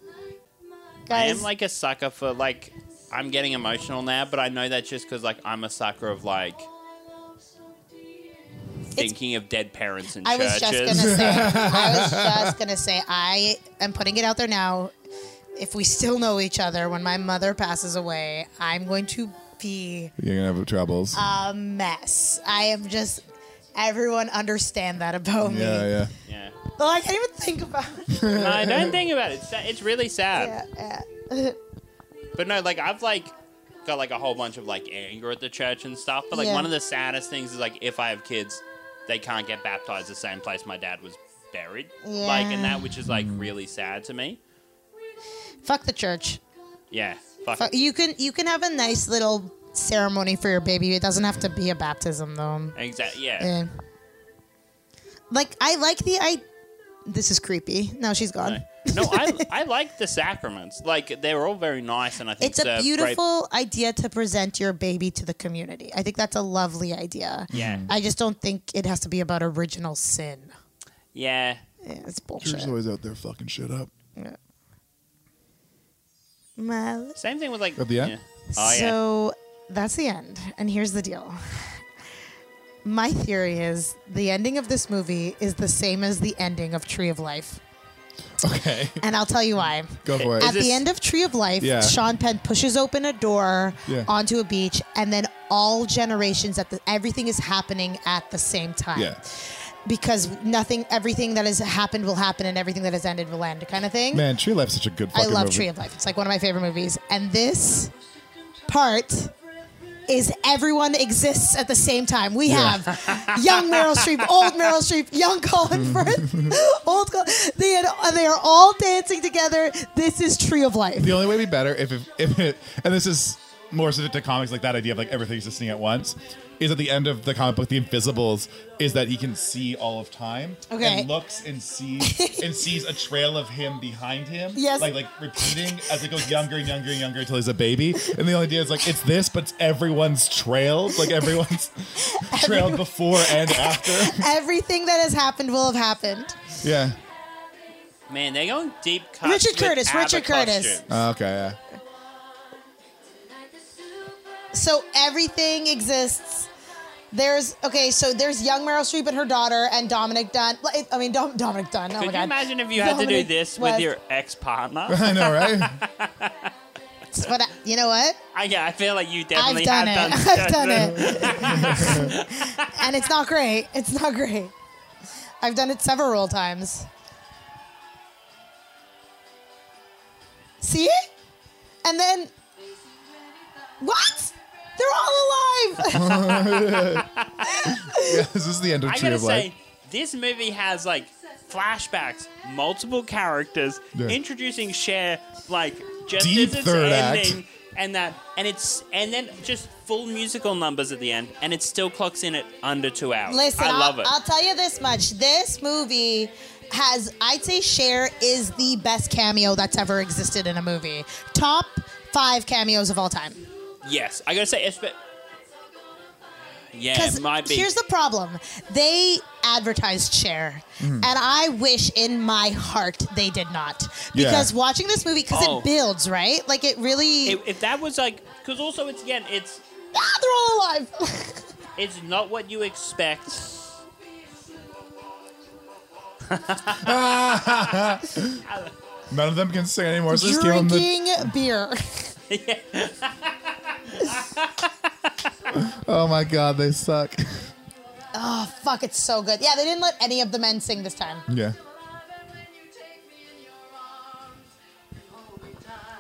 D: I
B: Guys,
D: am like a sucker for like, I'm getting emotional now, but I know that's just because like I'm a sucker of like thinking of dead parents in
B: I was
D: churches.
B: just gonna say. I was just gonna say. I am putting it out there now. If we still know each other when my mother passes away, I'm going to be
C: You're gonna have troubles.
B: a mess. I am just. Everyone understand that about me.
C: yeah, yeah.
D: yeah.
B: Well, I can't even think about it.
D: No, I don't think about it. It's, sa- it's really sad.
B: Yeah, yeah.
D: But no, like I've like got like a whole bunch of like anger at the church and stuff. But like
B: Yeah.
D: one of the saddest things is like if I have kids, they can't get baptized the same place my dad was buried. Like and
B: Yeah.
D: that which is like really sad to me.
B: Fuck the church.
D: Yeah. Fuck.
B: Fuck, you can you can have a nice little ceremony for your baby. It doesn't have to be a baptism though.
D: Exactly. Yeah.
B: Yeah. Like I like the I. This is creepy. No, she's gone.
D: No, I I like the sacraments. Like they're all very nice, and I think
B: it's a
D: great-
B: beautiful idea to present your baby to the community. I think that's a lovely idea.
D: Yeah.
B: I just don't think it has to be about original sin.
D: Yeah.
B: Yeah, it's
C: Church
B: bullshit.
C: is always out there fucking shit up.
B: Well,
D: Same thing with like.
C: At the end?
D: Yeah. Oh yeah.
B: So that's the end. And here's the deal. My theory is the ending of this movie is the same as the ending of Tree of Life.
C: Okay,
B: And I'll tell you why.
C: go for it.
B: At
D: this-
B: the end of Tree of Life,
C: Yeah.
B: Sean Penn pushes open a door
C: Yeah.
B: onto a beach, and then all generations at the everything is happening at the same time.
C: Yeah,
B: Because nothing, everything that has happened will happen, and everything that has ended will end, kind of thing.
C: man, Tree Life's such a good.
B: I
C: Fucking
B: love
C: movie.
B: Tree of Life. It's like one of my favorite movies. And this part is everyone exists at the same time. We have young Meryl Streep, old Meryl Streep, young Colin Firth, old. Col- they had, they are all dancing together. This is Tree of Life.
C: The only way to be better if, if, if it, and this is more specific to comics, like that idea of like everything existing at once, is at the end of the comic book, The Invisibles, is that he can see all of time.
B: Okay.
C: And looks and sees and sees a trail of him behind him.
B: Yes.
C: Like like repeating as it goes younger and younger and younger until he's a baby. And the only idea is like it's this, but it's everyone's trailed, like everyone's trailed before and after.
B: Everything that has happened will have happened.
C: Yeah.
D: Man, they're going deep cuts.
B: Richard
D: with
B: Curtis,
D: ABBA
B: Richard Curtis.
D: costumes.
C: Oh, okay, yeah.
B: So everything exists. There's okay, so there's young Meryl Streep and her daughter, and Dominic Dunn. Like, I mean, Dom, Dominic Dunn. Oh
D: Could
B: my
D: you
B: God.
D: imagine if you had to do
B: Dominic
D: this with
B: West.
D: your ex partner?
C: I know, right?
B: But I, you know what?
D: I, yeah, I feel like you
B: I've
D: definitely
B: done it.
D: have
B: I've done it. and it's not great. It's not great. I've done it several times. See it? And then what? They're all alive.
C: this is the end of
D: I
C: Tree
D: gotta
C: of Life.
D: say, this movie has like flashbacks, multiple characters,
C: Yeah.
D: introducing Cher like just
C: Deep
D: as it's
C: third act.
D: ending, and that, and it's, and then just full musical numbers at the end, and it still clocks in at under two hours.
B: Listen,
D: I love
B: will
D: it.
B: I'll tell you this much: this movie has, I'd say, Cher is the best cameo that's ever existed in a movie. Top five cameos of all time.
D: yes, I gotta say, it's, but yeah,
B: Because
D: it might be.
B: here's the problem: they advertised Cher,
C: Hmm.
B: and I wish in my heart they did not.
C: Yeah.
B: Because watching this movie, because
D: Oh.
B: it builds, right? Like it really,
D: if, if that was like, because also it's again, it's
B: ah, they're all alive.
D: it's not what you expect.
C: None of them can sing anymore. So just give them the.
B: Drinking beer.
C: Oh my god, they suck.
B: Fuck, it's so good. Yeah, they didn't let any of the men sing this time.
C: Yeah.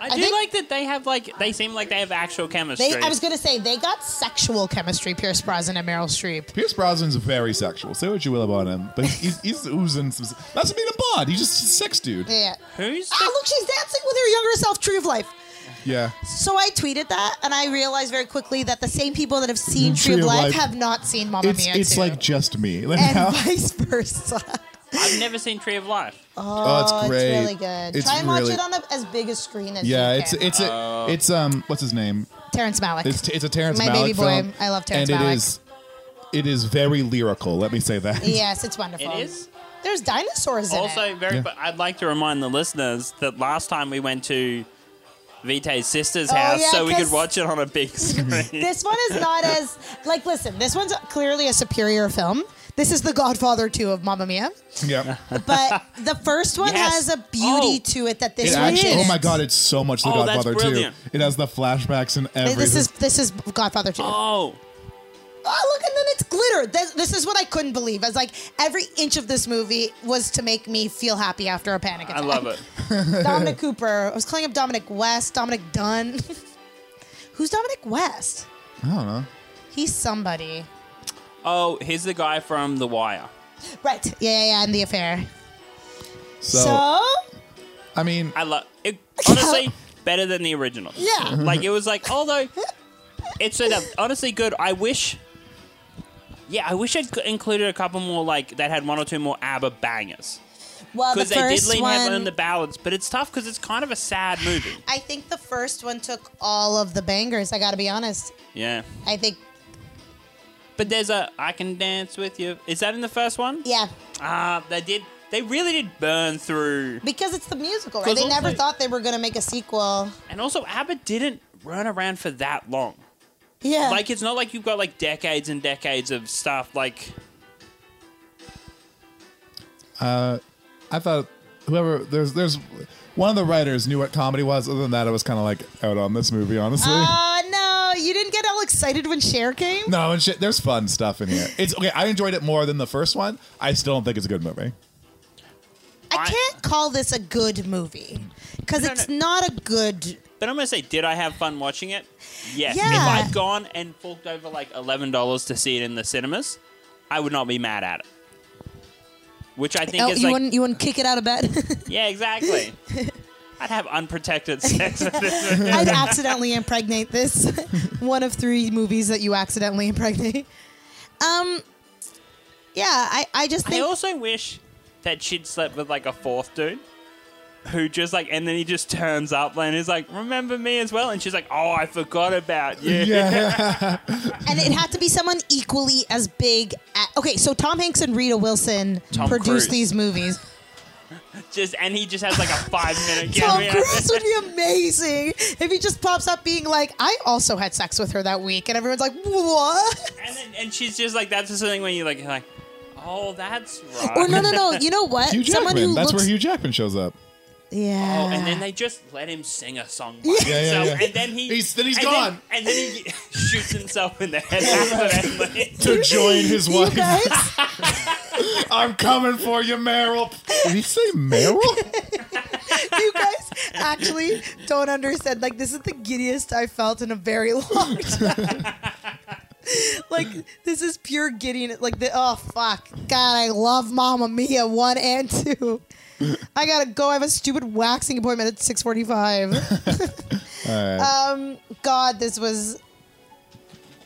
D: I do
B: think-
D: like that they have like they seem like they have actual chemistry.
B: They, I was gonna say they got sexual chemistry, Pierce Brosnan and Meryl Streep.
C: Pierce Brosnan's very sexual. Say what you will about him, but he's, he's oozing some. That's being a bod. He's just a sex dude.
B: Yeah.
D: Who's the
B: Ah, look, she's dancing with her younger self, Tree of Life.
C: Yeah.
B: So I tweeted that, and I realized very quickly that the same people that have
C: Mm,
B: seen Tree, of, Life, have not seen Mamma
C: It's
B: Mia
C: it's
B: 2.
C: like just me. Like
B: and
C: now-
B: vice versa.
D: I've never seen Tree of Life.
C: oh, it's
B: It's
C: great.
B: really good.
C: It's
B: Try and watch
C: really-
B: it on a, as big a screen as
C: Yeah,
B: you
C: it's
B: can.
C: it's a, it's um what's his name?
B: Terrence Malick.
C: It's it's a Terrence
B: My
C: Malick
B: baby boy.
C: film,
B: I love Terrence
C: and
B: Malick.
C: it is it is very lyrical. Let me say that.
B: yes, it's wonderful.
D: It is.
B: There's dinosaurs in it.
D: Also, very.
C: Yeah.
D: But I'd like to remind the listeners that last time we went to Vitae's sister's
B: Oh,
D: house,
B: yeah,
D: so we could
B: 'cause-
D: watch it on a big screen.
B: This one is not as like. Listen, this one's clearly a superior film. This is The Godfather 2 of Mamma Mia.
C: Yep.
B: but the first one
D: Yes.
B: has a beauty
D: Oh.
B: to it that this
C: It
B: one
C: actually, oh
B: didn't.
C: my god, it's so much The
D: Oh, that's
C: Godfather too.
D: brilliant.
C: It has the flashbacks and everything.
B: This is this is Godfather two. Oh,
D: oh,
B: look, and then it's glitter. This, this is what I couldn't believe. I was like, every inch of this movie was to make me feel happy after a panic attack.
D: I love it.
B: Dominic Cooper. I was calling up Dominic West. Dominic Dunn. Who's Dominic West?
C: I don't know.
B: He's somebody.
D: Oh, here's the guy from The Wire.
B: Right. Yeah, yeah, yeah. And the affair.
C: So,
B: so
C: I mean,
D: I love it. Honestly, better than the original. Mm-hmm.
B: Yeah.
D: Like it was like, although it's so that honestly good. I wish. Yeah, I wish I'd c- included a couple more like that had one or two more ABBA bangers.
B: well, the
D: because they did
B: first
D: lean heavily on
B: one.
D: the ballads, but it's tough because it's kind of a sad movie.
B: I think the first one took all of the bangers. I got to be honest.
D: Yeah,
B: I think
D: but there's a I can dance with you. Is that in the first one?
B: yeah.
D: Ah, they did. They really did burn through.
B: Because it's the musical, right?
D: 'Cause
B: They never
D: also-
B: thought they were going to make a sequel.
D: And also, ABBA didn't run around for that long.
B: Yeah.
D: Like it's not like you've got like decades and decades of stuff. Like
C: I thought whoever there's there's one of the writers knew what comedy was. Other than that, I was kind of like out on this movie, honestly.
B: uh, no, you didn't get all excited when Cher came?
C: no, and shit. There's fun stuff in here. It's okay. I enjoyed it more than the first one. I still don't think it's a good movie.
B: I
D: I-
B: can't call this a good movie because
D: No,
B: it's
D: no.
B: not a good.
D: But I'm gonna say, did I have fun watching it? Yes.
B: Yeah.
D: If I'd gone and forked over like eleven dollars to see it in the cinemas, I would not be mad at it. Which I think
B: Oh,
D: is
B: you
D: like,
B: wouldn't you wouldn't kick it out of bed?
D: yeah, exactly. I'd have unprotected sex with this.
B: I'd accidentally impregnate this. One of three movies that you accidentally impregnate. Um, yeah, I I just
D: I
B: think
D: also wish that she'd slept with like a fourth dude. Who just like, and then he just turns up and is like, "Remember me as well?" And she's like, "Oh, I forgot about you."
B: and it had to be someone equally as big. At, okay, so Tom Hanks and Rita Wilson
D: Tom Cruise.
B: produced these movies.
D: just and he just has like a five minute
B: Tom
D: cameo.
B: Cruise would be amazing if he just pops up being like, I also had sex with her that week. And everyone's like, what?
D: and, then, and she's just like that's just something when you like you're like, oh that's right.
B: Or no, no, no. You know what?
C: Hugh
B: Someone who
C: Jackman. That's
B: looks.
C: where Hugh Jackman shows up.
B: yeah.
D: Oh, and then they just let him sing a song by
C: yeah,
D: himself,
C: yeah.
D: and then he
C: He's- then he's
D: and
C: gone.
D: and then he shoots himself in the head accidentally.
C: To join his
B: you
C: wife.
B: guys,
C: I'm coming for you, Meryl. Did he say Meryl?
B: you guys actually don't understand. Like, this is the giddiest I felt in a very long time. like, this is pure giddiness. Like, the, oh, fuck. God, I love Mamma Mia 1 and 2. I gotta go. I have a stupid waxing appointment at 645. um, God, this was...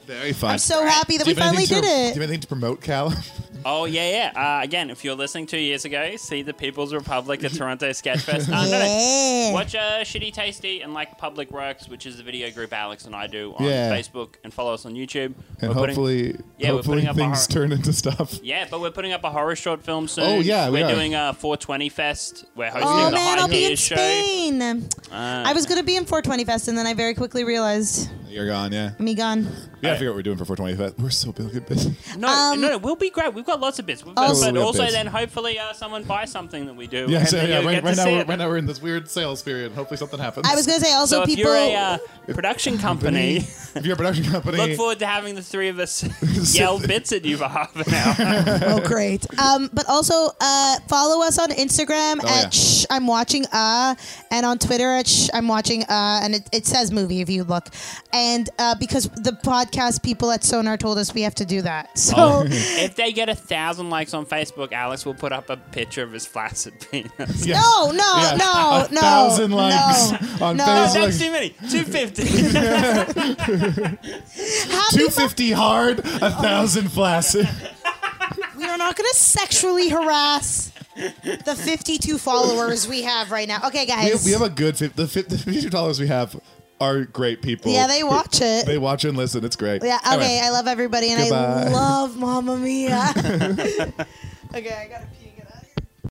C: Very fun.
B: I'm so happy that we finally did
C: Do you have
B: it.
C: anything to promote, Callum?
D: Oh yeah, yeah. Uh, again, if you're listening two years ago, see the People's Republic at Toronto Sketchfest. Uh, no, no.
B: Yeah.
D: Watch uh, Shitty Tasty and like Public Works, which is the video group Alex and I do on
C: Yeah.
D: Facebook, and follow us on YouTube.
C: And
D: We're putting-
C: hopefully,
D: yeah, we're
C: hopefully
D: putting up a
C: things
D: har-
C: turn into stuff.
D: Yeah, but we're putting up a horror short film soon.
C: Oh, yeah, we
D: we're
C: are.
D: doing a 420 Fest. We're hosting
B: Oh,
D: the eh?
B: man,
D: High
B: I'll be in
D: Gear show.
B: Spain.
C: Uh.
B: I was gonna be in 420 Fest, and then I very quickly realized
C: You're gone, yeah.
D: Mm.
B: me gone.
C: Yeah, I forget what we're doing for 425. We're so big busy.
D: No,
B: Um,
D: no, no, we'll be great. We've got lots of bits. We've got,
B: Also-
D: but
C: We have
D: also
C: bits.
D: then hopefully uh, someone buys something that we do.
C: Yeah,
D: and
C: so,
D: then
C: yeah
D: you'll
C: right,
D: get
C: right
D: to
C: now,
D: see
C: we're,
D: it.
C: right now we're in this weird sales period. Hopefully something happens.
B: I was gonna say also
D: So if
B: people.
D: you're a uh, production company,
C: if you're a production company,
D: Look forward to having the three of us yell bits at you for half an hour.
B: oh great um but also uh follow us on instagram
C: Oh,
B: at
C: yeah.
B: shh, i'm watching uh and on twitter at shh, i'm watching uh and it, it says movie if you look and uh because the podcast people at sonar told us we have to do that so
D: if they get a thousand likes on Facebook, Alex will put up a picture of his flaccid penis.
C: Yeah.
B: no no
C: Oh.
B: no no
C: Yeah. A thousand likes
B: no,
C: on
B: no.
D: No,
C: Facebook.
D: Oh, that's too many. 250.
B: Happy fu-
C: 250 hard,
D: Oh.
C: a thousand flaccid.
B: we are not gonna sexually harass the 52 followers we have right now okay guys
C: We have, we have a good fif- the, fif- the fifty dollars we have are great people.
B: yeah they watch it
C: They watch and listen. It's great.
B: Yeah, okay.
C: Anyway.
B: I love everybody and
C: Goodbye.
B: I love Mamma Mia. okay, I gotta pee.